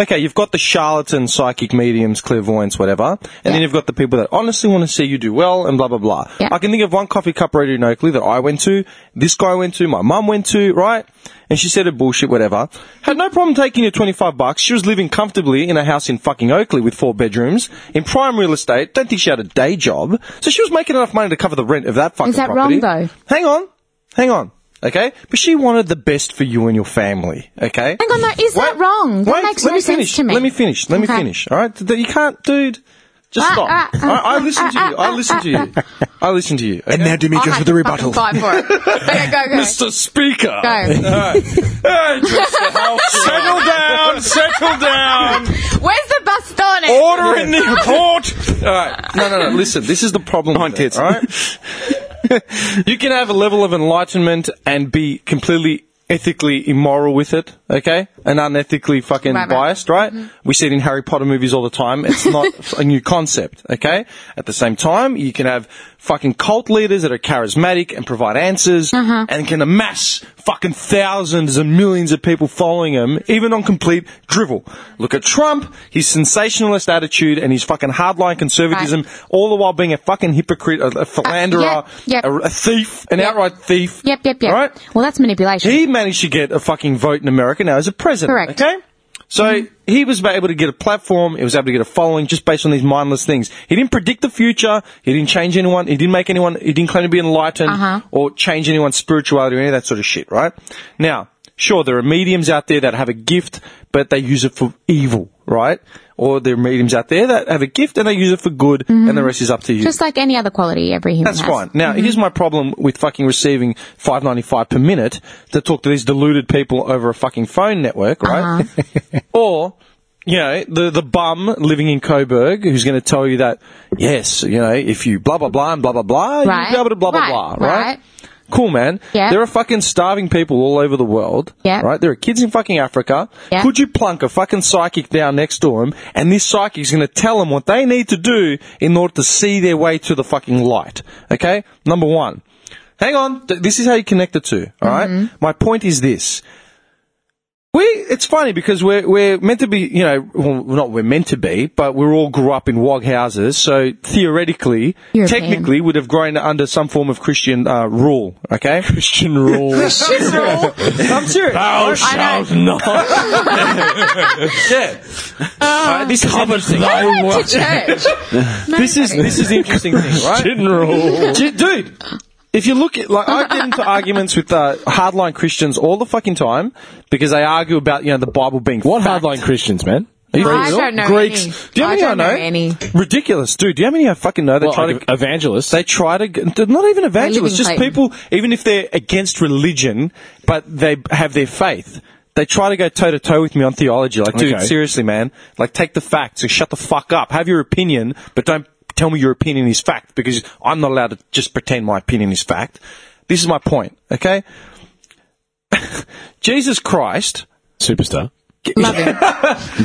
Speaker 5: Okay, you've got the charlatan, psychic mediums, clairvoyants, whatever, and then
Speaker 7: Yeah.
Speaker 5: you've got the people that honestly want to see you do well and blah blah blah.
Speaker 7: Yeah.
Speaker 5: I can think of one coffee cup radio in Oakley that I went to, this guy went to, my mum went to, right? And she said her bullshit, whatever. Had no problem taking her twenty five bucks. She was living comfortably in a house in fucking Oakley with four bedrooms in prime real estate. Don't think she had a day job, so she was making enough money to cover the rent of that fucking.
Speaker 7: Is that
Speaker 5: property.
Speaker 7: wrong,
Speaker 5: Hang on, hang on. Okay, but she wanted the best for you and your family. Okay,
Speaker 7: Hang on, though, is that wrong? That makes
Speaker 5: let
Speaker 7: no
Speaker 5: me
Speaker 7: sense
Speaker 5: finish.
Speaker 7: to me.
Speaker 5: Let me finish. Let me
Speaker 7: Okay.
Speaker 5: finish. All right, Th- you can't, dude. Just
Speaker 7: Ah,
Speaker 5: stop.
Speaker 7: ah,
Speaker 5: I, I
Speaker 7: ah,
Speaker 5: listen to
Speaker 7: ah,
Speaker 5: you. I
Speaker 7: ah,
Speaker 5: listen to you. I listen to you.
Speaker 8: and now Demetrius
Speaker 7: I'll
Speaker 8: with the
Speaker 7: have to
Speaker 8: rebuttal.
Speaker 7: fucking Fight for it. okay, go, go.
Speaker 5: Mr. Speaker.
Speaker 7: Go.
Speaker 5: Settle down. Settle down.
Speaker 7: Where's the bastone?
Speaker 5: Order in the port. All right. No, no, no. Listen, this is the problem. Nine kids. All right. you can have a level of enlightenment and be completely ethically immoral with it, okay? And unethically fucking
Speaker 7: Right, Mm-hmm. right.
Speaker 5: biased, right? We see it in Harry Potter movies all the time. It's not a new concept, okay? At the same time, you can have fucking cult leaders that are charismatic and provide answers
Speaker 7: Uh-huh.
Speaker 5: and can amass fucking thousands and millions of people following him, even on complete drivel. Look at Trump, his sensationalist attitude and his fucking hardline conservatism, all the while being a fucking hypocrite, a, a philanderer,
Speaker 7: Uh, yeah.
Speaker 5: a, a thief, an
Speaker 7: Yep.
Speaker 5: outright thief.
Speaker 7: Yep, yep, yep.
Speaker 5: Right?
Speaker 7: Well, that's manipulation.
Speaker 5: He managed to get a fucking vote in America now as a president.
Speaker 7: Correct.
Speaker 5: Okay? So he was able to get a platform, he was able to get a following just based on these mindless things. He didn't predict the future, he didn't change anyone, he didn't make anyone, he didn't claim to be enlightened
Speaker 7: Uh-huh.
Speaker 5: or change anyone's spirituality or any of that sort of shit, right? Now, sure, there are mediums out there that have a gift, but they use it for evil, right? Or there are mediums out there that have a gift and they use it for good,
Speaker 7: Mm-hmm.
Speaker 5: and the rest is up to you.
Speaker 7: Just like any other quality every human
Speaker 5: That's
Speaker 7: has.
Speaker 5: fine. Now, here's my problem with fucking receiving five ninety five per minute to talk to these deluded people over a fucking phone network, right?
Speaker 7: Uh-huh.
Speaker 5: or you know the the bum living in Coburg who's going to tell you that yes, you know if you blah blah blah and blah blah blah,
Speaker 7: Right.
Speaker 5: you'll be able to blah blah
Speaker 7: Right.
Speaker 5: blah, right?
Speaker 7: Right.
Speaker 5: Cool, man.
Speaker 7: Yeah.
Speaker 5: There are fucking starving people all over the world.
Speaker 7: Yeah.
Speaker 5: Right? There are kids in fucking Africa.
Speaker 7: Yeah.
Speaker 5: Could you plunk a fucking psychic down next to them and this psychic's going to tell them what they need to do in order to see their way to the fucking light? Okay? Number one. Hang on. Th- This is how you connect the two. All right? My point is this. We, it's funny because we're, we're meant to be, you know, well, not we're meant to be, but we're all grew up in wog houses. So theoretically,
Speaker 7: European.
Speaker 5: technically would have grown under some form of Christian uh, rule. Okay.
Speaker 6: Christian rules.
Speaker 5: I'm serious.
Speaker 6: Thou
Speaker 7: I know.
Speaker 6: shalt not
Speaker 5: Yeah. Alright, this is interesting.
Speaker 7: I went to church.
Speaker 5: This is this is interesting thing, right?
Speaker 6: Christian rules.
Speaker 5: Dude, dude, if you look at like I get into arguments with uh, hardline Christians all the fucking time because they argue about you know the Bible being
Speaker 6: What
Speaker 5: fact.
Speaker 6: hardline Christians, man?
Speaker 5: Are you
Speaker 7: I
Speaker 5: Greeks?
Speaker 7: don't know
Speaker 5: Greeks.
Speaker 7: any.
Speaker 5: Do you have
Speaker 7: I
Speaker 5: any
Speaker 7: don't
Speaker 5: I
Speaker 7: know any.
Speaker 5: Ridiculous, dude. Do you have any I fucking know? They
Speaker 6: Well,
Speaker 5: try
Speaker 6: like
Speaker 5: to
Speaker 6: evangelist.
Speaker 5: They try to, they're not even evangelists, just
Speaker 7: Satan.
Speaker 5: people, even if they're against religion, but they have their faith. They try to go toe to toe with me on theology. Like, dude,
Speaker 6: Okay.
Speaker 5: seriously, man. Like, take the facts and shut the fuck up. Have your opinion, but don't tell me your opinion is fact because I'm not allowed to just pretend my opinion is fact. This is my point, okay? Jesus Christ
Speaker 6: superstar.
Speaker 7: Love him.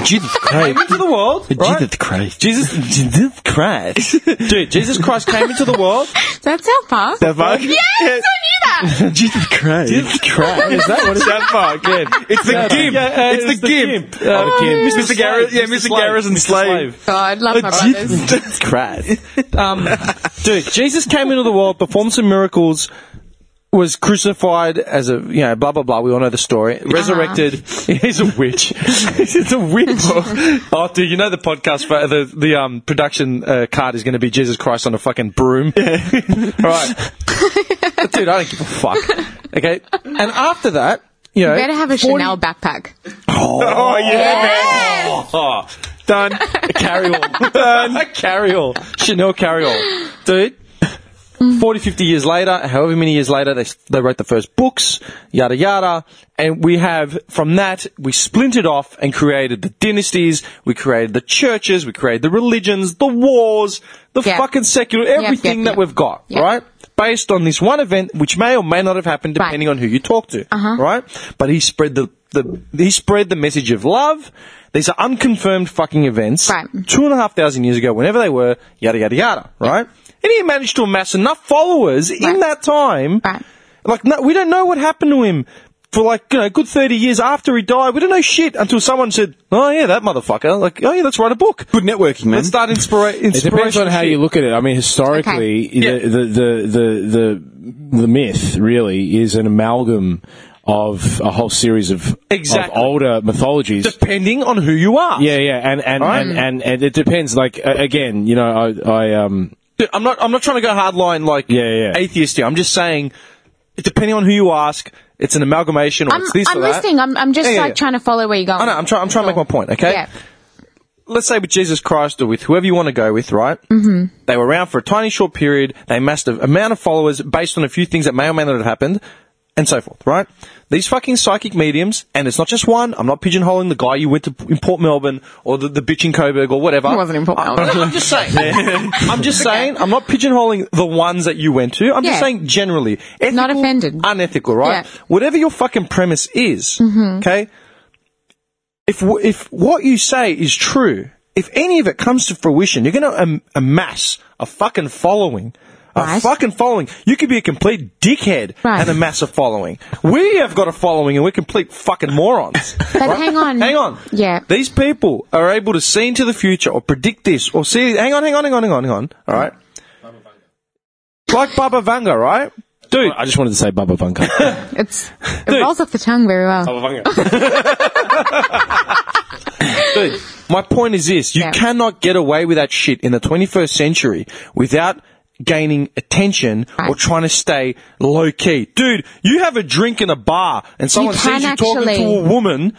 Speaker 5: Jesus Christ came into the world. Right?
Speaker 11: Jesus Christ.
Speaker 5: Jesus, Jesus Christ, dude. Jesus Christ came into the world.
Speaker 7: That's how far.
Speaker 5: The fuck?
Speaker 7: Yes, I knew that.
Speaker 11: Jesus Christ.
Speaker 5: Jesus Christ. Is that what is that fuck? Yeah. It's the gimp. it's, the, gimp. Oh, the gimp. Mr. Garrett. Yeah, Mr. Garrison Slave.
Speaker 7: God, love my brothers.
Speaker 5: Jesus Christ. Um, dude, Jesus came into the world, performed some miracles, was crucified as a, you know, blah, blah, blah. We all know the story. Resurrected. He's a witch. He's a witch. oh, dude, you know the podcast, for, the, the um, production uh, card is going to be Jesus Christ on a fucking broom. all right. dude, I don't give a fuck. Okay. And after that, you know,
Speaker 7: Better have a
Speaker 5: 40
Speaker 7: Chanel backpack.
Speaker 5: Oh, yeah,
Speaker 7: Yes.
Speaker 5: man. Oh, done. A carry-all. done. A carry-all. Chanel carry-all. Dude, 40, 50 years later, however many years later, they, they wrote the first books, yada, yada. And we have, from that, we splintered off and created the dynasties, we created the churches, we created the religions, the wars, the
Speaker 7: Yep.
Speaker 5: fucking secular, everything
Speaker 7: yep,
Speaker 5: that
Speaker 7: yep.
Speaker 5: we've got,
Speaker 7: Yep.
Speaker 5: right? Based on this one event, which may or may not have happened
Speaker 7: Right. Uh-huh.
Speaker 5: depending on who you talk to, right? But he spread the, the he spread the message of love. These are unconfirmed fucking events.
Speaker 7: Right.
Speaker 5: Two and a half thousand years ago, whenever they were, yada yada yada, right? And he managed to amass enough followers in
Speaker 7: Right.
Speaker 5: that time.
Speaker 7: Right.
Speaker 5: Like no, we don't know what happened to him for like you know a good thirty years after he died. We don't know shit until someone said, "Oh yeah, that motherfucker." Like, "Oh yeah, let's write a book."
Speaker 8: Good networking, man.
Speaker 5: Let's start inspira-
Speaker 6: It
Speaker 5: inspiration.
Speaker 6: depends on how you look at it. I mean, historically, the, the, the, the, the, the myth really is an amalgam of a whole series of,
Speaker 5: Exactly.
Speaker 6: of older mythologies.
Speaker 5: Depending on who you are.
Speaker 6: yeah, yeah, and and,
Speaker 5: Right.
Speaker 6: and, and and it depends. Like uh, again, you know, I, I um,
Speaker 5: Dude, I'm not. I'm not trying to go hardline like
Speaker 6: Yeah, yeah, yeah.
Speaker 5: atheist here. I'm just saying, depending on who you ask, it's an amalgamation or
Speaker 7: I'm,
Speaker 5: it's this
Speaker 7: I'm
Speaker 5: or that.
Speaker 7: listening. I'm, I'm just
Speaker 5: Yeah, yeah,
Speaker 7: like
Speaker 5: yeah.
Speaker 7: trying to follow where you're going.
Speaker 5: I know. I'm trying. I'm trying to make my point. Okay.
Speaker 7: Yeah.
Speaker 5: Let's say with Jesus Christ or with whoever you want to go with, right? Mm-hmm. They were around for a tiny short period. They amassed an amount of followers based on a few things that may or may not have happened, and so forth. Right? These fucking psychic mediums, and it's not just one. I'm not pigeonholing the guy you went to in Port Melbourne or the, the bitch in Coburg or whatever.
Speaker 7: It wasn't in Port
Speaker 5: I-
Speaker 7: Melbourne.
Speaker 5: I'm just saying. I'm just saying. I'm not pigeonholing the ones that you went to. I'm just
Speaker 7: Yeah.
Speaker 5: saying generally.
Speaker 7: Not
Speaker 5: Ethical,
Speaker 7: offended.
Speaker 5: Unethical, right?
Speaker 7: Yeah. Mm-hmm.
Speaker 5: Whatever your fucking premise is, okay? if w- if what you say is true, if any of it comes to fruition, you're going to am- amass a fucking following. A
Speaker 7: Right.
Speaker 5: fucking following. You could be a complete dickhead
Speaker 7: Right.
Speaker 5: and amass a following. We have got a following and we're complete fucking morons.
Speaker 7: But hang on.
Speaker 5: Hang on.
Speaker 7: Mm. Yeah.
Speaker 5: These people are able to see into the future or predict this or see. Hang on, hang on, hang on, hang on, hang on. All right. Like Baba Vanga, right? Dude,
Speaker 6: I just wanted to say Baba Bunker.
Speaker 7: It's, it rolls off the tongue very
Speaker 5: Oh,
Speaker 7: well.
Speaker 5: Dude, my point is this: you
Speaker 7: Yeah.
Speaker 5: cannot get away with that shit in the 21st century without gaining attention or
Speaker 7: Right.
Speaker 5: trying to stay low key. Dude, you have a drink in a bar and someone
Speaker 7: can
Speaker 5: sees you talking to
Speaker 7: actually.
Speaker 5: a woman.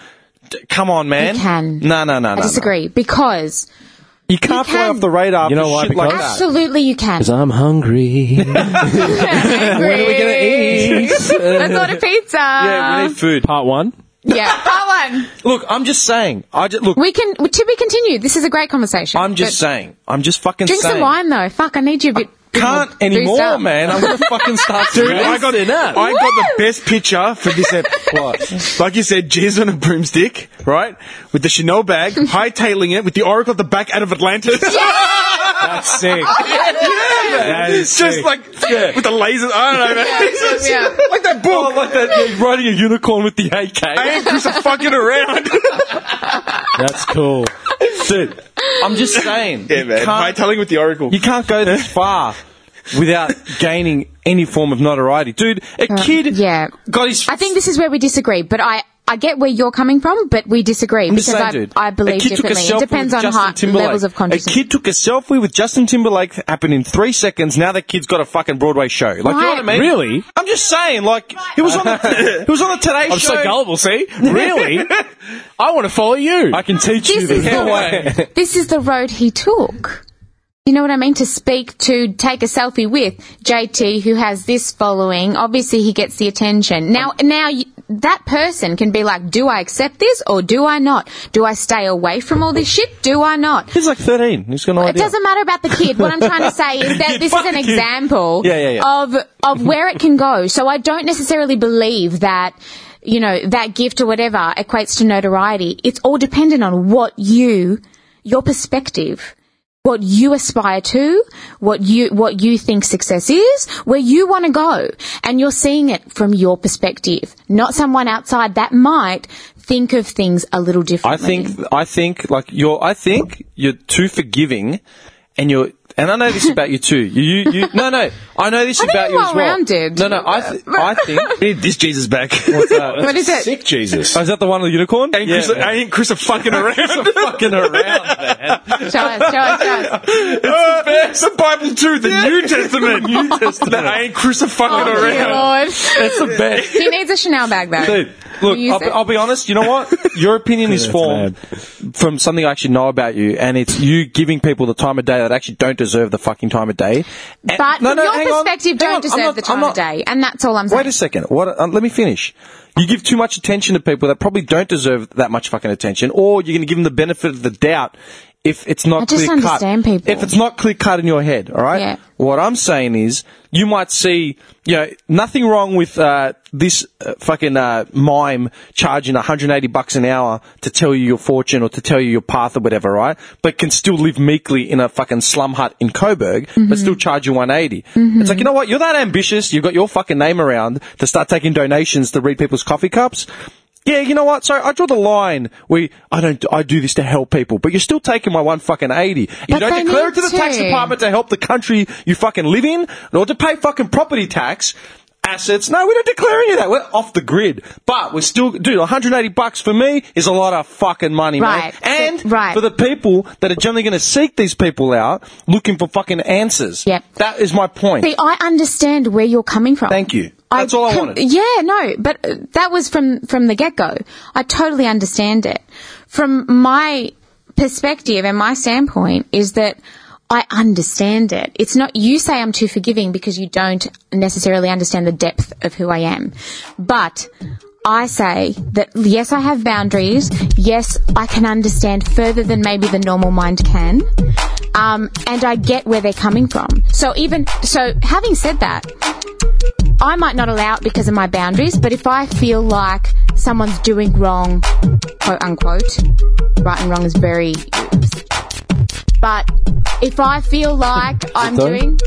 Speaker 5: D- Come on, man.
Speaker 7: You can.
Speaker 5: No, no, no, no.
Speaker 7: I disagree because
Speaker 5: You can't
Speaker 7: You
Speaker 5: fly
Speaker 7: can.
Speaker 5: off the radar.
Speaker 6: You know
Speaker 5: for
Speaker 6: why?
Speaker 5: Shit like
Speaker 6: Because-
Speaker 5: that.
Speaker 7: absolutely you can.
Speaker 6: Because I'm hungry.
Speaker 7: When are we going to eat? Let's order pizza.
Speaker 5: Yeah,
Speaker 7: Uh-huh.
Speaker 5: we need food.
Speaker 6: Part one.
Speaker 7: Yeah, part one.
Speaker 5: Look, I'm just saying. I just look.
Speaker 7: We can, to be continued. This is a great conversation.
Speaker 5: I'm just
Speaker 7: But
Speaker 5: saying. I'm just fucking
Speaker 7: Drink
Speaker 5: saying.
Speaker 7: some wine though. Fuck, I need you a bit. bit more
Speaker 5: Can't
Speaker 7: boozed
Speaker 5: anymore,
Speaker 7: up.
Speaker 5: man. I'm gonna fucking start. Dude,
Speaker 8: I got, I got the best picture for this ep. what? Like you said, jizz on a broomstick, right? With the Chanel bag, hightailing it with the Oracle at the back out of Atlantis.
Speaker 6: That's sick. That is
Speaker 8: It's just
Speaker 6: sick.
Speaker 8: like with the lasers. I don't know, man. It's just-
Speaker 7: Yeah.
Speaker 8: Like that book.
Speaker 5: Oh, like that, yeah, riding a unicorn with the AK.
Speaker 8: I ain't Chris are fucking around.
Speaker 6: That's cool.
Speaker 5: Dude, I'm just saying.
Speaker 8: yeah, man.
Speaker 5: You can't,
Speaker 8: Hightailing with the Oracle.
Speaker 5: you can't go this far without gaining any form of notoriety. Dude, a kid
Speaker 7: yeah.
Speaker 5: got his.
Speaker 7: I think this is where we disagree, but I I get where you're coming from, but we disagree
Speaker 5: I'm
Speaker 7: because
Speaker 5: just saying,
Speaker 7: I,
Speaker 5: dude.
Speaker 7: I believe differently. It depends on high levels of
Speaker 5: A
Speaker 7: consciousness.
Speaker 5: kid took a selfie with Justin Timberlake happened in three seconds. Now that kid's got a fucking Broadway show. Like, you know what I
Speaker 7: Right.
Speaker 5: mean?
Speaker 6: Really?
Speaker 5: I'm just saying, like, he was on the, he was on the Today
Speaker 6: I'm
Speaker 5: Show.
Speaker 6: so gullible, see? Really? I want to follow you.
Speaker 5: I can teach you
Speaker 7: This is,
Speaker 5: this.
Speaker 7: the road, this is the road he took. You know what I mean? To speak to, take a selfie with JT, who has this following. Obviously, he gets the attention. Now, now you, that person can be like, "Do I accept this or do I not? Do I stay away from all this shit? Do I not?"
Speaker 5: He's like 13. He's got no
Speaker 7: It
Speaker 5: idea.
Speaker 7: doesn't matter about the kid. What I'm trying to say is that this is an example
Speaker 5: Yeah, yeah, yeah.
Speaker 7: of of where it can go. So I don't necessarily believe that you know that gift or whatever equates to notoriety. It's all dependent on what you your perspective. What you aspire to, what you what you think success is, where you want to go, and you're seeing it from your perspective, not someone outside that might think of things a little
Speaker 5: I
Speaker 7: differently.
Speaker 5: think I think like you're I think you're too forgiving, and you're and I know this about you too. You you, you no no I know this
Speaker 7: I think
Speaker 5: about
Speaker 7: I'm
Speaker 5: you as well.
Speaker 7: well-rounded.
Speaker 5: No no I th- I think
Speaker 8: This Jesus back.
Speaker 7: what is it?
Speaker 6: Sick Jesus.
Speaker 5: Oh, is that the one with the unicorn?
Speaker 8: Ain't Chris, ain't Chris a fucking around?
Speaker 5: fucking around, man.
Speaker 7: Show us, show us, show us.
Speaker 8: Uh, The Bible too, the New Testament. New Testament. I ain't crucifying
Speaker 7: Oh, dear
Speaker 8: around.
Speaker 7: Lord.
Speaker 5: That's the best.
Speaker 7: He needs a Chanel bag, though.
Speaker 5: Dude, look,
Speaker 7: You
Speaker 5: I'll,
Speaker 7: said-
Speaker 5: be- I'll be honest. You know what? Your opinion is formed from something I actually know about you, and it's you giving people the time of day that actually don't deserve the fucking time of day. And-
Speaker 7: But
Speaker 5: no,
Speaker 7: from
Speaker 5: no, hang
Speaker 7: your
Speaker 5: on.
Speaker 7: perspective,
Speaker 5: Hang on. I'm
Speaker 7: don't deserve
Speaker 5: not-
Speaker 7: the
Speaker 5: I'm
Speaker 7: time
Speaker 5: not-
Speaker 7: of day, and that's all I'm saying.
Speaker 5: Wait a second. What? Uh, let me finish. You give too much attention to people that probably don't deserve that much fucking attention, or you're going to give them the benefit of the doubt if it's not
Speaker 7: I just
Speaker 5: clear
Speaker 7: understand
Speaker 5: cut.
Speaker 7: people.
Speaker 5: If it's not clear cut in your head, all right.
Speaker 7: Yeah.
Speaker 5: What I'm saying is, you might see, you know, nothing wrong with uh, this uh, fucking uh, mime charging 180 bucks an hour to tell you your fortune or to tell you your path or whatever, right? But can still live meekly in a fucking slum hut in Coburg,
Speaker 7: Mm-hmm.
Speaker 5: but still charge you 180. It's like, you know what? You're that ambitious. You've got your fucking name around to start taking donations to read people's coffee cups. Yeah, you know what? So I draw the line. We, I don't, I do this to help people, but you're still taking my one fucking eighty. You
Speaker 7: But
Speaker 5: don't
Speaker 7: they
Speaker 5: declare
Speaker 7: need
Speaker 5: it to the
Speaker 7: to.
Speaker 5: tax department to help the country you fucking live in, or to pay fucking property tax, assets. No, we don't declare any of that. We're off the grid, but we're still, dude. 180 bucks for me is a lot of fucking money,
Speaker 7: Right.
Speaker 5: man. And
Speaker 7: Right.
Speaker 5: for the people that are generally going to seek these people out, looking for fucking answers.
Speaker 7: Yep.
Speaker 5: That is my point.
Speaker 7: See, I understand where you're coming from.
Speaker 5: Thank you. That's all I wanted.
Speaker 7: Yeah, no, but uh, that was from from the get go. I totally understand it. From my perspective and my standpoint is that I understand it. It's not you say I'm too forgiving because you don't necessarily understand the depth of who I am. But I say that yes, I have boundaries. Yes, I can understand further than maybe the normal mind can. Um, and I get where they're coming from. So even, so having said that, I might not allow it because of my boundaries, but if I feel like someone's doing wrong, quote unquote, right and wrong is very. But if I feel like I'm
Speaker 5: though?
Speaker 7: doing.